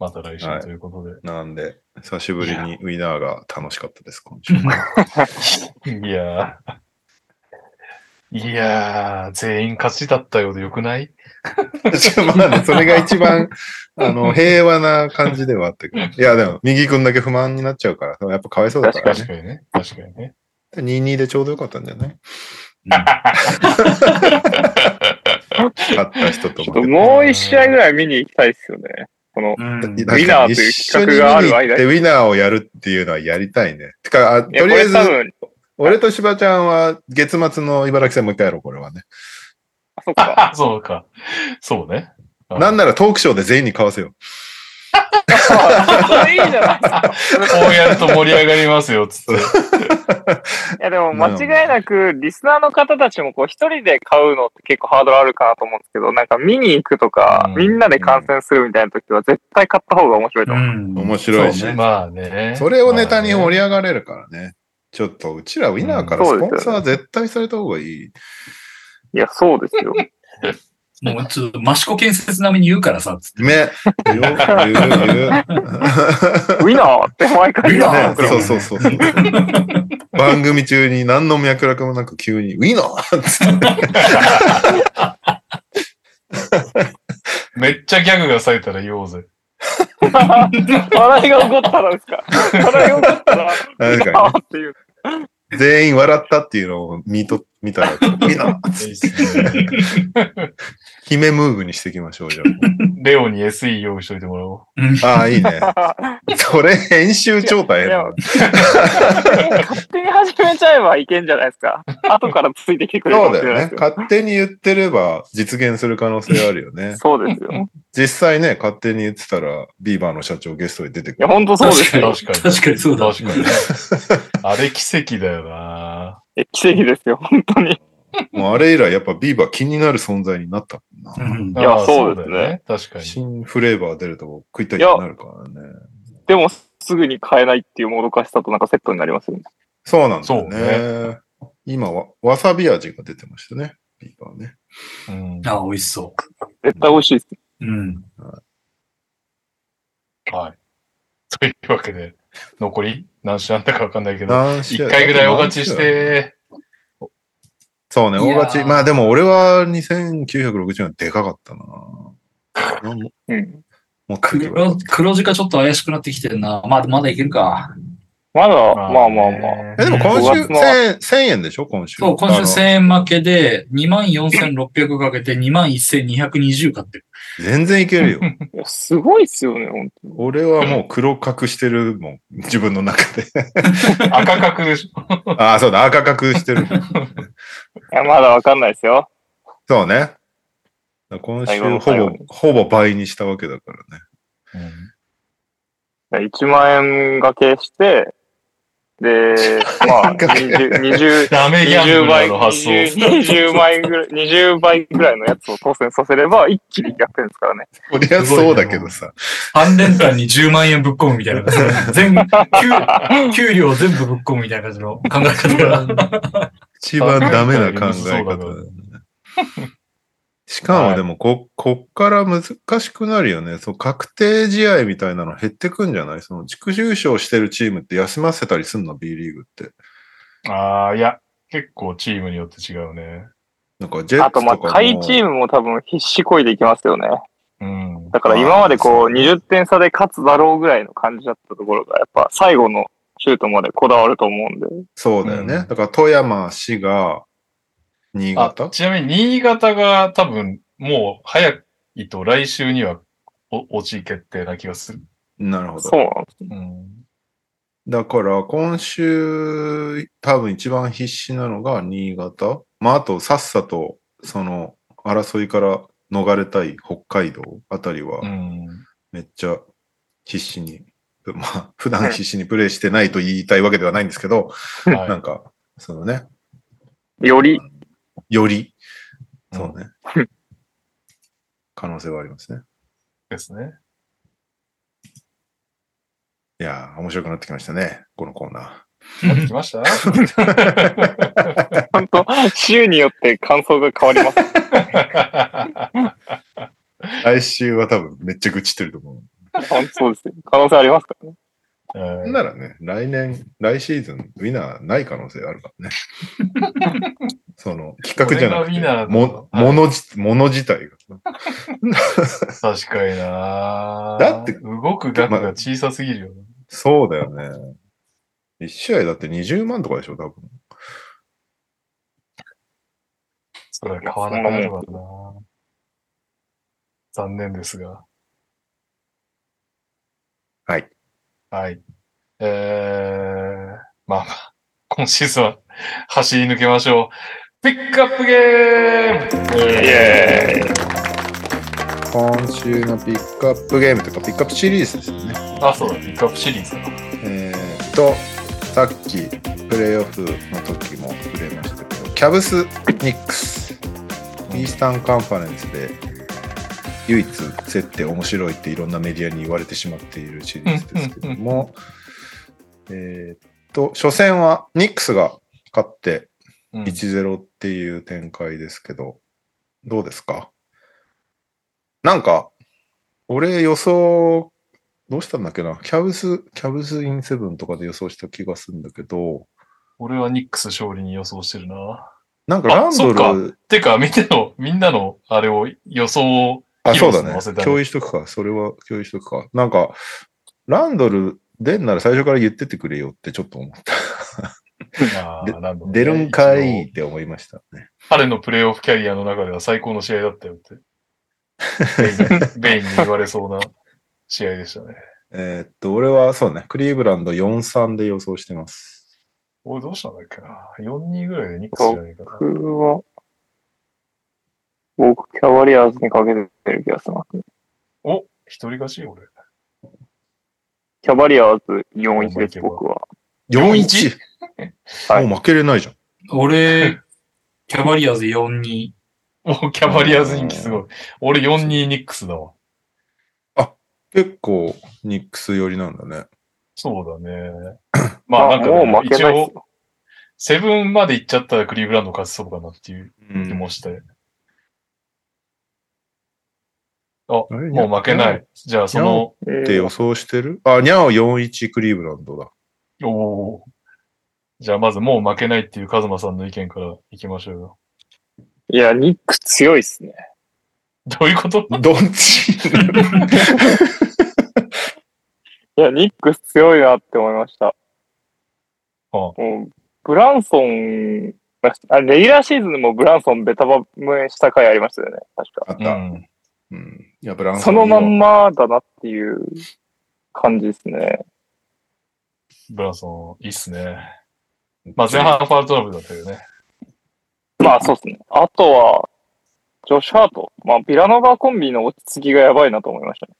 Speaker 2: また来週ということで。
Speaker 1: なんで、久しぶりにウィナーが楽しかったです、今週。
Speaker 2: いやー。いやー、全員勝ちだったようでよくない
Speaker 1: まあね、それが一 番、あの、平和な感じではあったけど。いや、でも、右くんだけ不満になっちゃうから、やっぱかわいそうだから
Speaker 2: 確
Speaker 1: ね。
Speaker 2: かにね。確かにね。
Speaker 1: 22でちょうどよかったんじゃない勝った人と負
Speaker 3: ど。
Speaker 1: け
Speaker 3: もう一試合ぐらい見に行きたいですよね。この、
Speaker 4: うん
Speaker 3: ウィナーという企画がある間に
Speaker 1: で、ウィナーをやるっていうのはやりたいね。てか、あと
Speaker 3: いや、こ
Speaker 1: りあえ
Speaker 3: れ
Speaker 1: ず
Speaker 3: 多、分、
Speaker 1: 俺と芝ちゃんは月末の茨城戦もう一回やろう、これはね。
Speaker 3: あ、そっか。
Speaker 2: あ、そうか。そうね。うん
Speaker 1: なんならトークショーで全員に買わせよ
Speaker 3: それいいじゃないですか。
Speaker 2: こうやると盛り上がりますよ、つって。
Speaker 3: いや、でも間違いなく、リスナーの方たちも、こう、一人で買うのって結構ハードルあるかなと思うんですけど、なんか見に行くとか、
Speaker 2: うん
Speaker 3: みんなで観戦するみたいな時は、絶対買った方が面白いと
Speaker 4: う
Speaker 3: 思う。
Speaker 4: ん。
Speaker 1: う。面白いし。
Speaker 4: そうね
Speaker 2: まあね。
Speaker 1: それをネタに盛
Speaker 2: り
Speaker 1: り上がれるからね。ちょっと、うちらウィナーから
Speaker 3: う
Speaker 1: ス
Speaker 3: んそうです
Speaker 1: ポ
Speaker 3: よ
Speaker 1: ン
Speaker 3: ね
Speaker 1: サー絶対された方がいい。
Speaker 3: いや、そうですよ。
Speaker 4: もうちょっと、益子建設並みに言うからさ、つっ て。
Speaker 1: ね。言う、言う、
Speaker 3: ウィナーって毎回言う
Speaker 4: ウィナ
Speaker 1: ね
Speaker 3: の
Speaker 4: ー
Speaker 3: 僕ら
Speaker 1: そうそうそうそう。番組中に何の脈絡もなく急に、ウィナーっつって。
Speaker 2: めっちゃギャグが咲いたら言おうぜ。
Speaker 3: 笑いが起こったらですか笑いが起こったら、ウ
Speaker 1: 確か
Speaker 3: ィ
Speaker 1: に
Speaker 3: ナーっていう。
Speaker 1: 全員笑ったっていうのを見と、見たら、ウィナーっつって。姫ムーブにしていきましょう、じゃ
Speaker 2: レオに SE 用意しといてもらおう。
Speaker 4: うん
Speaker 1: あ。ああ、いいね。それ、編集超大変だな。
Speaker 3: 勝手に始めちゃえばいけんじゃないです か。後からついてきてくれるか
Speaker 1: そう
Speaker 3: もし
Speaker 1: だ
Speaker 3: れ
Speaker 1: よ
Speaker 3: ない
Speaker 1: ね。
Speaker 3: ですよ。
Speaker 1: 勝手に言ってれば実現する可能性あるよね。
Speaker 3: そうですよ。い
Speaker 1: 実際ね、勝手に言ってたら、ビーバーの社長ゲストで出てく
Speaker 3: や、
Speaker 1: る。
Speaker 3: 本当そうで すよ。
Speaker 2: 確かに
Speaker 4: 確かにそうだ。
Speaker 2: 確かにね。あれ奇跡だよな。
Speaker 3: え奇跡ですよ、本当に。
Speaker 1: もうあれ以来やっぱビーバー気になる存在になったもん
Speaker 4: う
Speaker 1: な。
Speaker 3: い
Speaker 4: ん。
Speaker 3: や
Speaker 2: ああ
Speaker 3: そうですね
Speaker 2: だよ確かに。
Speaker 1: 新フレーバー出ると食いたいってなるからね。
Speaker 3: でも、すぐに買えないっていうもどかしさとなんかセットになりますよね。
Speaker 1: そうなんだよ
Speaker 2: そ
Speaker 1: ね。今わ、わさび味が出てましたね。ビーバーね。
Speaker 2: うん
Speaker 4: あ、美味しそ
Speaker 3: 絶対美味しいです。
Speaker 4: う。うん。
Speaker 2: はい。というわけで、残り何試合あったかわかんないけど、
Speaker 1: 何試合
Speaker 2: 1回ぐらいお勝ちし。て、
Speaker 1: そうね、
Speaker 4: いや
Speaker 1: 大
Speaker 4: ー
Speaker 1: 勝ち。まあでも俺は2960円でかか ったな。なんも
Speaker 3: うん。
Speaker 1: もっといけばよか
Speaker 4: 黒
Speaker 1: っ、
Speaker 4: 黒字がちょっと怪しくなってきてるな。まあ、まだいけるか。
Speaker 3: まだ、
Speaker 2: まあね
Speaker 3: まあまあまあ。
Speaker 1: たえ、でも今週
Speaker 3: 5月の
Speaker 1: 1000 1000円でしょ今週。
Speaker 4: そう、今
Speaker 1: あ
Speaker 4: 週
Speaker 1: の
Speaker 4: 1000円負けで、24,600かけて21,220買ってる。
Speaker 1: 全然いける よ。
Speaker 3: いやすごいっすよね、本当に。
Speaker 1: 俺はもう黒隠してるもん。自分の中で。
Speaker 2: 赤角でしょ。
Speaker 1: ああ、そうだ。赤隠してる。
Speaker 3: いや、まだわかんないですよ。
Speaker 1: そうね。今週
Speaker 3: 最後の
Speaker 1: ほ
Speaker 3: 最後
Speaker 1: ぼ
Speaker 3: に、
Speaker 1: ほぼ倍にしたわけだからね。
Speaker 3: 1万円がけして、 で、まあ、20、20、
Speaker 2: ダメギャンブ
Speaker 3: 20
Speaker 2: ル
Speaker 3: 倍、
Speaker 2: の発想。
Speaker 3: 20倍ぐらい、20倍ぐらいのやつを当選させれば、一気に逆転 ですからね。
Speaker 1: そりゃそうだけどさ。
Speaker 4: 3連単に10万円ぶっ込む みたいな。全、給給料全部ぶっ込むみたいな感じの考 え方が。
Speaker 1: 一番ダメな考
Speaker 2: そう
Speaker 1: え
Speaker 2: だ
Speaker 1: 方だ
Speaker 2: けど
Speaker 1: ね。しか
Speaker 2: は
Speaker 1: も
Speaker 2: い
Speaker 1: でもこ、こっから難しくなるよね。そう、確定試合みたいなの減ってくんじゃないその、地区優勝してるチームって休ませたりすんの ?B リーグって。
Speaker 2: ああ、いや、結構チームによって違うね。
Speaker 1: なんか、ジェッ
Speaker 3: あ
Speaker 1: ツと
Speaker 3: と、
Speaker 1: かも。
Speaker 3: まあ、下位チームも多分必死こいでいきますよね。
Speaker 2: うん。
Speaker 3: だから今までこ
Speaker 1: あーそう
Speaker 3: う、20点差で勝つだろうぐらいの感じだったところが、やっぱ最後のシュートまでこだわると思うんで。
Speaker 1: そうだよね。
Speaker 2: うん
Speaker 1: だから、富山、滋賀、新
Speaker 2: あ
Speaker 1: 潟
Speaker 2: ちなみに新潟が多分もう早いと来週にはお落ち決定な気がする。
Speaker 1: なるほど
Speaker 3: そう。なんです。
Speaker 2: うん。
Speaker 1: だから、今週、多分一番必死なのが新潟。まあ、あと、さっさと、その、争いから逃れたい北海道あたりは
Speaker 2: う、ん。
Speaker 1: めっちゃ必死に、まあ、普段必死にプレイしてないと言いたいわけではないんですけど、な
Speaker 2: は
Speaker 1: んか、そのね、
Speaker 3: より、
Speaker 1: より、
Speaker 2: うん
Speaker 1: そうね、可能性はありますね。
Speaker 2: い。ですね。
Speaker 1: いやー、面白くなってきましたね、このコーナ
Speaker 2: なってきました
Speaker 3: 本当週によって感想が変わります。
Speaker 1: ー。来週は多分めっちゃ愚痴ってると思う。
Speaker 3: 本当そうですよ。可能性ありますからね。
Speaker 2: うん
Speaker 1: ならね、来年、来シーズン、ウィナーない可能性あるからね。 その、企画じゃなく
Speaker 2: これがウィナーだ
Speaker 1: て、
Speaker 2: と
Speaker 1: も、
Speaker 2: はい
Speaker 1: ものじ、もの自体が。
Speaker 2: 確かにな
Speaker 1: だって
Speaker 2: 動く額が小さすぎるよな。
Speaker 1: そうだよね。一試合だって20万とかでしょ、多分。
Speaker 2: それは買わなくなるわな残念ですが。はい。えー、まあまあ、今シーズンは走り抜けましょう。ピックアップゲームイ
Speaker 3: イエーイ
Speaker 1: 今週のピックアップゲームというか、ピックアップシリーズですよね。
Speaker 2: あ、そうだ、ピックアップシリーズだな。
Speaker 1: えーっと、さっき、プレーオフの時も触れましたけど、キャブス・ニックス、イースタンカンファレンスで、唯一、競って面白いっていろんなメディアに言われてしまっているシリーズですけども、えーっと、初戦はニックスが勝って
Speaker 2: うん
Speaker 1: 1-0っていう展開ですけど、どうですかなんか、俺予想、どうしたんだっけなキャブス、キャブスインセブンとかで予想した気がするんだけど、
Speaker 2: 俺はニックス勝利に予想してるな。
Speaker 1: なんか
Speaker 2: あ
Speaker 1: ランド
Speaker 2: そ
Speaker 1: ル、
Speaker 2: てか、みんなの、みんなの、あれを予想を、
Speaker 1: あ
Speaker 2: ヒ
Speaker 1: そ
Speaker 2: ロ
Speaker 1: う
Speaker 2: ス
Speaker 1: だ
Speaker 2: の
Speaker 1: ね
Speaker 2: 忘れたね。
Speaker 1: 共有しとくか。それは共有しとくか。なんか、ランドル出んなら最初から言ってってくれよってちょっと思った。
Speaker 2: あ
Speaker 1: で
Speaker 2: ーなんだろうね
Speaker 1: 出るんかいっ
Speaker 2: 一応
Speaker 1: て思いましたね。
Speaker 2: 彼のプレイオフキャリアの中では最高の試合だったよ って。ベインに言われそうな試合でしたね。
Speaker 1: えーっと、俺はそうね、クリーブランド4-3で予想してます。
Speaker 2: 俺どうしたんだっけな ?4-2 ぐらいでニックスじゃないかな。
Speaker 3: 僕は、僕、キャバリアーズにかけてる気がしますね。
Speaker 2: お一人勝ち俺。
Speaker 3: キャバリアーズ4-1です、僕は。
Speaker 1: 4-1?
Speaker 3: はい
Speaker 1: もう負けれないじゃん。
Speaker 4: 俺、キャバリアーズ4に、
Speaker 2: もうキャバリアーズ人気すごい。俺4-2ニックスだわ。
Speaker 1: 結構、ニックス寄りなんだね。
Speaker 2: そうだね。 まあなんかね、
Speaker 3: もう負け
Speaker 2: 一
Speaker 3: ないっす
Speaker 2: 応、セブンまで行っちゃったらクリーブランド勝ちそうかなっていう
Speaker 1: う
Speaker 2: 気
Speaker 1: ん
Speaker 2: もして。あ、
Speaker 1: あれ
Speaker 2: もう負けない。じゃあその、
Speaker 3: え
Speaker 1: って予
Speaker 3: ー、
Speaker 1: 想してるあ、ニャオ41クリーブランドだ。
Speaker 2: おおーじゃあまずもう負けないっていうカズマさんの意見からいきましょうよ。
Speaker 3: いや、ニック強いっすね。
Speaker 2: どういうこと
Speaker 1: どっち
Speaker 3: いや、ニックス強いなって思いました。
Speaker 2: あ
Speaker 3: もうブランソン、あレギュラーシーズンもブランソンベタバメした回ありましたよね、確か。
Speaker 1: あっ
Speaker 2: う
Speaker 1: た。
Speaker 2: ん。
Speaker 1: うん。いや、ブランソ
Speaker 3: そ
Speaker 1: ン
Speaker 3: のまんまだなっていう感じですね。
Speaker 2: ブランソン、いいっすね。まあ前半ファウルトラブルだったよね。
Speaker 3: まあそうですね。あとは、ジョシュ・ハート。まあ、ビラノバコンビの落ち着きがやばいなと思いましたね。。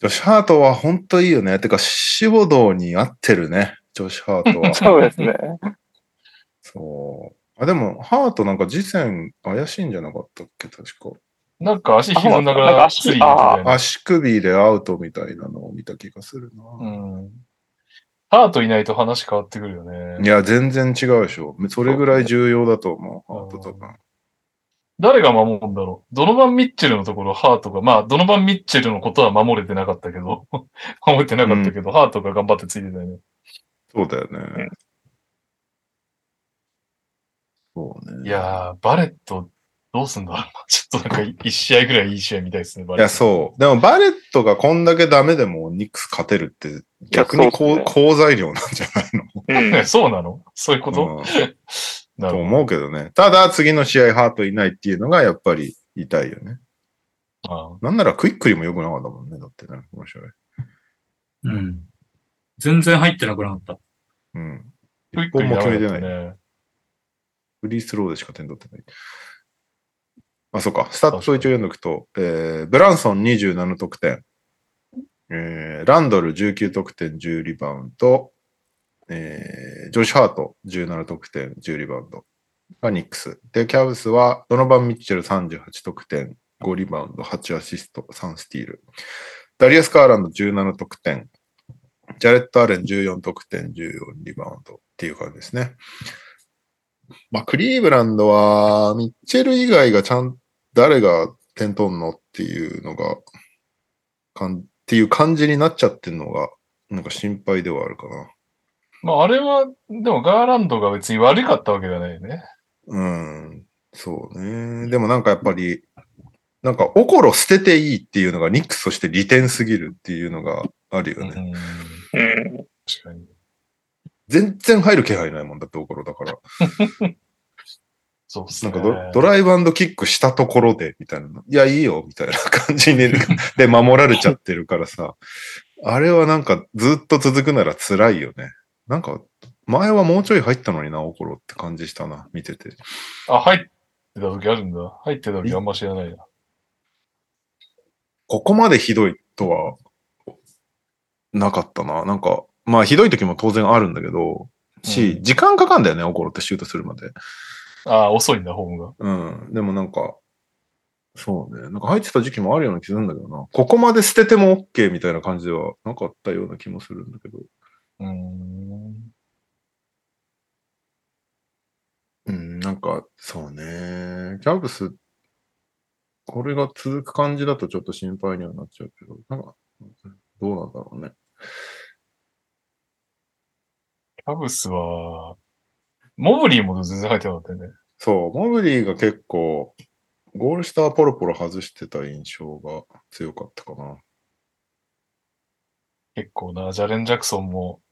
Speaker 1: ジョシュハートは本当いいよね。てか、シボドーに合ってるね。ジョシュハートは
Speaker 3: そうですね。
Speaker 1: そう。あ、でも、ハートなんか次戦怪しいんじゃなかったっけ確か。
Speaker 2: なんか足ひずんだか
Speaker 3: あなんから足
Speaker 2: スリーみたいな。
Speaker 1: 足首でアウトみたいなのを見た気がするな。
Speaker 2: うん。ハートいないと話変わってくるよ
Speaker 1: い
Speaker 2: ね。
Speaker 1: や、全然違うでしょ。それぐらい重要だと思う、ハート多分。
Speaker 2: 誰が守るんだろうドノバン・ミッチェルのところ、ハートが、まあ、ドノバン・ミッチェルのことは守れてなかったけど、 守れてなかったけど、ハートが頑張ってついてたよね。
Speaker 1: そうだよね。そうね。
Speaker 2: いやー、バレット、どうすんだろう ちょっとなんか、一試合ぐらいいい試合見たいですね、バ
Speaker 1: い
Speaker 2: レッ
Speaker 1: や、
Speaker 2: ト。
Speaker 1: そう。でも、バレットがこんだけダメでもニックス勝てるって、逆に
Speaker 3: い
Speaker 1: こ
Speaker 3: や
Speaker 1: う
Speaker 3: そうっす
Speaker 1: 好材料なんじゃないの
Speaker 3: うん。
Speaker 2: ね そうなのそういうこと、
Speaker 1: うん
Speaker 2: な
Speaker 1: と
Speaker 2: る
Speaker 1: 思うけどね。ただ、次の試合、ハートいないっていうのがやっぱり痛いよね。
Speaker 2: ほど。
Speaker 1: なんならクイックリも良くなかったもんね。だってね、面白い。
Speaker 4: うん。全然入ってなくな った。
Speaker 1: うん。
Speaker 2: あー
Speaker 1: 一本も決めてない。
Speaker 2: ね
Speaker 1: フリースローでしか点取ってない。あ、そうか。スタッツを一応読んどくと、えー、ブランソン27得点、えー、ランドル19得点10リバウンド、えー、ジョシュ・ハート17得点10リバウンドがニックス。で、キャブスはドノバン・ミッチェル38得点5リバウンド8アシスト3スティール。ダリアス・カーランド17得点、ジャレット・アレン14得点14リバウンドっていう感じですね。まあ、クリーブランドは、ミッチェル以外がちゃん、誰が点取んのっていうのが、かん、っていう感じになっちゃってるのが、なんか心配ではあるかな。
Speaker 2: まあ、あれは、でもガーランドが別に悪かったわけじゃないよね。
Speaker 1: うん。そうね。でもなんかやっぱり、なんか、オコロ捨てていいっていうのが、ニックスとして利点すぎるっていうのがあるよ
Speaker 2: うん。
Speaker 1: ね。
Speaker 2: 確
Speaker 3: うん。
Speaker 2: かに。
Speaker 1: 全然入る気配ないもんだって、オコロだから。
Speaker 2: そうっす
Speaker 1: なん
Speaker 2: ね。
Speaker 1: かド,、ドライブキックしたところで、みたいな。いや、いいよ、みたいな感じに、で、守られちゃってるからさ、あれはなんかずっと続くなら辛いよね。なんか前はもうちょい入ったのにな、おころって感じしたな、見てて。
Speaker 2: あ、入ってた時あるんだ。入ってた時あんま知らないな。
Speaker 1: ここまでひどいとはなかったな。なんか、まあひどい時も当然あるんだけど、し、
Speaker 2: うん
Speaker 1: 時間かかんだよね、おころってシュートするまで。
Speaker 2: あ、遅いんだ、ホームが。
Speaker 1: うん。でもなんか、そうね。なんか入ってた時期もあるような気するんだけどな。ここまで捨てても OK みたいな感じではなかったような気もするんだけど。
Speaker 2: うーん。
Speaker 1: うん、なんか、そうね。キャブス、これが続く感じだとちょっと心配にはなっちゃうけど、なんか、どうなんだろうね。
Speaker 2: キャブスは、モブリーも全然入ってなかったよね。
Speaker 1: そう、モブリーが結構、ゴール下はポロポロ外してた印象が強かったかな。
Speaker 2: 結構な、ジャレン・ジャクソンも、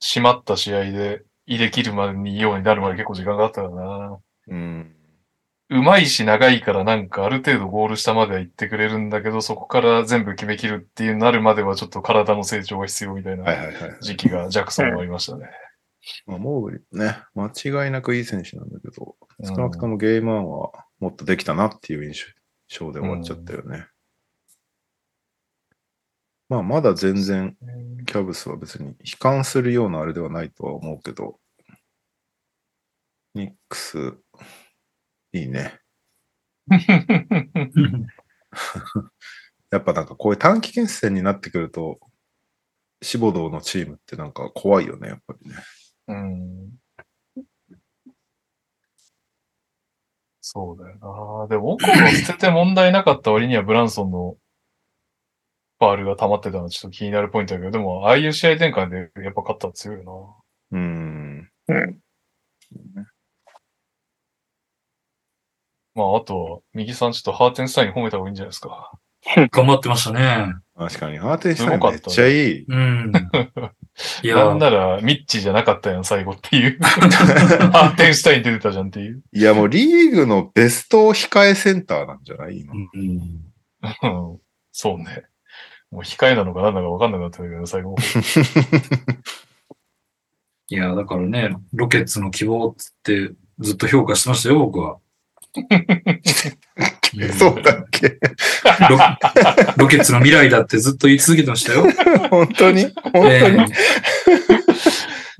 Speaker 2: 締まった試合で、入れ切るまでにようになるまで結構時間があったからな。
Speaker 1: うん。
Speaker 2: うまいし長いからなんかある程度ゴール下までは行ってくれるんだけど、そこから全部決め切るっていうなるまではちょっと体の成長が必要みたい
Speaker 1: はい
Speaker 2: な
Speaker 1: はいはい。
Speaker 2: 時期がジャクソンはありましたね。
Speaker 1: まあ、モブリーね、間違いなくいい選手なんだけど、
Speaker 2: うん
Speaker 1: 少なくともゲーマンはもっとできたなっていう印象で終わっちゃったよね。まあ、まだ全然キャブスは別に悲観するようなあれではないとは思うけど、ニックス、いいね。やっぱなんかこういう短期決戦になってくると、志望堂のチームってなんか怖いよね、やっぱりね。
Speaker 2: うんそうだよな。でも、オコロ捨てて問題なかった割にはブランソンのファールが溜まってたのはちょっと気になるポイントだけど、でも、ああいう試合展開でやっぱ勝ったら強いよ
Speaker 1: うーん。
Speaker 3: うん。
Speaker 2: な。まあ、あとは、右さんちょっとハーテンスタイン褒めた方がいいんじゃないですか。
Speaker 4: 頑張ってましたね。
Speaker 1: 確かに、ハーテンシ
Speaker 2: す
Speaker 1: ュ
Speaker 2: ごか
Speaker 1: タ
Speaker 2: っ
Speaker 1: インめっ
Speaker 2: たね
Speaker 1: ちゃいい。
Speaker 4: うん。いや、
Speaker 2: なんなら、ミッチじゃなかったやん、最後って いう。ハーテンスタイン出てたじゃんっていう。
Speaker 1: いや、もうリーグのベスト控えセンターなんじゃない今。
Speaker 4: うん
Speaker 2: うんそうね。もう控えなのか何なのか分かんなくなってたけど、最後。
Speaker 4: いや、だからね、ロケッツの希望ってずっと評価してましたよ、僕は。
Speaker 1: そうだっけ
Speaker 4: ロロケッツの未来だってずっと言い続けてましたよ。
Speaker 1: 本当に本当に、
Speaker 4: え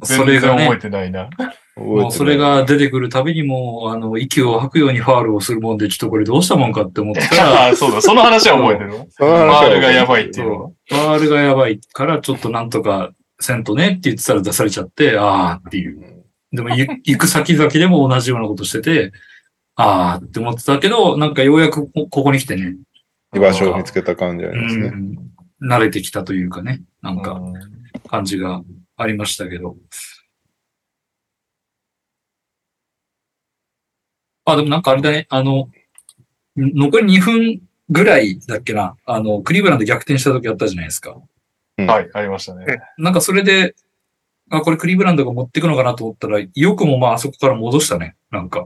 Speaker 4: え それが、
Speaker 2: 全然覚え
Speaker 4: ね、
Speaker 2: てないな。
Speaker 4: もうそれが出てくるたびにもう、あの、息を吐くようにファールをするもんで、ちょっとこれどうしたもんかって思ったら、
Speaker 2: ああ、そうだ。 その話は覚えてるわ。
Speaker 1: フ
Speaker 2: マールがやばいっていうのは
Speaker 4: そうファールがやばいから、ちょっとなんとかせんとねって言ってたら出されちゃって、ああっていう。でも、ゆ行く先々でも同じようなことしてて、ああって思ってたけど、なんかようやくこここに来てね、
Speaker 1: 居場所を見つけた感じありますね。
Speaker 4: うん、慣れてきたというかね、なん
Speaker 2: う
Speaker 4: か
Speaker 2: ん
Speaker 4: 感じがありましたけど。あ、でもなんかあれだね、あの、ん残り2分ぐらいだっけな、あの、クリーブランド逆転した時あったじゃないですか。
Speaker 2: はい、ありましたね。
Speaker 4: なんかそれで、あ、これクリーブランドが持ってくのかなと思ったら、よくもまああそこから戻したね、なんか。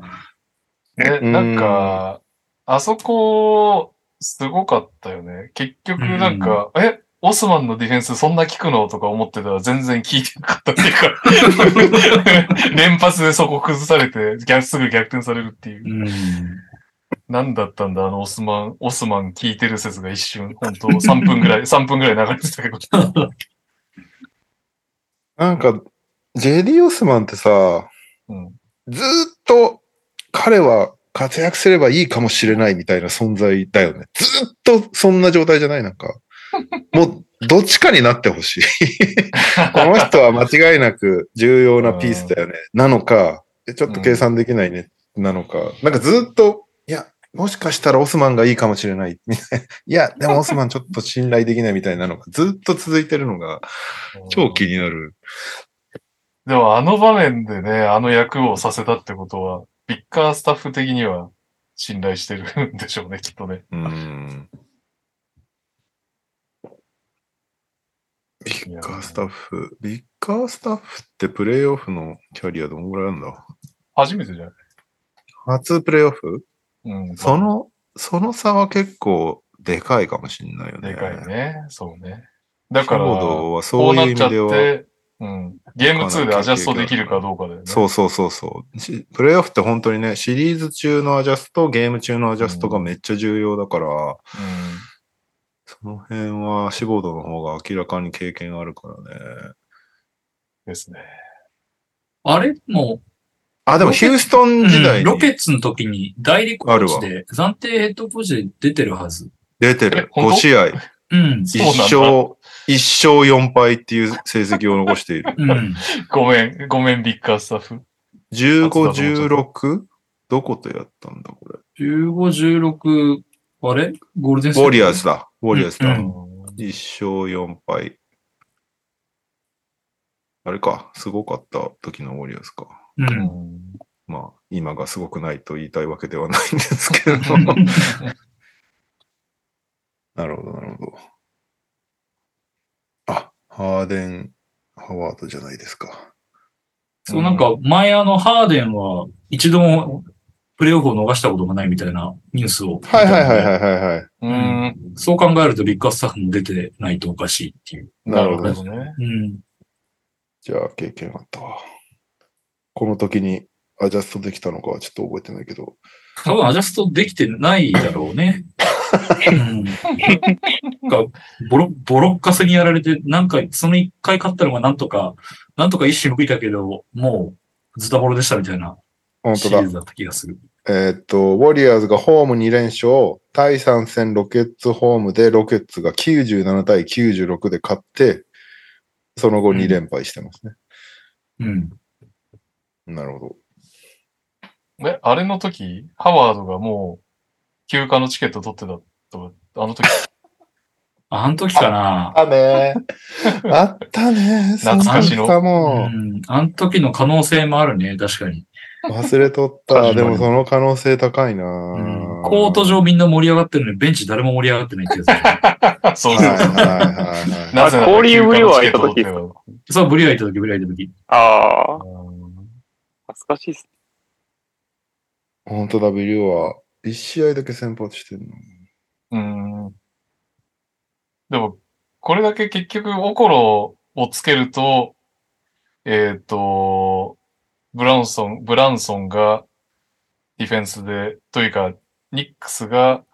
Speaker 2: ね、
Speaker 1: うん
Speaker 2: なんか、あそこ、すごかったよね。結局、なんか、え、オスマンのディフェンスそんな効くのとか思ってたら全然効いてなかったっていう か、連発でそこ崩されて、逆すぐ逆転されるっていう。
Speaker 4: うん。
Speaker 2: 何だったんだ、あのオスマン、オスマン聞いてる説が一瞬、本当3分ぐらい、3分ぐらい流れてたけど。
Speaker 1: なんか、ジェディ・オスマンってさ、
Speaker 2: うん、
Speaker 1: ずーっと彼は活躍すればいいかもしれないみたいな存在だよね。ずーっとそんな状態じゃないなんか。もう、どっちかになってほしい。この人は間違いなく重要なピースだよね。なのか、えちょっと計算できないね。なのか、なんかずっと、いや、もしかしたらオスマンがいいかもしれない。みたいないや、でもオスマンちょっと信頼できないみたいなのがずっと続いてるのが超気になる。
Speaker 2: でもあの場面でね、あの役をさせたってことは、ビッカースタッフ的には信頼してるんでしょうね、き っとね。
Speaker 1: うん。ビッカースタッフ。ビッカースタッフってプレイオフのキャリアどんぐらいあるんだ
Speaker 2: 初めてじゃない
Speaker 1: 初プレイオフ
Speaker 2: うん。
Speaker 1: その、その差は結構でかいかもしんないよね。
Speaker 2: でかいね。そうね。だから、
Speaker 1: フォー
Speaker 2: こ
Speaker 1: ドはそういう
Speaker 2: うなっ
Speaker 1: 意味
Speaker 2: ちゃっ
Speaker 1: では。
Speaker 2: て、うん。ゲーム2でアジャストできるかどうかだよね。
Speaker 1: そうそうそうそう。しプレイオフって本当にね、シリーズ中のアジャスト、ゲーム中のアジャストがめっちゃ重要だから、
Speaker 2: うん。
Speaker 1: その辺はシボードの方が明らかに経験あるからね。
Speaker 2: ですね。
Speaker 4: あれも、
Speaker 1: あ、でも
Speaker 4: ロケ
Speaker 1: ヒューストン時
Speaker 4: う
Speaker 1: 代
Speaker 4: んロケ
Speaker 1: に
Speaker 4: ッツの時に代理コーチで、暫定ヘッドコーチで出てるはず。
Speaker 1: 出て
Speaker 2: え
Speaker 1: る。
Speaker 2: 本当
Speaker 1: 5試合、
Speaker 4: うん。
Speaker 1: 1
Speaker 2: うなんだ
Speaker 1: 勝、一勝4敗っていう成績を残 している。
Speaker 4: うん。
Speaker 2: ごめん、ごめん、ビッカースタッフ。
Speaker 1: 15、
Speaker 2: 初だ
Speaker 1: 16? どことやったんだ、これ。
Speaker 4: 15、16、あれゴールデンステ
Speaker 1: ウォ
Speaker 4: ー
Speaker 1: リアー
Speaker 4: ト
Speaker 1: ズだ。ウォリアーズだ。
Speaker 4: うん
Speaker 1: 1勝4敗。あれか、すごかった時のウォリアーズか。
Speaker 4: う。
Speaker 2: うんん
Speaker 1: まあ、今がすごくないと言いたいわけではないんですけど。 なるほど、なるほど。あ、ハーデン・ハワードじゃないですか。
Speaker 4: そう、なんか、前あの、ハーデンは一度もプレイオフを逃したことがないみたいなニュースを。
Speaker 1: はいはいはい
Speaker 4: い。
Speaker 1: はいはいはい。
Speaker 2: うーん。
Speaker 4: そう考えると、ビッグアスタッフも出てないとおかしいっていう。
Speaker 1: なるほ
Speaker 2: なる
Speaker 1: ど。
Speaker 2: ほどね。
Speaker 4: うん。
Speaker 1: じゃあ、経験あったわ。この時にアジャストできたのかはちょっと覚えてないけど。
Speaker 4: 多分アジャストできてないだろうね。うん。なんか、ボロ、ボロッカスにやられて、なんか、その一回勝ったのがなんとか、なんとか一瞬吹いたけど、もう、ズタボロでしたみたいな
Speaker 1: 本当
Speaker 4: シリ
Speaker 1: だ
Speaker 4: ー。ズだった気がする。
Speaker 1: えーっと、ウォリアーズがホーム2連勝、対3戦ロケッツホームでロケッツが97対96で勝って、その後
Speaker 4: う
Speaker 1: 2
Speaker 4: ん
Speaker 1: 連敗してますね。
Speaker 4: うん。
Speaker 1: なるほ
Speaker 2: え、あれの時、ハワードがもう、休暇のチケット取ってたとか、あ の時、
Speaker 4: あの時かな
Speaker 1: ど。あね あったね。
Speaker 2: 懐かし
Speaker 1: そ
Speaker 2: の
Speaker 1: んな
Speaker 4: う
Speaker 1: もん
Speaker 4: ん、あの時の可能性もあるね、確かに。
Speaker 1: 忘れとっ
Speaker 2: 確か
Speaker 1: た。
Speaker 2: に
Speaker 1: でもその可能性高いな、
Speaker 4: うんコート上みんな盛り上がってるのに、ベンチ誰も盛り上がってないってや
Speaker 2: そう
Speaker 1: はい
Speaker 2: で
Speaker 1: はい
Speaker 2: す。
Speaker 1: はいはい。
Speaker 2: なぜなら
Speaker 3: あコーリー
Speaker 2: 休暇のチケッ
Speaker 3: ブリュワーいた時
Speaker 2: ト取ってたの
Speaker 4: つ。 そう、ブリア行った時、ブリア行った時。
Speaker 3: あ
Speaker 2: う
Speaker 3: あ、
Speaker 2: ん
Speaker 3: 懐かしいっす。
Speaker 1: 本当だ、ビリューは1試合だけ先発してるの。
Speaker 2: うーんでも、これだけ結局、オコロをつけると、えっ、と、ブランソン、ブランソンがディフェンスで、というか、ニックスが、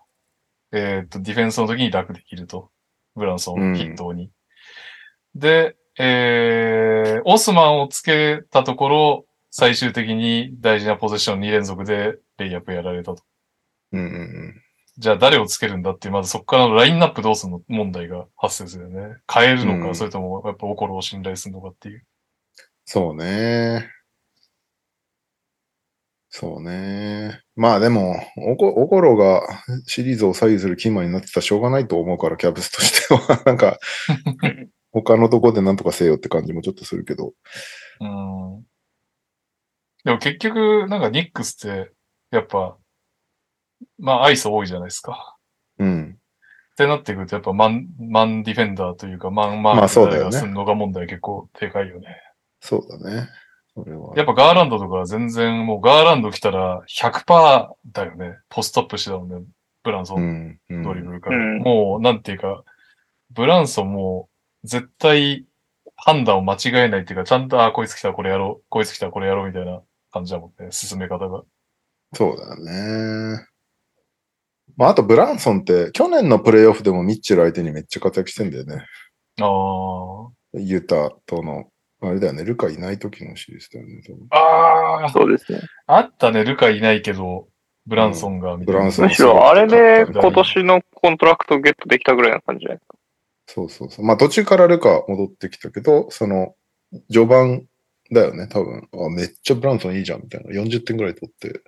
Speaker 2: えっ、と、ディフェンスの時に楽できると。ブランソンを筆頭に。で、えー、オスマンをつけたところ、最終的に大事なポゼッション2連続でレイアップやられたと。
Speaker 1: うんうんうん。
Speaker 2: じゃあ誰をつけるんだっていう、まずそこからのラインナップどうするの問題が発生するよね。変えるのか、
Speaker 1: うん
Speaker 2: それともやっぱオコロを信頼するのかっていう。
Speaker 1: そうね。そうね。まあでも、おこ、おころがシリーズを左右するキーマンになってたらしょうがないと思うから、キャブスとしては。 なんか、他のとこでなんとかせよって感じもちょっとするけど。
Speaker 2: うん。でも結局、なんかニックスって、やっぱ、まあアイス多いじゃないですか。
Speaker 1: うん。
Speaker 2: ってなってくると、やっぱマン、マンディフェンダーというか、マンマ
Speaker 1: ま
Speaker 2: ー
Speaker 1: あ
Speaker 2: ク
Speaker 1: そう
Speaker 2: みた
Speaker 1: だ
Speaker 2: い
Speaker 1: よ
Speaker 2: な
Speaker 1: ね
Speaker 2: のがするのが問題結構でかいよね。
Speaker 1: そうだね。それは。
Speaker 2: やっぱガーランドとかは全然もうガーランド来たら100%だよね。ポストアップしてたもんね。ブランソン
Speaker 1: うん。うん
Speaker 2: ドリブルから。
Speaker 3: うん
Speaker 2: もう、なんていうか、ブランソンも、絶対、判断を間違えないっていうか、ちゃんと、あ、こいつ来た、これやろう、こいつ来た、これやろう、みたいな感じだもんね、進め方が。
Speaker 1: そうだね。まあ、あとブランソンって、去年のプレイオフでもミッチェル相手にめっちゃ活躍してんだよね。
Speaker 2: あ
Speaker 1: ユータとの、あれだよね、ルカいない時のシリーズだよね。多分
Speaker 2: あ。ああ、
Speaker 3: そうですね。
Speaker 2: あったね、ルカいないけど、ブランソンが、みたい
Speaker 1: ブ
Speaker 2: な
Speaker 1: ランソン
Speaker 3: むしろあれで今年のコントラクトゲットできたぐらいな感じじゃないですか。
Speaker 1: そうそうそう。まあ、途中からルカ戻ってきたけど、その、序盤だよね、多分。あ、めっちゃブランソンいいじゃん、みたいな。40点ぐらい取って、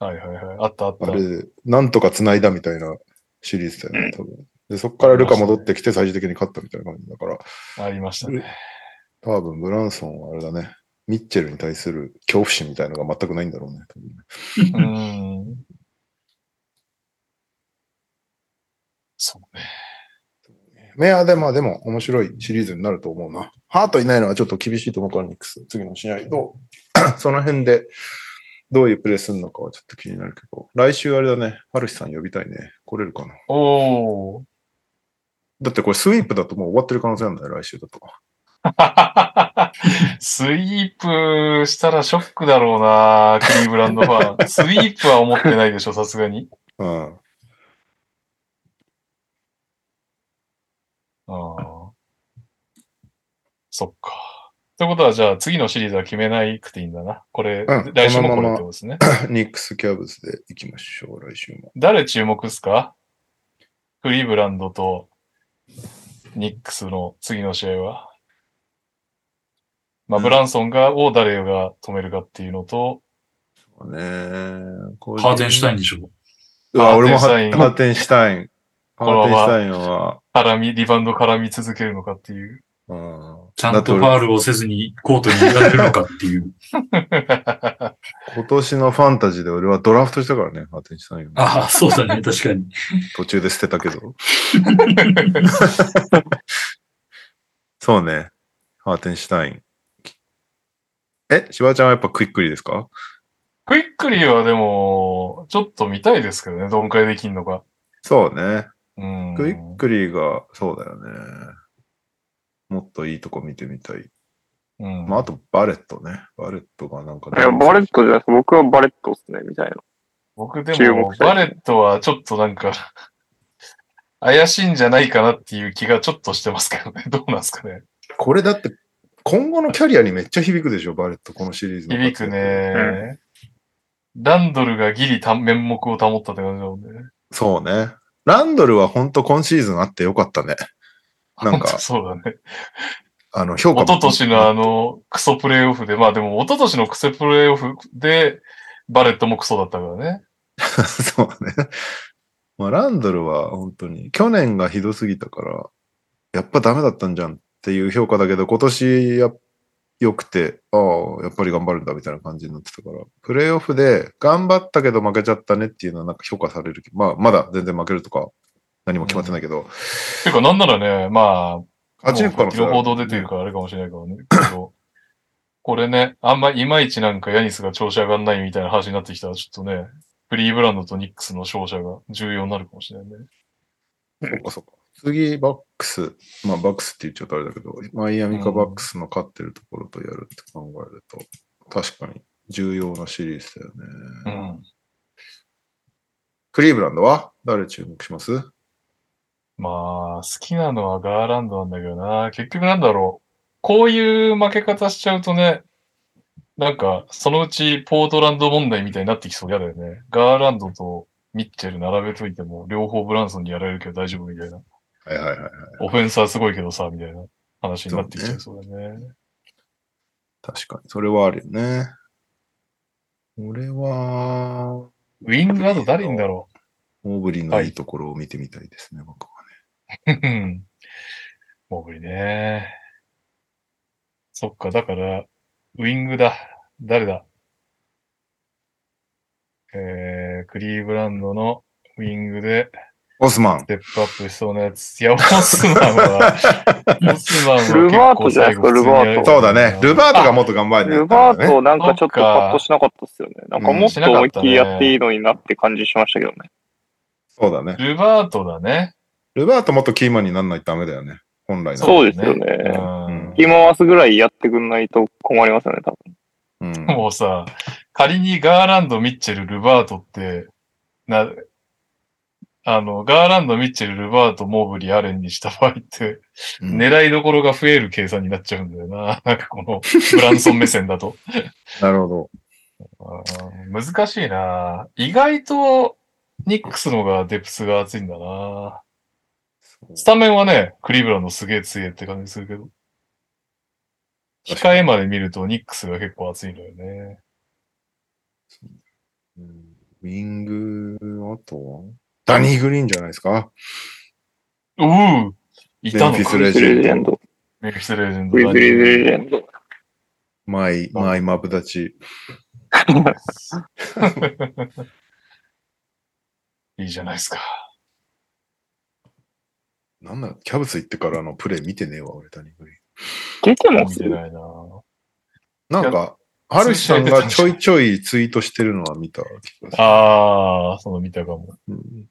Speaker 2: はいはいはい。あったあっ
Speaker 1: あ
Speaker 2: た。
Speaker 1: れで、なんとか繋いだみたいなシリーズだよね、多分。で、そこからルカ戻ってきて、最終的に勝ったみたいな感じだから、
Speaker 2: あり ましたね。
Speaker 1: 多分ブランソンはあれだね、ミッチェルに対する恐怖心みたいのが全くないんだろうね。多分ね
Speaker 2: うーん。そうね。
Speaker 1: いや、でも、でも、面白いシリーズになると思うな。ハートいないのはちょっと厳しいと思うから、ニックス。次の試合と、 その辺で、どういうプレーするのかはちょっと気になるけど、来週あれだね、ハルシさん呼びたいね。来れるかな。
Speaker 2: おー。
Speaker 1: だってこれスイープだともう終わってる可能性あるんだよ、来週だと。
Speaker 2: スイープしたらショックだろうな、クリーブランドフ ァン。スイープは思ってないでしょ、さすがに。
Speaker 1: うん。
Speaker 2: ああ。そっか。ということは、じゃあ次のシリーズは決めないくていいんだな。これ、
Speaker 1: うん
Speaker 2: 来週も
Speaker 1: この
Speaker 2: こ
Speaker 1: ま
Speaker 2: れっ
Speaker 1: ま
Speaker 2: てことですね。
Speaker 1: ニックス・キャブスで行きましょう、来週も。
Speaker 2: 誰注目っすかクリーブランドとニックスの次の試合は。まあ、
Speaker 1: うん
Speaker 2: ブランソンが、を誰が止めるかっていうのと、
Speaker 1: そうねこれ
Speaker 4: ハーゼンシュタインでしょ。
Speaker 1: うわ、
Speaker 2: ハー
Speaker 1: 俺
Speaker 2: テ
Speaker 1: も
Speaker 2: ンシ
Speaker 1: ハ
Speaker 2: ュタイン
Speaker 1: ーテンシュタイン。ハ
Speaker 2: この
Speaker 1: ー
Speaker 2: ま
Speaker 1: テン
Speaker 2: ま
Speaker 1: シュタインは、
Speaker 2: 絡み、リバウンド絡み続けるのかっていう。
Speaker 1: うん。
Speaker 4: ちゃ
Speaker 1: だっ
Speaker 4: んとフ
Speaker 1: て
Speaker 4: ァールをせずにコートにいられるのかっていう。
Speaker 1: 俺今年のファンタジーで俺はドラフトしたからね、ハーテンシュタインを。
Speaker 4: ああ、そうだね、確かに。
Speaker 1: 途中で捨てたけ ど。そうね。ハーテンシュタイン。え、しばちゃんはやっぱクイックリですか
Speaker 2: クイックリーはでも、ちょっと見たいですけどね、どんくらいできんのか。
Speaker 1: そうね。
Speaker 2: うん。
Speaker 1: クイックリが、そうだよね。もっといいとこ見てみたい。
Speaker 2: うん。
Speaker 1: まあ、あとバレットね。バレットがなんか
Speaker 3: いや、バレットじゃないです。僕はバレットですね、みたいな。
Speaker 2: 僕
Speaker 3: 注
Speaker 2: でも
Speaker 3: 目し、たい
Speaker 2: バレットはちょっとなんか、 怪しいんじゃないかなっていう気がちょっとしてますけどね。 どうなんですかね。
Speaker 1: これだって、今後のキャリアにめっちゃ響くでしょ、バレット、このシリーズの活躍。
Speaker 2: 響くね。ランドルがギリた面目を保ったって感じだもんね。
Speaker 1: そうね。ランドルは本当今シーズンあってよかったね。なんか
Speaker 2: そうだね。
Speaker 1: あの、評価
Speaker 2: 一
Speaker 1: も
Speaker 2: 昨年のあの、クソプレイオフで、まあでも一昨年のクソプレイオフで、バレットもクソだったからね。
Speaker 1: そうね。まあ、ランドルは本当に、去年がひどすぎたから、やっぱダメだったんじゃんっていう評価だけど、今年や良くて、ああ、やっぱり頑張るんだみたいな感じになってたから、プレイオフで頑張ったけど負けちゃったねっていうのはなんか評価されるけど。まあ、まだ全然負けるとか、何も決まってないけど、
Speaker 2: てか、なんならね、まあ、
Speaker 1: 勝ち抜く可能性ある
Speaker 2: もう報道出てるからあれかもしれないからね。けどこれね、あんまいまいちなんかヤニスが調子上がんないみたいな話になってきたら、ちょっとね、フリーブランドとニックスの勝者が重要になるかもしれないね。
Speaker 1: そうかそうか。次、バックス。まあ、バックスって言っちゃうとあれだけど、マイアミかバックスの勝ってるところとやるって考えると、確かに重要なシリーズだよね。
Speaker 2: うん。
Speaker 1: クリーブランドは誰注目します
Speaker 2: まあ、好きなのはガーランドなんだけどな。結局なんだろう。こういう負け方しちゃうとね、なんか、そのうちポートランド問題みたいになってきそう嫌だよね。ガーランドとミッチェル並べといても、両方ブランソンにやられるけど大丈夫みたいな。
Speaker 1: はいはいはいはい。
Speaker 2: オフェンサーすごいけどさ、みたいな話になってきちゃいそうだね。
Speaker 1: 確かに。それはあるよね。俺は、
Speaker 2: ウィングあと誰いんだろ
Speaker 1: オーブリーのいいところを見てみたいですね、僕はね。
Speaker 2: う。うんモーグリね。そっか、だから、ウィングだ。誰だえー、クリーブランドのウィングで
Speaker 1: オスマン
Speaker 2: ス。テップアップしそうなやつ。いや、オスマンは、 オスマンは結構
Speaker 3: ルバートじゃないです
Speaker 2: 最後普通
Speaker 3: か
Speaker 2: にやられ
Speaker 3: ルバー
Speaker 2: て
Speaker 3: ト
Speaker 1: そうだね。ルバートが
Speaker 2: あ
Speaker 1: もっと頑張れね
Speaker 3: ルバートなんかちょっとパッとしなかったっすよね。なんかもっと思いっきりやっていいのになって感じしましたけどね。
Speaker 1: そうだね。
Speaker 2: ルバートだね。
Speaker 1: ルバートもっとキーマンにならないとダメだよね。本来の。
Speaker 3: そうですよね
Speaker 2: うん
Speaker 3: 今回すぐらいやってくんないと困りますよね、多分。
Speaker 1: うん
Speaker 2: もうさ、仮にガーランド、ミッチェル、ルバートって、な、あの、ガーランド、ミッチェル、ルバート、モーブリー、アレンにした場合って、
Speaker 1: うん
Speaker 2: 狙いどころが増える計算になっちゃうんだよな。 なんかこの、ブランソン目線 だと。
Speaker 1: なるほど。
Speaker 2: あー難しいな意外と、ニックスの方がデプスが厚いんだなスタメンはね、クリーブランドすげえ強いって感じするけど。
Speaker 1: 確か
Speaker 2: 控えまで見るとニックスが結構厚いのよね。
Speaker 1: うんウィング、あとはダニー・グリーンじゃないですか。
Speaker 2: うぅいたの
Speaker 1: メンフィス
Speaker 2: か
Speaker 1: レ
Speaker 3: ウィズレジェンド。
Speaker 2: メフィスレジェンド
Speaker 3: ウ
Speaker 2: だね
Speaker 3: ィズリーズレジェンド。
Speaker 1: マイ、
Speaker 2: あ
Speaker 1: マイマブダチ。
Speaker 2: いいじゃないですか。
Speaker 1: なんだ、キャブス行ってからのプレイ見てねえわ、俺、ダニー・グリー
Speaker 3: 出てま
Speaker 2: 見
Speaker 3: す
Speaker 2: てないなぁ
Speaker 1: ン。なん
Speaker 2: い
Speaker 1: か、ハルシさんがちょいちょいツイートしてるのは見た気がする。
Speaker 2: ああ、その見たかも。
Speaker 1: うん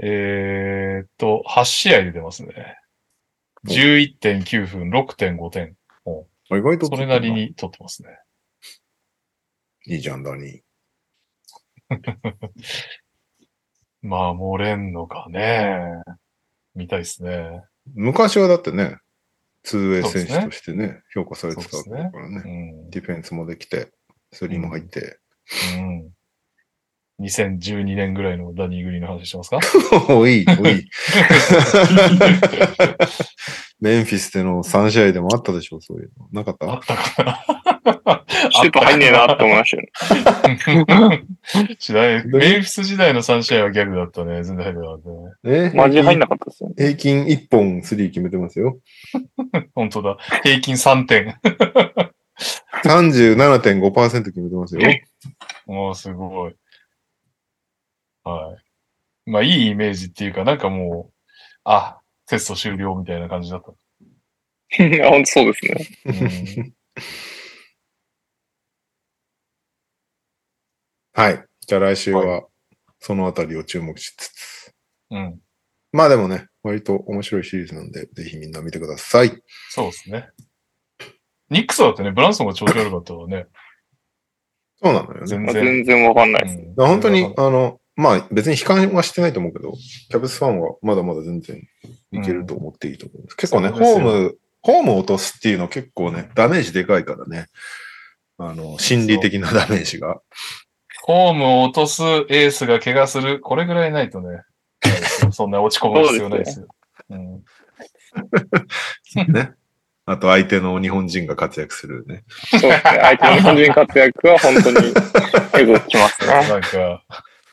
Speaker 2: えーっと、8試合で出ますね。11.9分、6.5点。
Speaker 1: あ意外と
Speaker 2: それなりに取ってますね。
Speaker 1: いいじゃん、ダニ
Speaker 2: 守れんのかね。見たいですね。
Speaker 1: ー。昔はだってね、2way
Speaker 2: そうで
Speaker 1: 選
Speaker 2: すね
Speaker 1: 手としてね、評価されてたからね
Speaker 2: うん。
Speaker 1: ディフェンスもできて、スリーも入って。
Speaker 2: うん。2012年ぐらいのダニー・グリーンの話してますか
Speaker 1: おい、おい。メンフィスでの3試合でもあったでしょ、そういうの。なかった
Speaker 2: あったかな
Speaker 3: シュート入んねえなって思いましたよね。
Speaker 2: 時 代、メイフィス時代の3試合はギャグだったね。全然入ってなかったね。
Speaker 1: え
Speaker 3: マジで入んなかったですよね。
Speaker 1: 平均1本スリー決めてますよ。
Speaker 2: 本当だ。平均3点。
Speaker 1: 37.5%決めてますよ。
Speaker 2: もうすごい。はい。まあ、いいイメージっていうか、なんかもう、あ、テスト終了みたいな感じだった。
Speaker 3: あ、本当そうですね。
Speaker 2: うん
Speaker 1: はい。じゃあ来週は、そのあたりを注目しつつ。
Speaker 2: うん。
Speaker 1: まあでもね、割と面白いシリーズなんで、ぜひみんな見てください。
Speaker 2: そうですね。ニックスだってね、ブランソンが調子悪かったわね。
Speaker 1: そうなのよね。
Speaker 2: 全
Speaker 3: まあ
Speaker 2: 然。
Speaker 3: 全然わかんないです。
Speaker 2: うん
Speaker 1: 本当に、あの、まあ別に悲観はしてないと思うけど、キャベツファンはまだまだ全然いけると思っていいと思うんです。結構ね、
Speaker 2: そうです
Speaker 1: ホ
Speaker 2: よ
Speaker 1: ーム、ホーム落とすっていうの結構ね、ダメージでかいからね。あの、心理的なダメージが。
Speaker 2: ホームを落とす、エースが怪我する、これぐらいないとね、そんな落ち込む必要ないですよ。うん、
Speaker 1: ね。あと相手の日本人が活躍するね。
Speaker 3: そうですね。相手の日本人活躍は 本当によくきますね。
Speaker 2: なんか、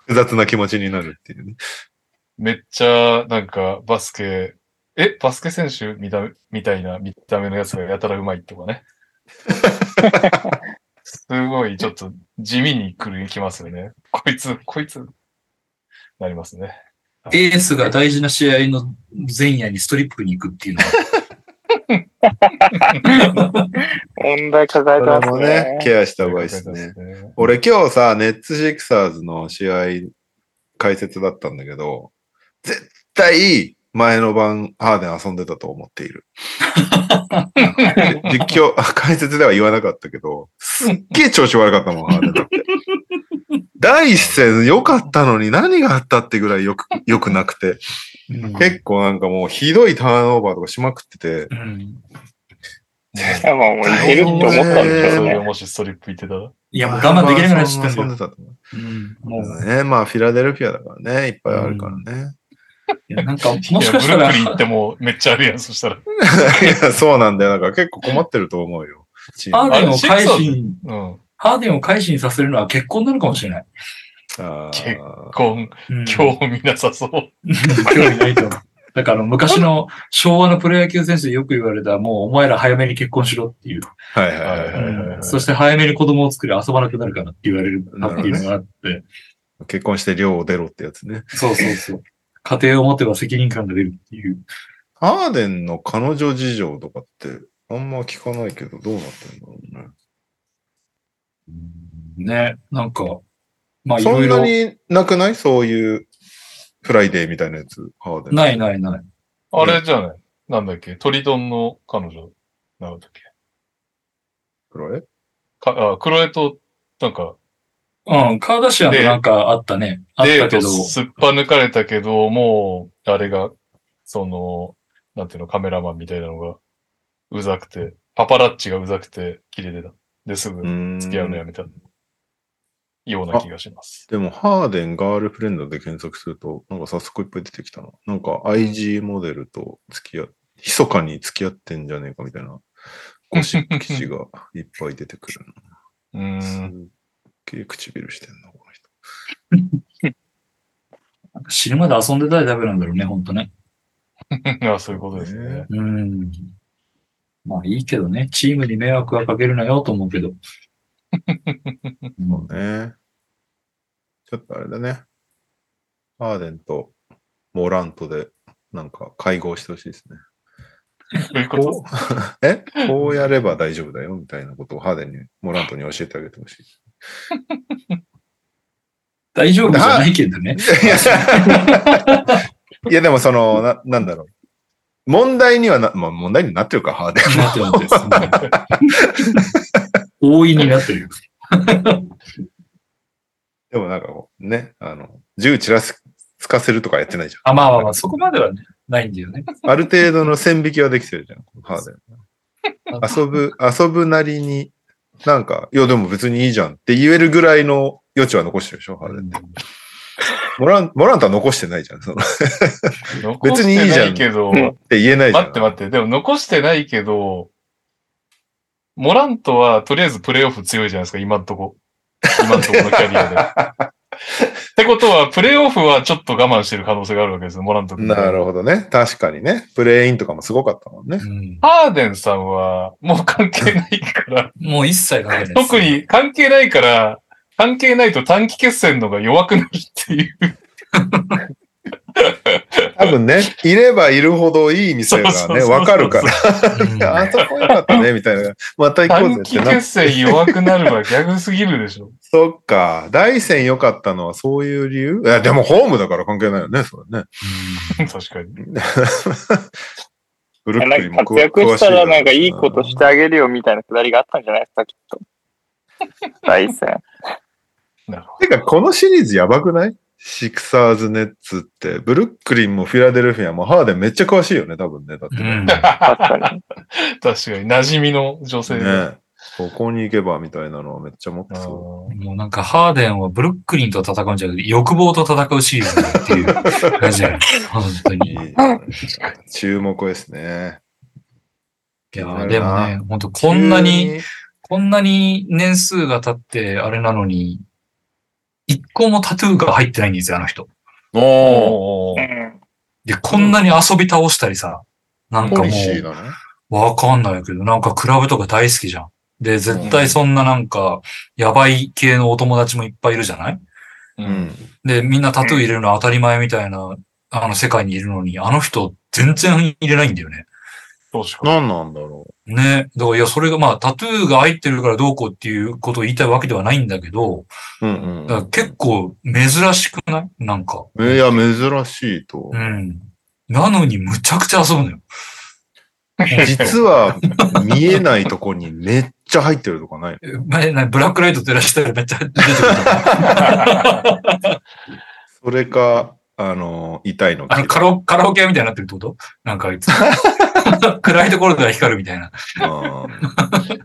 Speaker 1: 複雑な気持ちになるっていうね。
Speaker 2: めっちゃ、なんか、バスケ、え、バスケ選手みたみたいな見た目のやつがやたらうまいとかね。すごい、ちょっと地味に来る、きますよね。こいつ、こいつ、なりますね。
Speaker 4: エースが大事な試合の前夜にストリップに行くっていうのは、
Speaker 3: 問題抱
Speaker 1: そ
Speaker 3: え
Speaker 1: れ
Speaker 3: てます
Speaker 1: もね
Speaker 3: ね、。
Speaker 1: ケアした方がいいですね。。俺今日さ、ネッツシクサーズの試合解説だったんだけど、絶対前の晩ハーデン遊んでたと思ってい る。で実況、あ解説では言わなかったけど、すっげえ調子悪かったもん、ハーデンだって。第一戦良かったのに何があったってぐらいよく、良くなくて。結構なんかもうひどいターンオーバーとかしまくってて、
Speaker 4: うん
Speaker 3: いやまあもういけるって思ったんでし
Speaker 2: そ
Speaker 3: ょう
Speaker 2: れ
Speaker 3: ね。
Speaker 2: をもしストリップ行ってたら。
Speaker 4: いや、もう我慢できなくなっちゃったんだ
Speaker 1: 遊ん
Speaker 4: よ
Speaker 1: で。たと思う
Speaker 4: うんもう、
Speaker 1: ね、まあフィラデルフィアだからね、いっぱいあるからね。
Speaker 4: いやなんか、も
Speaker 2: い
Speaker 4: し
Speaker 2: や、
Speaker 4: か
Speaker 2: ブ
Speaker 4: し
Speaker 2: ルッ
Speaker 4: たら
Speaker 2: クリ、ン行ってもめっちゃあるやん、そした ら。
Speaker 1: いや、そうなんだよ。なんか結構困ってると思うよ。チー
Speaker 4: ハ
Speaker 1: ム
Speaker 4: ーデンを改
Speaker 2: あれシク
Speaker 4: 心、
Speaker 2: うん。
Speaker 4: ハーデンを改心させるのは結婚なのかもしれない。
Speaker 1: あー
Speaker 2: 今
Speaker 4: うん
Speaker 2: 興味なさそう。
Speaker 4: 興味ないと思う。だからあの昔の昭和のプロ野球選手でよく言われた、もうお前ら早めに結婚しろっていう。
Speaker 1: はいはいはいはいはい、
Speaker 4: うんそして早めに子供を作り遊ばなくなるからって言われるなっていうのがあって。
Speaker 1: 結婚して寮を出ろってやつね。
Speaker 4: そうそうそう。家庭を持てば責任感が出るっていう。
Speaker 1: ハーデンの彼女事情とかって、あんま聞かないけど、どうなってんだろうね。
Speaker 4: ね。なんか、まあい
Speaker 1: そ
Speaker 4: ろ
Speaker 1: ん
Speaker 4: い
Speaker 1: な
Speaker 4: ろ。
Speaker 1: になくないそういう、フライデーみたいなやつ、ハーデン。
Speaker 4: ないないない。
Speaker 2: あれじゃないなんだっけトリドンの彼女。なんだっけ
Speaker 1: くらい
Speaker 2: かあ、クロエと、なんか、
Speaker 4: うん、カーダシアンのなんかあったね。あっ
Speaker 2: デ
Speaker 4: た
Speaker 2: ー
Speaker 4: け
Speaker 2: ト
Speaker 4: ど、
Speaker 2: すっぱ抜かれたけど、もう、あれが、その、なんていうの、カメラマンみたいなのが、うざくて、パパラッチがうざくて、切れてた。で、すぐ
Speaker 1: う、ーん
Speaker 2: 付き合うのやめた。ような気がします。
Speaker 1: でも、ハーデンガールフレンドで検索すると、なんか早速いっぱい出てきたな。なんか IG モデルと付き合っ、密かに付き合ってんじゃねえかみたいな、ゴシップ記事がいっぱい出てくるな。
Speaker 2: うー
Speaker 1: す
Speaker 2: ん。
Speaker 1: っげえ唇してんな、この人。
Speaker 4: なんか死ぬまで遊んでたらダメなんだろうね、ほんとね。
Speaker 2: あそういうことですね。
Speaker 4: うん。まあいいけどね、チームに迷惑はかけるなよと思うけ ど。うん
Speaker 1: ねちょっとあれだね。ハーデンとモラントで、なんか会合してほしいですね。
Speaker 2: そういうこと
Speaker 1: こうえこうやれば大丈夫だよ、みたいなことをハーデンに、モラントに教えてあげてほしい。
Speaker 4: 大丈夫じゃないけど
Speaker 1: い
Speaker 4: ね。
Speaker 1: や、いやでもその、な、なんだろう。問題にはな、まあ問題になってるか、ハーデン
Speaker 4: なってるんです。 大いになってるよ。
Speaker 1: でもなんかこう、ね、あの、銃ちらつかせるとかやってないじ
Speaker 4: あ、まあまあまあ、そこまではね、ないんだよね。
Speaker 1: ゃん。ある程度の線引きはできてるじゃん、ハーデン。遊ぶ、遊ぶなりに、なんか、いやでも別にいいじゃんって言えるぐらいの余地は残してるでしょ、ハーデン。モラン、モランタは残してないじゃん、その。っ
Speaker 2: 残し
Speaker 1: 別
Speaker 2: て
Speaker 1: にいいじゃん
Speaker 2: なけ ど、
Speaker 3: うん
Speaker 1: て言えないじゃん。
Speaker 2: 待って待って、でも残してないけど、モラントはとりあえずプレイオフ強いじゃないですか、今んとこ。今んとこのキャ リアで。ってことは、プレイオフはちょっと我慢してる可能性があるわけですよ、モラント君
Speaker 1: なるほどね。確かにね。プレイインとかもすごかったもんね。
Speaker 4: うん
Speaker 2: ハーデンさんは、もう関係な いから、
Speaker 4: もう一切関係ないです。
Speaker 2: 特。に関係ないから、関係ないと短期決戦のが弱くなるっていう。
Speaker 1: 多分ね、いればいるほどいい店が
Speaker 2: そうそう
Speaker 1: ね、
Speaker 2: そう
Speaker 1: わかるから。
Speaker 4: うん
Speaker 1: あそこよかったね、みたいな。また行こ
Speaker 2: 短
Speaker 1: うぜ
Speaker 2: 期
Speaker 1: ってな
Speaker 2: 決。戦弱くなるは逆すぎるでしょ。
Speaker 1: そっか。大戦良かったのはそういう理由いや、でもホームだから関係ないよね、それね。
Speaker 2: 確かに。
Speaker 1: ブルックリンも
Speaker 3: なんか活躍した
Speaker 1: 詳
Speaker 3: ら
Speaker 1: し
Speaker 3: なんかいいことしてあげるよみたいなくだりがあったんじゃないですか、きっと。大 戦。
Speaker 1: てか、このシリーズやばくないシクサーズネッツって、ブルックリンもフィラデルフィアもハーデンめっちゃ詳しいよね、多分ね。だって
Speaker 4: う
Speaker 1: ね。
Speaker 4: ん。
Speaker 3: 確かに。
Speaker 2: 確かに、馴染みの女性で。
Speaker 1: ねここに行けばみたいなのはめっちゃ持って
Speaker 2: あ
Speaker 1: そう。
Speaker 2: ー
Speaker 4: もうなんか、ハーデンはブルックリンと戦うんじゃなくて、欲望と戦うシーズンだっていう感じだよ。本当
Speaker 1: い
Speaker 4: に。
Speaker 1: い
Speaker 4: い
Speaker 1: ね注目ですね。
Speaker 4: や、でもね、本当こんなに、こんなに年数が経って、あれなのに、一個もタトゥーが入ってないんですよ、あの人。
Speaker 1: 急に。おー
Speaker 2: おー
Speaker 3: うん。
Speaker 4: で、こんなに遊び倒したりさ、なん
Speaker 1: ポ
Speaker 4: かも
Speaker 1: リシー
Speaker 4: う、
Speaker 1: なの
Speaker 4: わかんないけど、なんかクラブとか大好きじゃん。で、絶対そんななんか、やばい系のお友達もいっぱいいるじゃない
Speaker 2: うん。
Speaker 4: で、みんなタトゥー入れるの当たり前みたいな、あの世界にいるのに、あの人全然入れないんだよね。
Speaker 2: 確か
Speaker 1: 何なんだろ
Speaker 4: ね。だから、いや、それがまあ、タトゥーが入ってるからどうこうっていうことを言いたいわけではないんだけど、
Speaker 1: う。うん
Speaker 4: だから結構珍しくないなんか。
Speaker 1: うん。いや、珍しいと
Speaker 4: う。ん。なのに、むちゃくちゃ遊ぶのよ。
Speaker 1: 実は、見えないとこにめっちゃ入ってるとかない
Speaker 4: え前、なブラックライト照らしたらめっちゃ出てくる。
Speaker 1: それか、あの、痛いの
Speaker 4: あの、カラオカラオケ屋みたいになってるってことなんかあいつ。暗いところでは光るみたいな。
Speaker 1: うん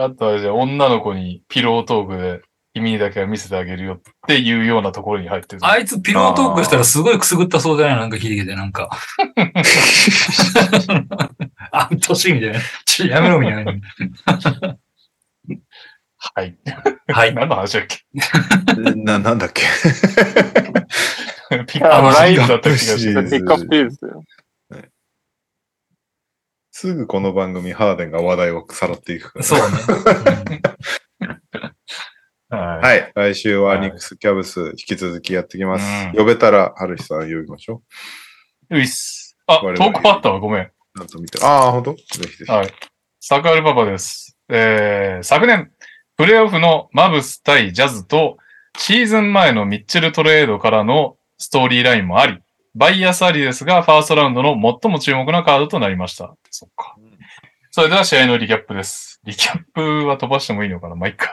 Speaker 2: あとは、じゃあ、女の子にピロートークで、君にだけは見せてあげるよっていうようなところに入ってる。
Speaker 4: あいつピロートークしたらすごいくすぐったそうじゃないなんか秀樹で、なん か。あ、うっとうしいみたいな。ちょ、やめろみたいな。
Speaker 2: はい。
Speaker 4: はい。
Speaker 2: 何の話だっけ
Speaker 1: な、なんだっけ。
Speaker 2: ピックアップシーンだっ
Speaker 1: ピ
Speaker 2: た気が
Speaker 1: ッ
Speaker 2: し
Speaker 1: クア
Speaker 2: て
Speaker 1: ップシーン
Speaker 3: ピックアップですよ。
Speaker 1: すぐこの番組、ハーデンが話題をさらっていくから。
Speaker 4: そうね。
Speaker 2: は
Speaker 1: はい。来週はニックス・キャブス、引き続きやってきます。
Speaker 2: うん
Speaker 1: 呼べたら、春日さん呼びましょ
Speaker 2: い。ういっす。あ
Speaker 1: 我、々
Speaker 2: 投稿あったわ。ごめん。
Speaker 1: う。なんと見て。ああ、ほんとぜひぜひ。
Speaker 2: はい。サクアルパパです。えー、昨年、プレイオフのマブス対ジャズと、シーズン前のミッチェルトレードからのストーリーラインもあり、バイアスありですが、ファーストラウンドの最も注目なカードとなりました。そっか。それでは試合のリキャップです。リキャップは飛ばしてもいいのかなまあ、いっか。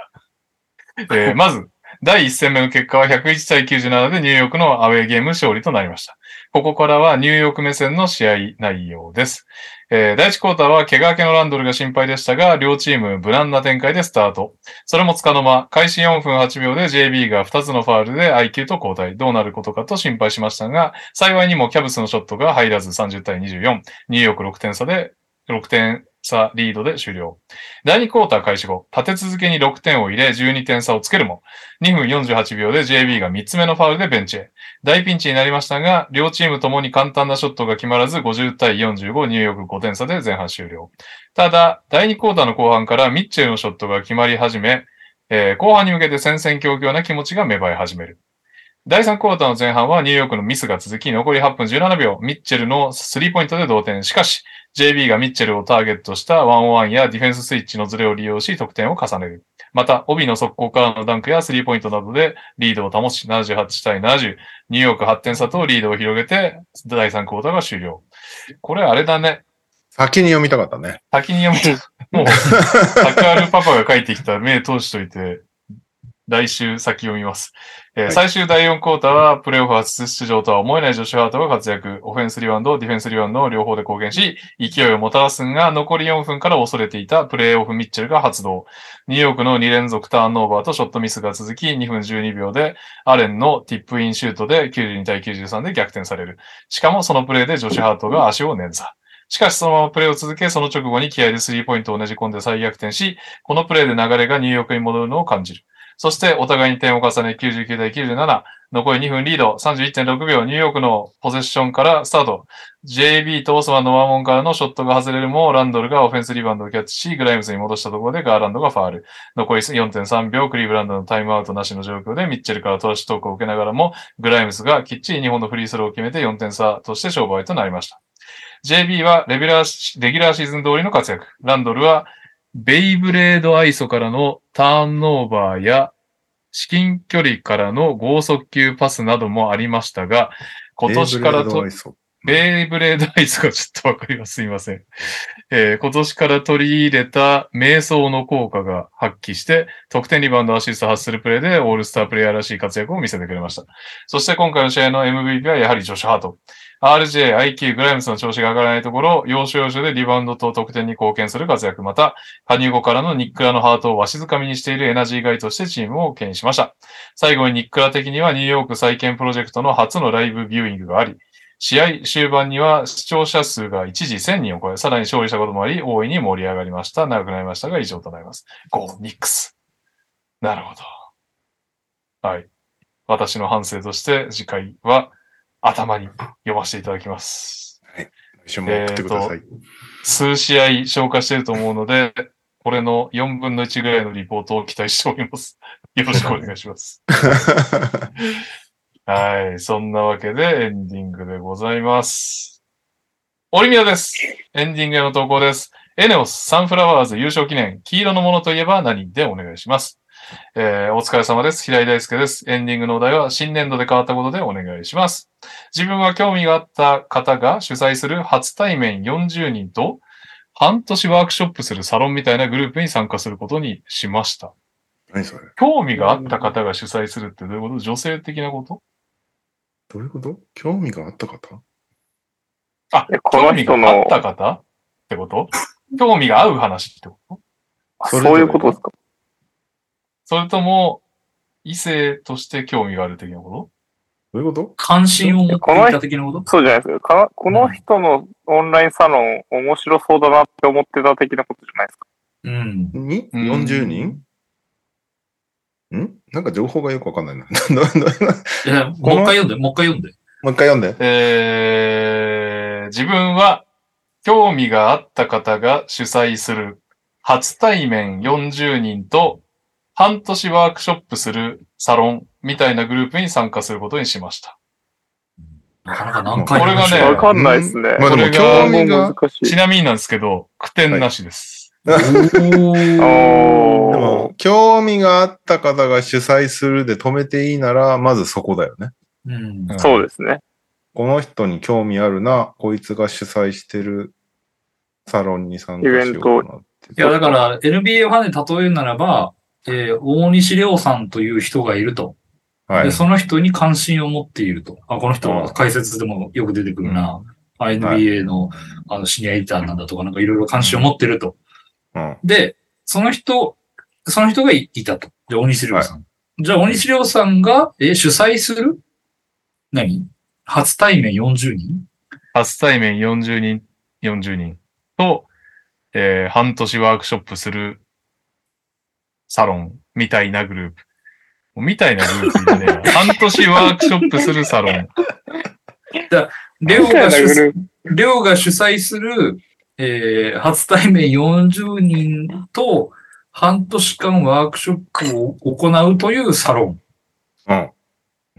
Speaker 2: えー、まず、第1戦目の結果は101対97でニューヨークのアウェーゲーム勝利となりました。ここからはニューヨーク目線の試合内容です。えー第1クォーターは怪我明けのランドルが心配でしたが、両チーム無難な展開でスタート。それもつかの間、開始4分8秒で JB が2つのファールで IQ と交代。どうなることかと心配しましたが、幸いにもキャブスのショットが入らず30対24、ニューヨーク6点差で、6点差リードで終了。第2クォーター開始後、立て続けに6点を入れ12点差をつけるも、2分48秒で JB が3つ目のファールでベンチへ。大ピンチになりましたが、両チームともに簡単なショットが決まらず、50対45、ニューヨーク5点差で前半終了。ただ、第2クォーターの後半からミッチェルのショットが決まり始め、えー後半に向けて戦々恐々な気持ちが芽生え始める。第3クォーターの前半はニューヨークのミスが続き、残り8分17秒、ミッチェルのスリーポイントで同点。しかし、JB がミッチェルをターゲットしたワンオンワンやディフェンススイッチのズレを利用し、得点を重ねる。また、帯の速攻からのダンクやスリーポイントなどでリードを保ち、78対70、ニューヨーク8点差とリードを広げて、第3クォーターが終了。これあれだね。
Speaker 1: 先に読みたかったね。
Speaker 2: 先に 読みた。もう、サッカールパパが書いてきた目通しといて、来週先読みます。えー
Speaker 1: はい
Speaker 2: 最終第4クォーターは、プレイオフ初出場とは思えないジョシュ・ハートが活躍。オフェンスリバウンド、ディフェンスリバウンドの両方で貢献し、勢いをもたらすんが、残り4分から恐れていたプレイオフミッチェルが発動。ニューヨークの2連続ターンオーバーとショットミスが続き、2分12秒で、アレンのティップインシュートで92対93で逆転される。しかもそのプレーでジョシュ・ハートが足を捻挫。しかしそのままプレーを続け、その直後に気合でスリーポイントをねじ込んで再逆転し、このプレーで流れがニューヨークに戻るのを感じる。そして、お互いに点を重ね、99対97、残り2分リード、31.6秒、ニューヨークのポゼッションからスタート。JB とオスマンのワンモンからのショットが外れるも、ランドルがオフェンスリバウンドをキャッチし、グライムズに戻したところでガーランドがファール。残り4.3秒、クリーブランドのタイムアウトなしの状況で、ミッチェルからトラッシュトークを受けながらも、グライムズがきっちり2本のフリースローを決めて4点差として勝敗となりました。JB はレギュラーシ、レギュラーシーズン通りの活躍。ランドルは、ベイブレードアイソからのターンオーバーや、至近距離からの剛速球パスなどもありましたが、今年から
Speaker 1: ベイブレード
Speaker 2: と
Speaker 1: アイ、ソ
Speaker 2: ベイブレードアイスがちょっとわかります。すいません。えー今年から取り入れた瞑想の効果が発揮して、得点リバウンドアシスト発するプレーでオールスタープレイヤーらしい活躍を見せてくれました。そして今回の試合の MVP はやはりジョシュ・ハート。RJ、IQ、グライムスの調子が上がらないところ、要所要所でリバウンドと得点に貢献する活躍。また、ハニュゴからのニックラのハートをわしづかみにしているエナジーガイとしてチームを牽引しました。最後にニックラ的にはニューヨーク再建プロジェクトの初のライブビューイングがあり、試合終盤には視聴者数が一時1000人を超え、さらに勝利したこともあり、大いに盛り上がりました。長くなりましたが、以上となります。ゴー、ニックス。なるほど。はい。私の反省として、次回は頭に読ませていただきます。
Speaker 1: ー。一緒も送ってください。
Speaker 2: 数試合消化していると思うので、これの4分の1ぐらいのリポートを期待しております。よろしくお願いします。はい。そんなわけでエンディングでございます。オリミアです。エンディングへの投稿です。エネオス、サンフラワーズ優勝記念、黄色のものといえば何でお願いします。えーお疲れ様です。平井大輔です。エンディングのお題は新年度で変わったことでお願いします。自分は興味があった方が主催する初対面40人と半年ワークショップするサロンみたいなグループに参加することにしました。
Speaker 1: 何それ
Speaker 2: 興味があった方が主催するってどういうこと女性的なこと
Speaker 1: どういうこと興味があった方
Speaker 2: あ
Speaker 3: で、こ
Speaker 2: 興
Speaker 3: の
Speaker 2: 味
Speaker 3: 人
Speaker 2: があっ
Speaker 3: の、
Speaker 2: た方ってこと興味が合う話ってこと
Speaker 3: あ
Speaker 1: それぞれ
Speaker 3: そういうことですか
Speaker 2: それとも、異性として興味がある的なこ
Speaker 1: どういうこと
Speaker 4: 関心を持っていた的なこと
Speaker 3: そうじゃないですかか。この人のオンラインサロン面白そうだなって思ってた的なことじゃないですか。
Speaker 4: うん。
Speaker 1: に
Speaker 2: うん
Speaker 1: ?40 人んなんか情報がよくわかんない な。ななな
Speaker 4: えもう一回読んで、もう一回読んで。
Speaker 1: もう一回読んで
Speaker 2: と。えー、自分は、興味があった方が主催する初対面40人と半年ワークショップするサロンみたいなグループに参加することにしました。
Speaker 4: なかなか何回
Speaker 2: これがね
Speaker 3: わかんないですね
Speaker 1: うんまあでも
Speaker 2: これが
Speaker 1: 興味が
Speaker 3: 難し
Speaker 2: ち
Speaker 3: い。
Speaker 2: なみになんですけど、苦点なしです。
Speaker 3: お
Speaker 1: で
Speaker 3: ー
Speaker 1: も、興味があった方が主催するで止めていいなら、まずそこだよね。
Speaker 4: うん。
Speaker 2: うん
Speaker 3: そうですね。
Speaker 1: この人に興味あるな、こいつが主催してるサロンに参加しようかなって。
Speaker 4: いや、だから、NBA ファンで例えるならば、えー大西亮さんという人がいると、
Speaker 1: はい
Speaker 4: で。その人に関心を持っていると。あ、この人は解説でもよく出てくるな。NBA の,、あのシニアエディターなんだとか、なんかいろいろ関心を持ってると。
Speaker 1: うん。
Speaker 4: で、その人、その人がいいたと。で、大西亮さん。じゃあ、大西亮さんが、えー主催する何初対面40人
Speaker 2: 初対面40人、40人と、えー半年ワークショップするサロンみたいなグループ。みたいなグループで、 半年ワークショップするサロン。
Speaker 4: 亮
Speaker 3: みた
Speaker 4: が
Speaker 3: いなグ
Speaker 4: 主催
Speaker 3: ループ
Speaker 4: 寮が主催する、えー初対面40人と半年間ワークショップを行うというサロン
Speaker 1: うん。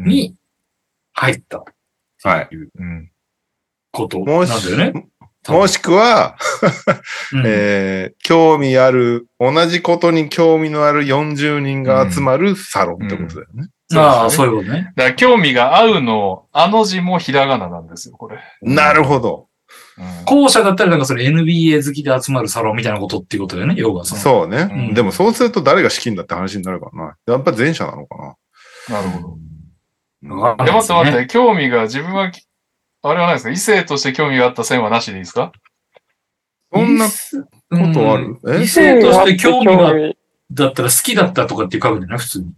Speaker 4: に入った
Speaker 1: はい。
Speaker 2: うん。
Speaker 4: ことな
Speaker 1: も
Speaker 4: んだよね。
Speaker 1: し、もしくは、
Speaker 4: うん
Speaker 1: えー興味ある、同じことに興味のある40人が集まるサロンってことだよね。
Speaker 4: ああ、
Speaker 2: そ
Speaker 4: そういうことね。
Speaker 2: だから興味が合うの、あの字もひらがななんですよ、これ。
Speaker 1: なるほど。
Speaker 2: うん
Speaker 4: 後者だったらなんかそれ NBA 好きで集まるサロンみたいなことっていうことだよね、要はその。
Speaker 1: そうね、
Speaker 2: うん
Speaker 1: でもそうすると誰が資金だって話になるからな。やっぱ前者なのか
Speaker 2: なるほ
Speaker 1: な。
Speaker 4: あ
Speaker 2: ど。で、待って待っ
Speaker 4: そう
Speaker 2: て、興味が、自分は、あれはないですか異性として興味があった線はなしでいいですか
Speaker 1: そんなこ
Speaker 4: こと
Speaker 1: ある、え
Speaker 4: 異性として興味が
Speaker 3: 興味
Speaker 4: だったら好きだったとかっていう書くんじゃない普通に。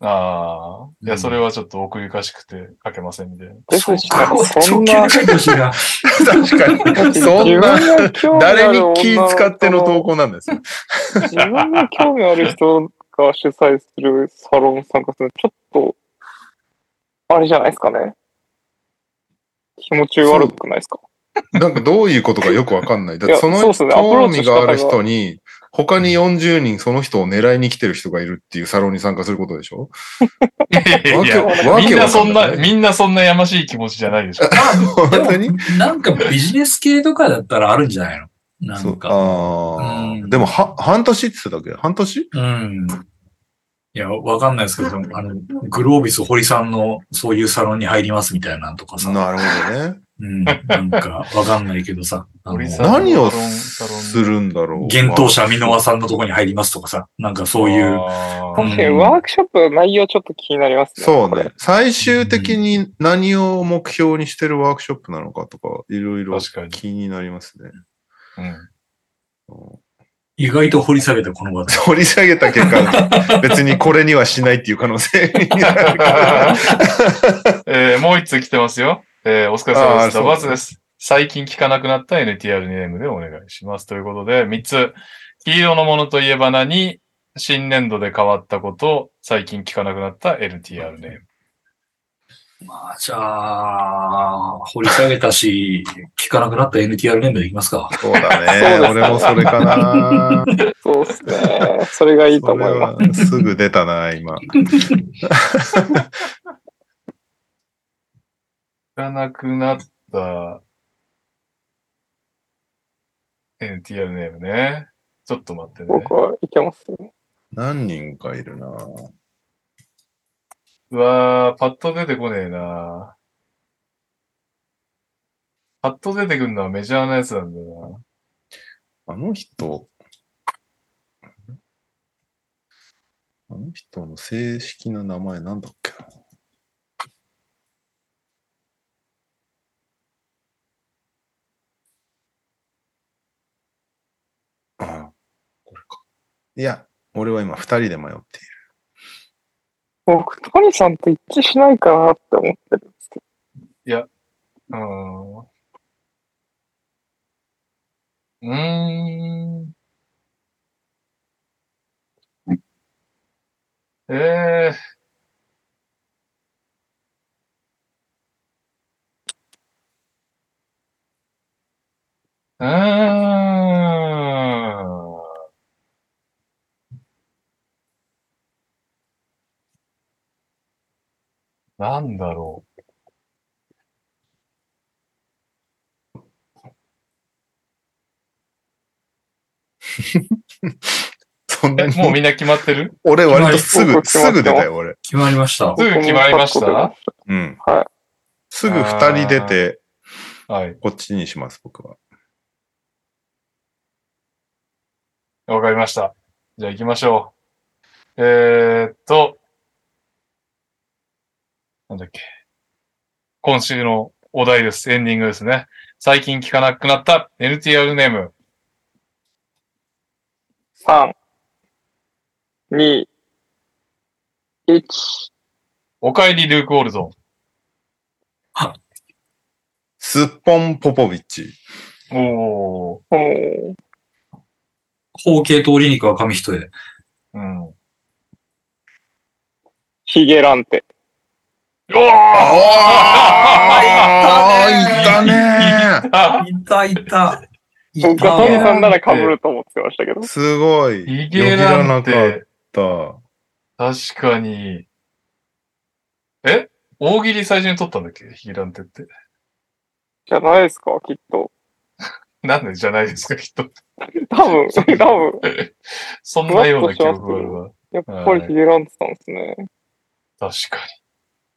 Speaker 2: ああ。いや、
Speaker 4: うん
Speaker 2: それはちょっと奥ゆかしくて書けません みたいな。
Speaker 3: ですし、なんかそ
Speaker 4: そ
Speaker 3: ん
Speaker 4: ん
Speaker 3: な
Speaker 4: な、書いてほしいな。
Speaker 1: 確かに。そんな、
Speaker 3: 自分が興味ある
Speaker 1: 誰に
Speaker 3: 女
Speaker 1: 気使っての投稿なんですよ。
Speaker 3: 自分が興味ある人が主催するサロン参加するのちょっと、あれじゃないですかね。気持ち悪くないですか
Speaker 1: なんかどういうことかよくわかんない。だっ
Speaker 3: い
Speaker 1: て
Speaker 3: や
Speaker 1: その
Speaker 3: そうっすねアプ
Speaker 1: 興
Speaker 3: ローチ
Speaker 1: 味
Speaker 3: し方
Speaker 1: があ
Speaker 3: が
Speaker 1: る人に、他に40人その人を狙いに来てる人がいるっていうサロンに参加することでしょ
Speaker 2: いやいやいや、
Speaker 1: わけ
Speaker 2: みんなそん
Speaker 1: わ
Speaker 2: な、
Speaker 1: けわかんい
Speaker 2: みんなそんなやましい気持ちじゃないで しょ。
Speaker 1: 本当に
Speaker 4: でもなんかビジネス系とかだったらあるんじゃないのな
Speaker 1: そ
Speaker 4: ん
Speaker 1: う
Speaker 4: か。
Speaker 1: あー
Speaker 4: うん
Speaker 1: でも、は、半年って言ってたっけ半年
Speaker 4: うん。いや、わかんないですけど、あの、グロービス堀さんのそういうサロンに入りますみたいなのとかさ。
Speaker 1: なるほどね。
Speaker 4: うん。なんか、わかんないけ どさ。あの
Speaker 2: 堀さん
Speaker 1: 何を
Speaker 2: サロンサロン
Speaker 1: するんだろう。
Speaker 4: 幻冬者箕輪さんのとこに入りますとかさ。なんかそういう。
Speaker 2: あ
Speaker 4: う
Speaker 2: ー
Speaker 4: ん
Speaker 3: 確かにワークショップの内容ちょっと気になりますね。
Speaker 1: そう
Speaker 3: これ
Speaker 1: ね。。最終的に何を目標にしてるワークショップなのかとか、いろいろ
Speaker 2: 確かに
Speaker 1: 気になりますね。
Speaker 2: うん
Speaker 4: 意外と掘り下げたこの場で。
Speaker 1: 掘り下げた結果、別にこれにはしないっていう可能性にな るから。
Speaker 2: えーもう一通来てますよ。えーお疲れ様
Speaker 1: あー
Speaker 2: です。
Speaker 1: そ
Speaker 2: ダ
Speaker 1: う
Speaker 2: バーズです。最近聞かなくなった NTR ネームでお願いします。ということで、三つ。黄色のものといえば何新年度で変わったこと、最近聞かなくなった NTR ネーム。
Speaker 4: まあ、じゃあ、掘り下げたし、聞かなくなった NTR 年度でいきますか。
Speaker 1: そうだ
Speaker 3: そうで
Speaker 1: ね。
Speaker 3: すね
Speaker 1: 俺もそれかな。
Speaker 3: そうですね。それがいいと
Speaker 1: それ
Speaker 3: 思います。
Speaker 1: はすぐ出たな、今。
Speaker 2: 聞かなくなった NTR ネームね。ちょっと待ってね。
Speaker 3: 僕はいけますね。
Speaker 1: 何人かいるな。
Speaker 2: うわー、パッと出てこねえなパッと出てくるのはメジャーなやつなんだよな。
Speaker 1: あの人、あの人の正式な名前なんだっけな。ああ、これか。いや、俺は今二人で迷っている。
Speaker 3: 僕、トニさんと一致しないかなって思ってるんですけ
Speaker 2: うーん。うーん。えー。うーん。なんだろう。
Speaker 1: そんな
Speaker 2: え、
Speaker 1: に、
Speaker 2: もうみんな決まってる
Speaker 1: 俺割とす
Speaker 3: も
Speaker 1: ぐ
Speaker 3: う、
Speaker 1: すぐ出たよ、俺。
Speaker 4: 決まりました。
Speaker 2: す
Speaker 3: ど。
Speaker 2: ぐ決まりました
Speaker 1: うん。
Speaker 3: はい
Speaker 1: すぐ二人出て、
Speaker 2: はい。
Speaker 1: こっちにします、僕は。
Speaker 2: わかりました。じゃあ行きましょう。えーっと、なんだっけ。今週のお題です。エンディングですね。最近聞かなくなった NTR ネーム。
Speaker 3: 3、2、1。
Speaker 2: おかえりルーク・オールド
Speaker 1: スッポン・ポポビッチ。
Speaker 2: ン。おー。
Speaker 3: おー
Speaker 4: 包茎とり肉は紙一重。
Speaker 2: うん。お
Speaker 3: ヒゲランテ。
Speaker 2: ー
Speaker 1: ああいたね
Speaker 4: いたいた。い
Speaker 3: 僕はトニさんなら被
Speaker 2: ヒゲラン
Speaker 3: ると思ってましたけど。
Speaker 1: すごい。
Speaker 2: ヒゲ
Speaker 1: よ
Speaker 2: なん、
Speaker 1: ぎらなかってた。
Speaker 2: 確かに。え大喜利最初に撮ったんだっけヒゲランテって。
Speaker 3: じゃないですか、きっと。
Speaker 2: なんでじゃないですか、きっと。
Speaker 3: 多分、多分、
Speaker 2: そんなような記憶があるわ。
Speaker 3: やっぱりヒゲランツさんですね。
Speaker 2: 確か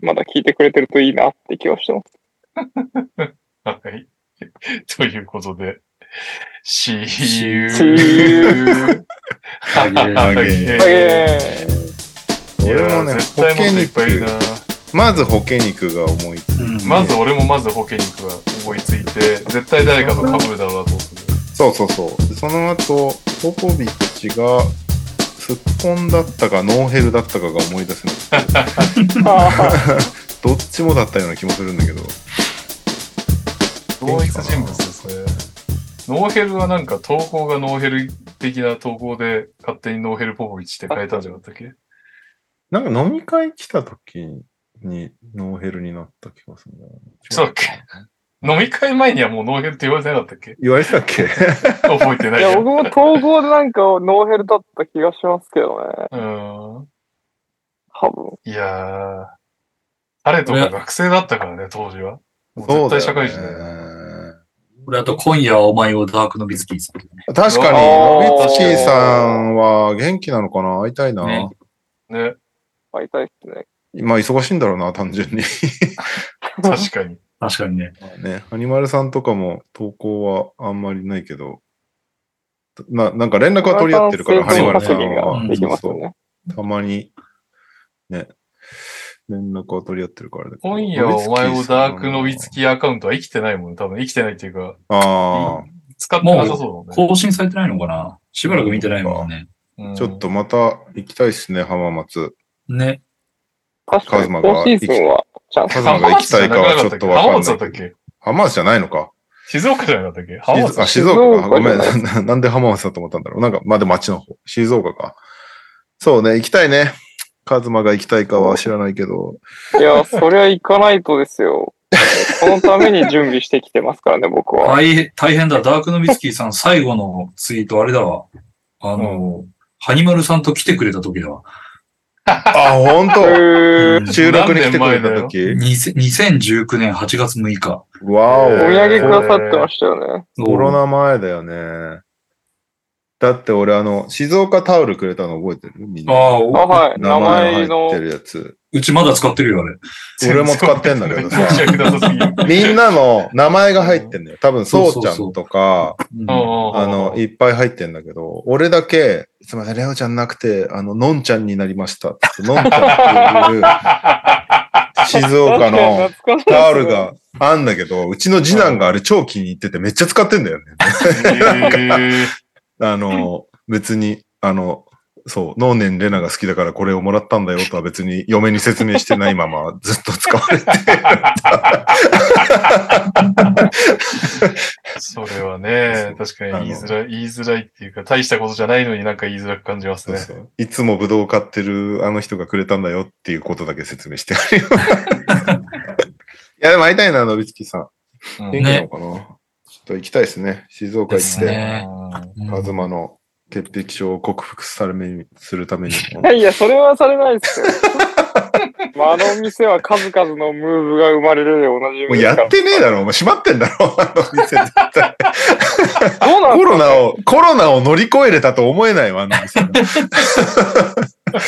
Speaker 3: まだ聞いてくれてるといいなって気はしてます。
Speaker 2: に。はい。 ということで、See
Speaker 4: See
Speaker 2: you!
Speaker 3: you.
Speaker 2: ハゲハゲ
Speaker 3: え
Speaker 2: い
Speaker 1: 俺
Speaker 2: や
Speaker 1: も
Speaker 2: ー
Speaker 1: ね、
Speaker 2: 絶
Speaker 1: 保
Speaker 2: 対もっ
Speaker 1: 険
Speaker 2: といっぱいいるな
Speaker 1: 肉、。まず保険肉が思いつく。
Speaker 4: うん
Speaker 2: まず俺もまず保険肉が思いついて、絶対誰かと被るだろうなと思って。
Speaker 1: そうそうそう。その後、ポポビッチが、すっこんだったか、ノーヘルだったかが思い出せない。
Speaker 3: えあ
Speaker 1: どっちもだったような気もするんだけど。
Speaker 2: 同一人物ですね。ノーヘルはなんか投稿がノーヘル的な投稿で勝手にノーヘルポポイチって変えたんじゃなかったっけ
Speaker 1: なんか飲み会来た時にノーヘルになった気がするな。
Speaker 2: そう だっけ飲み会前にはもうノーヘルって言われてなかったっけ
Speaker 1: 言われてたっけ
Speaker 2: 覚えて
Speaker 3: あ。
Speaker 2: ないい
Speaker 3: や、
Speaker 2: よ。
Speaker 3: 僕も統合でなんかノーヘルだった気がしますけどね。
Speaker 2: うーん。
Speaker 3: 多分。
Speaker 2: いやー。彼とか学生だったからね、当時は。もう絶対社会人だよね。
Speaker 1: ね。
Speaker 4: これあと、今夜はお前をダークのビズキーズ。
Speaker 1: 確かに、
Speaker 3: あー
Speaker 1: ノビッチーさんは元気なのかな会いたいな。
Speaker 4: ね
Speaker 2: ね、
Speaker 3: 会いたいですね。
Speaker 1: まあ忙しいんだろうな、単純に。
Speaker 2: 確かに。
Speaker 4: 確かにね。
Speaker 1: ね、アニマルさんとかも投稿はあんまりないけど、ななんか連絡は取り合ってる から、
Speaker 3: ハ
Speaker 1: ハ
Speaker 3: ニ
Speaker 1: ニ
Speaker 3: マ
Speaker 1: マ
Speaker 3: ル
Speaker 1: ル
Speaker 3: さ
Speaker 1: さ
Speaker 3: ん
Speaker 1: ん
Speaker 3: の確認
Speaker 1: は
Speaker 3: ができます
Speaker 1: そ
Speaker 3: よ
Speaker 1: うそう
Speaker 3: ね。
Speaker 1: たまに、ね、連絡は取り合ってるからね。
Speaker 2: 今夜お前をダークのびつきアカウントは生きてないもん、多分生きてないっていうか、
Speaker 1: あ
Speaker 2: 使ってなさそうだもんね。
Speaker 4: 更新されてないのかなしばらく見てないもんね。
Speaker 2: うん
Speaker 1: あ、ちょっとまた行きたいっすね、浜松。
Speaker 4: ね。
Speaker 3: 確かに、
Speaker 1: カズマが
Speaker 3: 今シーズンはチャンス。
Speaker 1: カズマ
Speaker 2: 浜
Speaker 1: が行
Speaker 2: 松
Speaker 1: き
Speaker 2: じ
Speaker 1: た
Speaker 2: ゃ
Speaker 1: い
Speaker 2: な
Speaker 1: か
Speaker 2: くな
Speaker 1: はち
Speaker 2: か
Speaker 1: ょ
Speaker 2: った
Speaker 1: っ
Speaker 2: っけ
Speaker 1: とわ
Speaker 2: 浜
Speaker 1: かん
Speaker 2: 松だ
Speaker 1: な
Speaker 2: ったっ
Speaker 1: い。
Speaker 2: け
Speaker 1: 浜松じゃないのか。
Speaker 2: 静岡じゃなかったっけ浜松
Speaker 1: 静
Speaker 2: だ
Speaker 1: あ
Speaker 2: っ
Speaker 1: 静岡か。ごめんなな、なん で浜松だと思ったんだろう。なんか、まあでも町の方。静岡か。そうね、行きたいね。カズマが行きたいかは知らないけど。
Speaker 3: いや、そりゃ行かないとですよ。そのために準備してきてますからね、僕は。
Speaker 4: 大変、大変だ。ダークのビズキーさん、最後のツイート、あれだわ。あの、ハニマルさんと来てくれた時だわ。
Speaker 1: あ、ほんと
Speaker 3: う ーん
Speaker 1: 収録に来てくれた時
Speaker 4: にせ2019年8月6日。
Speaker 1: わお。
Speaker 2: え
Speaker 3: お
Speaker 2: ー
Speaker 3: 土産くださってましたよね。
Speaker 1: コロナ前だよね。だって俺、あの、静岡タオルくれたの覚えてるみん
Speaker 4: あ
Speaker 1: な。
Speaker 4: あ、
Speaker 3: あ、
Speaker 4: お
Speaker 3: はい。名前
Speaker 1: 入
Speaker 3: の
Speaker 1: ってるやつ。
Speaker 4: うちまだ使ってるよ、あれ。
Speaker 1: 俺も使ってんだけ どさ
Speaker 2: めちゃくちゃくださすぎる
Speaker 1: みんなの名前が入ってんだよ。多分、
Speaker 4: そ
Speaker 1: そう
Speaker 4: そうう
Speaker 1: ち
Speaker 4: そう
Speaker 1: ゃんとか、
Speaker 4: うん
Speaker 2: あ
Speaker 1: あの、いっぱい入ってんだけど、俺だけ、すみません、レオちゃんなくて、あの、のんちゃんになりましたって言って。のんちゃん っていう、静岡の
Speaker 3: 懐かしい
Speaker 1: タオルがあんだけど、うちの次男があれ超気に入っててめっちゃ使ってんだよね。あの、別に、あの、そう、能年レナが好きだからこれをもらったんだよとは別に嫁に説明してないままずっと使われて
Speaker 2: それはね、確かに言いづらい、言いづらいっていうか、大したことじゃないのになんか言いづらく感じますね。
Speaker 1: そういつもブドウ買ってるあの人がくれたんだよっていうことだけ説明してあるよ。 いや、でも会いたいな、のびつきさん。
Speaker 2: うん
Speaker 1: 元気なのかな、ちょっと行きたいですね。静岡
Speaker 4: で
Speaker 1: 行っ
Speaker 4: す
Speaker 1: て、
Speaker 4: ねうん
Speaker 1: カズマの潔癖症を克服するために、する ために。
Speaker 3: いやいや、それはされないですよ。 まあ、あの店は数々のムーブが生まれるでおなじみ
Speaker 1: もう
Speaker 3: です
Speaker 1: や
Speaker 3: から
Speaker 1: ってねえだろ、お前閉まってんだろ、あの店絶対。
Speaker 3: どうなん
Speaker 1: コ
Speaker 3: で
Speaker 1: ロナを、コロナを乗り越えれたと思えないわ、あの店が
Speaker 3: すか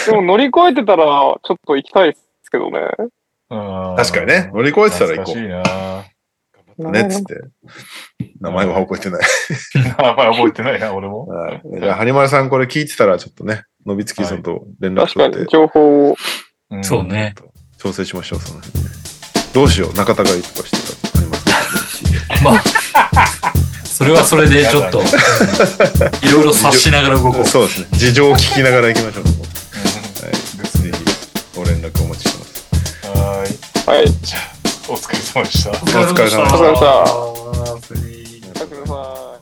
Speaker 3: でも乗り越えてたら、ちょっと行きたいですけどね。
Speaker 1: 確かにね、。乗り越えてたら行
Speaker 2: 懐か
Speaker 1: こ
Speaker 2: しいな
Speaker 1: う。ね、つって。名前は覚えてない。
Speaker 2: 名前覚えてないな、俺も。
Speaker 1: はいじゃあ、ハニマルさんこれ聞いてたら、ちょっとね、のびつきさんと連絡
Speaker 3: 確
Speaker 1: 取
Speaker 3: か
Speaker 1: って
Speaker 3: に、、情報を。
Speaker 2: ん
Speaker 4: そう。ね。
Speaker 1: 調整しましょう、その辺ねどうしよう、中田がいいとかしてたら。ハニマルさん
Speaker 4: まあ、それはそれでち ょっと、いろいろ察しながら動こう。
Speaker 1: そうですね。事情を聞きながら行きましょう。は
Speaker 2: うん
Speaker 1: い。ぜひ、ご連絡お待ちしてます。
Speaker 2: はーい。
Speaker 3: はい。
Speaker 2: じゃあ、お疲れ様でした。
Speaker 1: お疲れ様でした
Speaker 3: お疲れ様でした
Speaker 4: お疲れ様でした
Speaker 3: おやすみなさい。